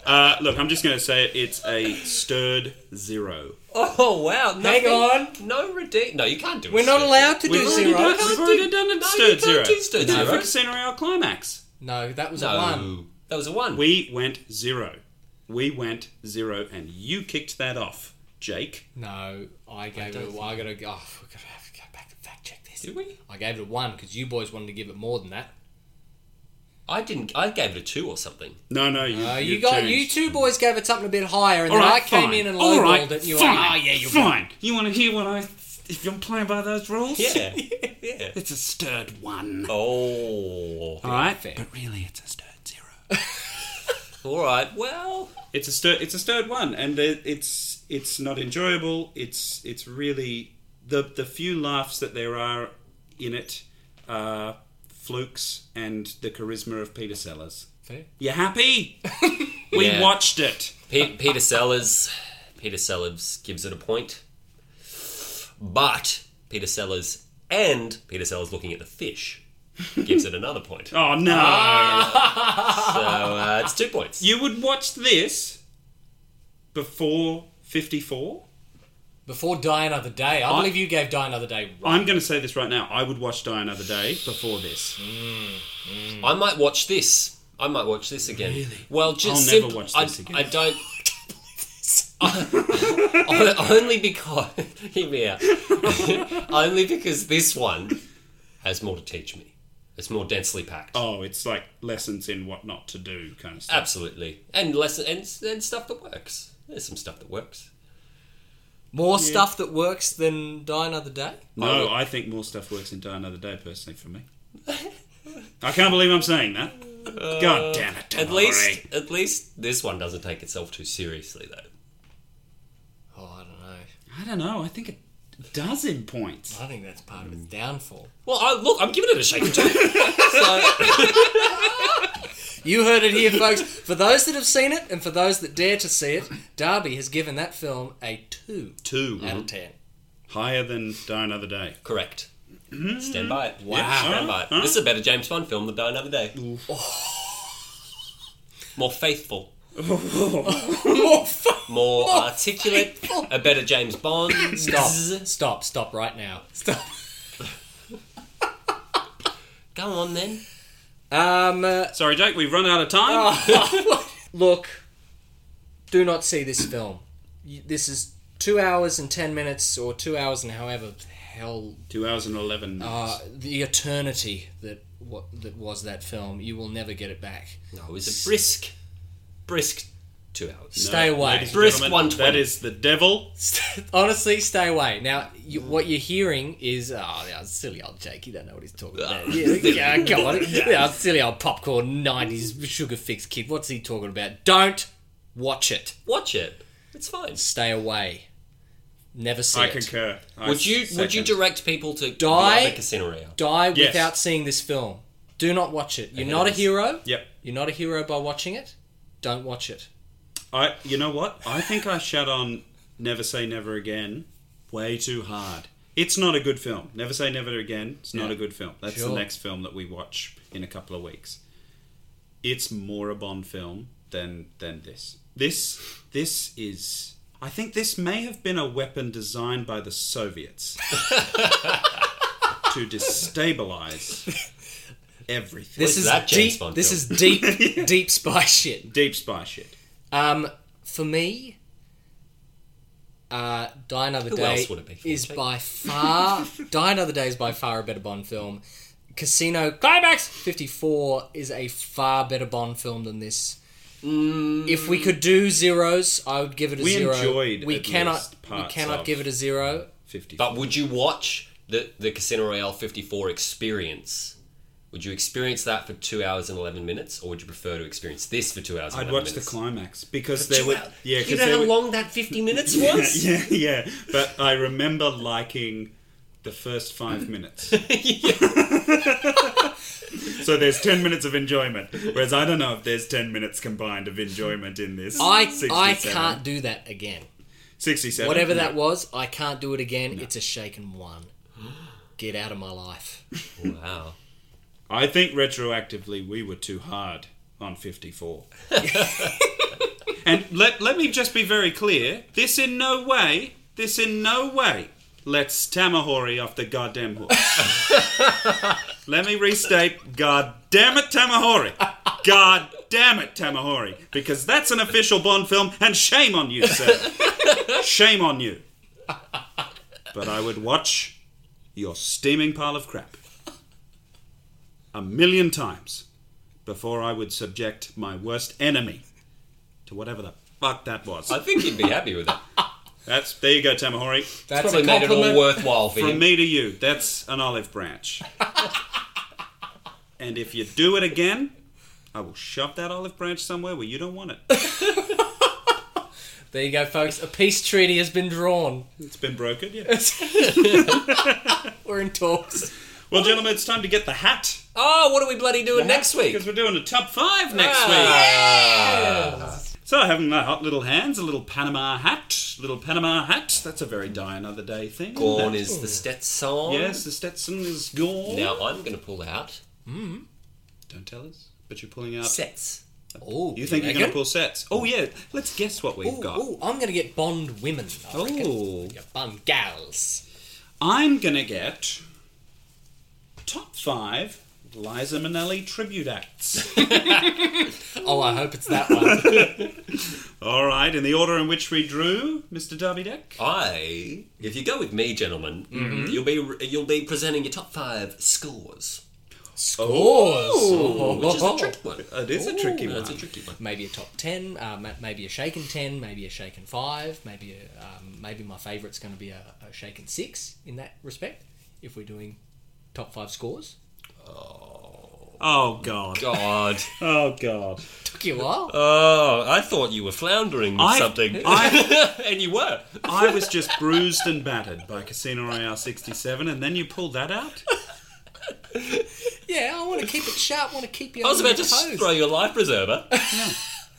Uh, look, I'm just going to say it, it's a stirred zero. Oh wow! Hang nothing- No redeem. No, you can't do. We're not allowed to do already zero. done- can't we've already do- done a no, you stirred can't zero. do stirred no, zero. for Casino Royale climax. No, that was a one. No, that was a one. We went zero. We went zero, and you kicked that off, Jake. No, I gave it. I gotta go. Oh, we're gonna have to go back and fact check this. Did we? I gave it a one because you boys wanted to give it more than that. I didn't. I gave it a two or something. No, no, you. Uh, you you got changed. you two boys gave it something a bit higher, and All then right, I came fine. in and All lowballed right, it. And you fine. were like, oh yeah, you're fine. You want to hear what I? If I'm playing by those rules, Yeah, yeah. it's a stirred one. Oh, All right, fair. but really, it's a stirred zero. all right. Well, It's a stir. It's a stirred one, and it- it's it's not enjoyable. It's it's really the the few laughs that there are in it are flukes and the charisma of Peter Sellers. Fair. You happy? we Yeah. watched it. Pe- Peter Sellers. Peter Sellers gives it a point, but Peter Sellers and Peter Sellers looking at the fish gives it another point. Oh no! Uh. So uh, it's two points. You would watch this before fifty four. Before Die Another Day, I, believe you gave Die Another Day. One. I'm going to say this right now. I would watch Die Another Day before this. Mm-hmm. I might watch this. I might watch this again. Well, just I'll never simp- watch I- this again. I don't. O- only because hear me out. only because this one has more to teach me. It's more densely packed. Oh, it's like lessons in what not to do kind of stuff. Absolutely, and less and, and stuff that works. There's some stuff that works. More stuff that works than Die Another Day. No, I think more stuff works in Die Another Day, personally, for me. I can't believe I'm saying that. God damn it. Uh, At least, at least this one doesn't take itself too seriously, though. Oh, I don't know. I don't know. I think it does in points. I think that's part of its Mm. downfall. Well, I, look, I'm giving it a shake too. so, You heard it here, folks. For those that have seen it, and for those that dare to see it, Darby has given that film a two Two. Mm-hmm. out of ten. Higher than Die Another Day. correct. Stand by it. Wow. Yeah, Stand by it. Mm-hmm. huh? This is a better James Bond film than Die Another Day. Oh. More faithful. More fun. more articulate, a better James Bond. Stop! Stop! Stop right now! Stop. Go on then. Um, uh, Sorry, Jake, we've run out of time. Ah. look, do not see this film. You- This is two hours and ten minutes, or two hours and however hell Two hours and eleven Ah, minutes. uh, the eternity that what that was that film. You will never get it back. No, it was a brisk, brisk two hours. stay away. Ladies and Brisk gentlemen, 120. That is the devil. Honestly, stay away. Now, you, what you're hearing is oh, yeah, silly old Jake. You don't know what he's talking about. Yeah, yeah come on, yeah, silly old popcorn '90s sugar fix kid. What's he talking about? Don't watch it. Watch it. It's fine. Stay away. Never see I it. concur. I Would you would you second. direct people to Die? the Casino Royale? Die Yes. without seeing this film. Do not watch it. You're Ahead not of a us. hero. Yep. You're not a hero by watching it. Don't watch it. I. You know what? I think I shut on "Never Say Never Again" way too hard. It's not a good film. "Never Say Never Again." It's not a good film. That's the Sure. next film that we watch in a couple of weeks. It's more a Bond film than than this. This this is. I think this may have been a weapon designed by the Soviets to destabilize everything. This is is that James deep. Bond this film? is deep, deep spy shit. deep spy shit. Um, for me, uh, Die Another Who Day else would it be for, is Jake? by far Die Another Day is by far a better Bond film. Casino Climax 54 is a far better Bond film than this. Mm. If we could do zeros, I would give it a We zero. enjoyed we at cannot least parts we cannot of- give it a zero. Fifty. But would you watch the the Casino Royale 54 experience? Would you experience that for two hours and eleven minutes, or would you prefer to experience this for two hours? And I'd 11 watch the minutes? climax because there were Well, yeah, you because know there how were, long that fifty minutes was. yeah, yeah. But I remember liking the first five minutes. so there's ten minutes of enjoyment, whereas I don't know if there's ten minutes combined of enjoyment in this. I 67. I can't do that again. sixty-seven. Whatever that was, I can't do it again. It's a shaken one. Get out of my life. Wow. I think retroactively we were too hard on 54. and let, let me just be very clear this in no way, this in no way lets Tamahori off the goddamn horse. let me restate God damn it, Tamahori! God damn it, Tamahori! Because that's an official Bond film, and shame on you, sir! shame on you. But I would watch your steaming pile of crap a million times before I would subject my worst enemy to whatever the fuck that was. I think you'd be happy with it. That's there you go, Tamahori. That's Probably a made it all compliment. worthwhile for From him. me to you, that's an olive branch. and if you do it again, I will shove that olive branch somewhere where you don't want it. There you go, folks. A peace treaty has been drawn. It's been broken, yeah. We're in talks. Well, gentlemen, it's time to get the hat. Oh, what are we bloody doing next week? Ah. Because we're doing a top five next week. So having the hot little hands, a little Panama hat, little Panama hat. That's a very die another day thing. Gorn That- is the Stetson. Yes, the Stetson is gone. Now I'm going to pull out Don't tell us. But you're pulling out. sets. Oh, You think you're going to pull sets? Oh yeah. Let's guess what we've got. Oh, I'm gonna get Bond women. I reckon. Oh. Yeah, Bond gals. I'm gonna get top five Liza Minnelli tribute acts. Oh, I hope it's that one. All right, in the order in which we drew, Mr. Darby Deck. I, if you go with me, gentlemen, Mm-hmm. you'll be you'll be presenting your top five scores, Scores. which is a tricky one. Oh. It is a tricky one. That's a tricky one. Maybe a top ten. Uh, ma- maybe a shaken ten. Maybe a shaken five. Maybe a, um, maybe my favourite's going to be a, a shaken six in that respect. If we're doing top five scores, Oh god. God. Oh god. took you a while. Oh, I thought you were floundering with I- something, I- and you were. I was just bruised and battered by Casino Royale 67, and then you pulled that out? yeah, I want to keep it sharp. Want to keep you. I was on your about to toes. throw you a life preserver.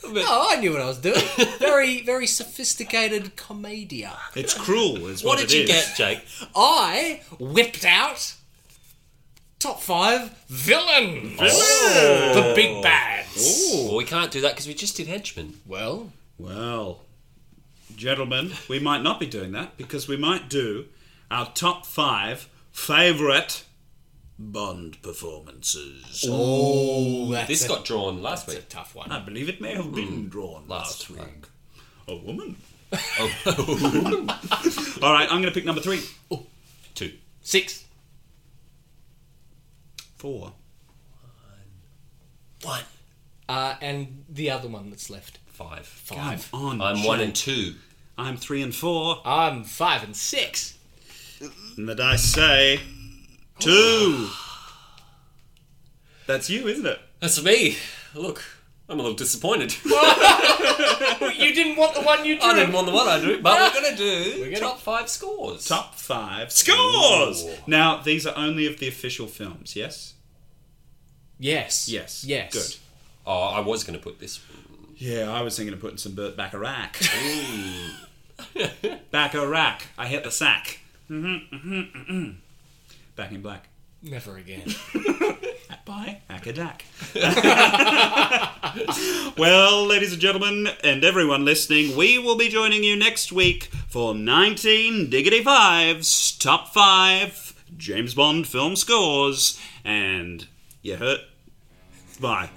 Oh, I knew what I was doing. Very, very sophisticated comedia. It's cruel, is What what, did it you is. get, Jake? I whipped out top five villains. The big bads. Well, we can't do that because we just did henchmen. Well, Well, gentlemen, we might not be doing that because we might do our top five favourite Bond performances. oh, that's This a, got drawn last that's week. a tough one. I believe it may have been drawn last, last week. week. A woman. All right, I'm going to pick number three. Two. Six. Four. One. Uh, and the other one that's left. Five. Five. On. I'm one and two. I'm three and four. I'm five and six. And the dice say two. That's you, isn't it? That's me. Look, I'm a little disappointed. you didn't want the one you drew. I didn't want the one I drew, but we're gonna do We're gonna- top five scores. Top five scores. Now these are only of the official films. Yes. Yes. Yes. Yes. Good. Oh, I was gonna put this. Yeah, I was thinking of putting some Burt Bacharach. Bacharach. I hit the sack. Mm-hmm, Back in black. Never again. Bye. Hack-a-dack. well, ladies and gentlemen, and everyone listening, we will be joining you next week for 19 Diggity Fives Top 5 James Bond Film Scores. And you hurt? Bye.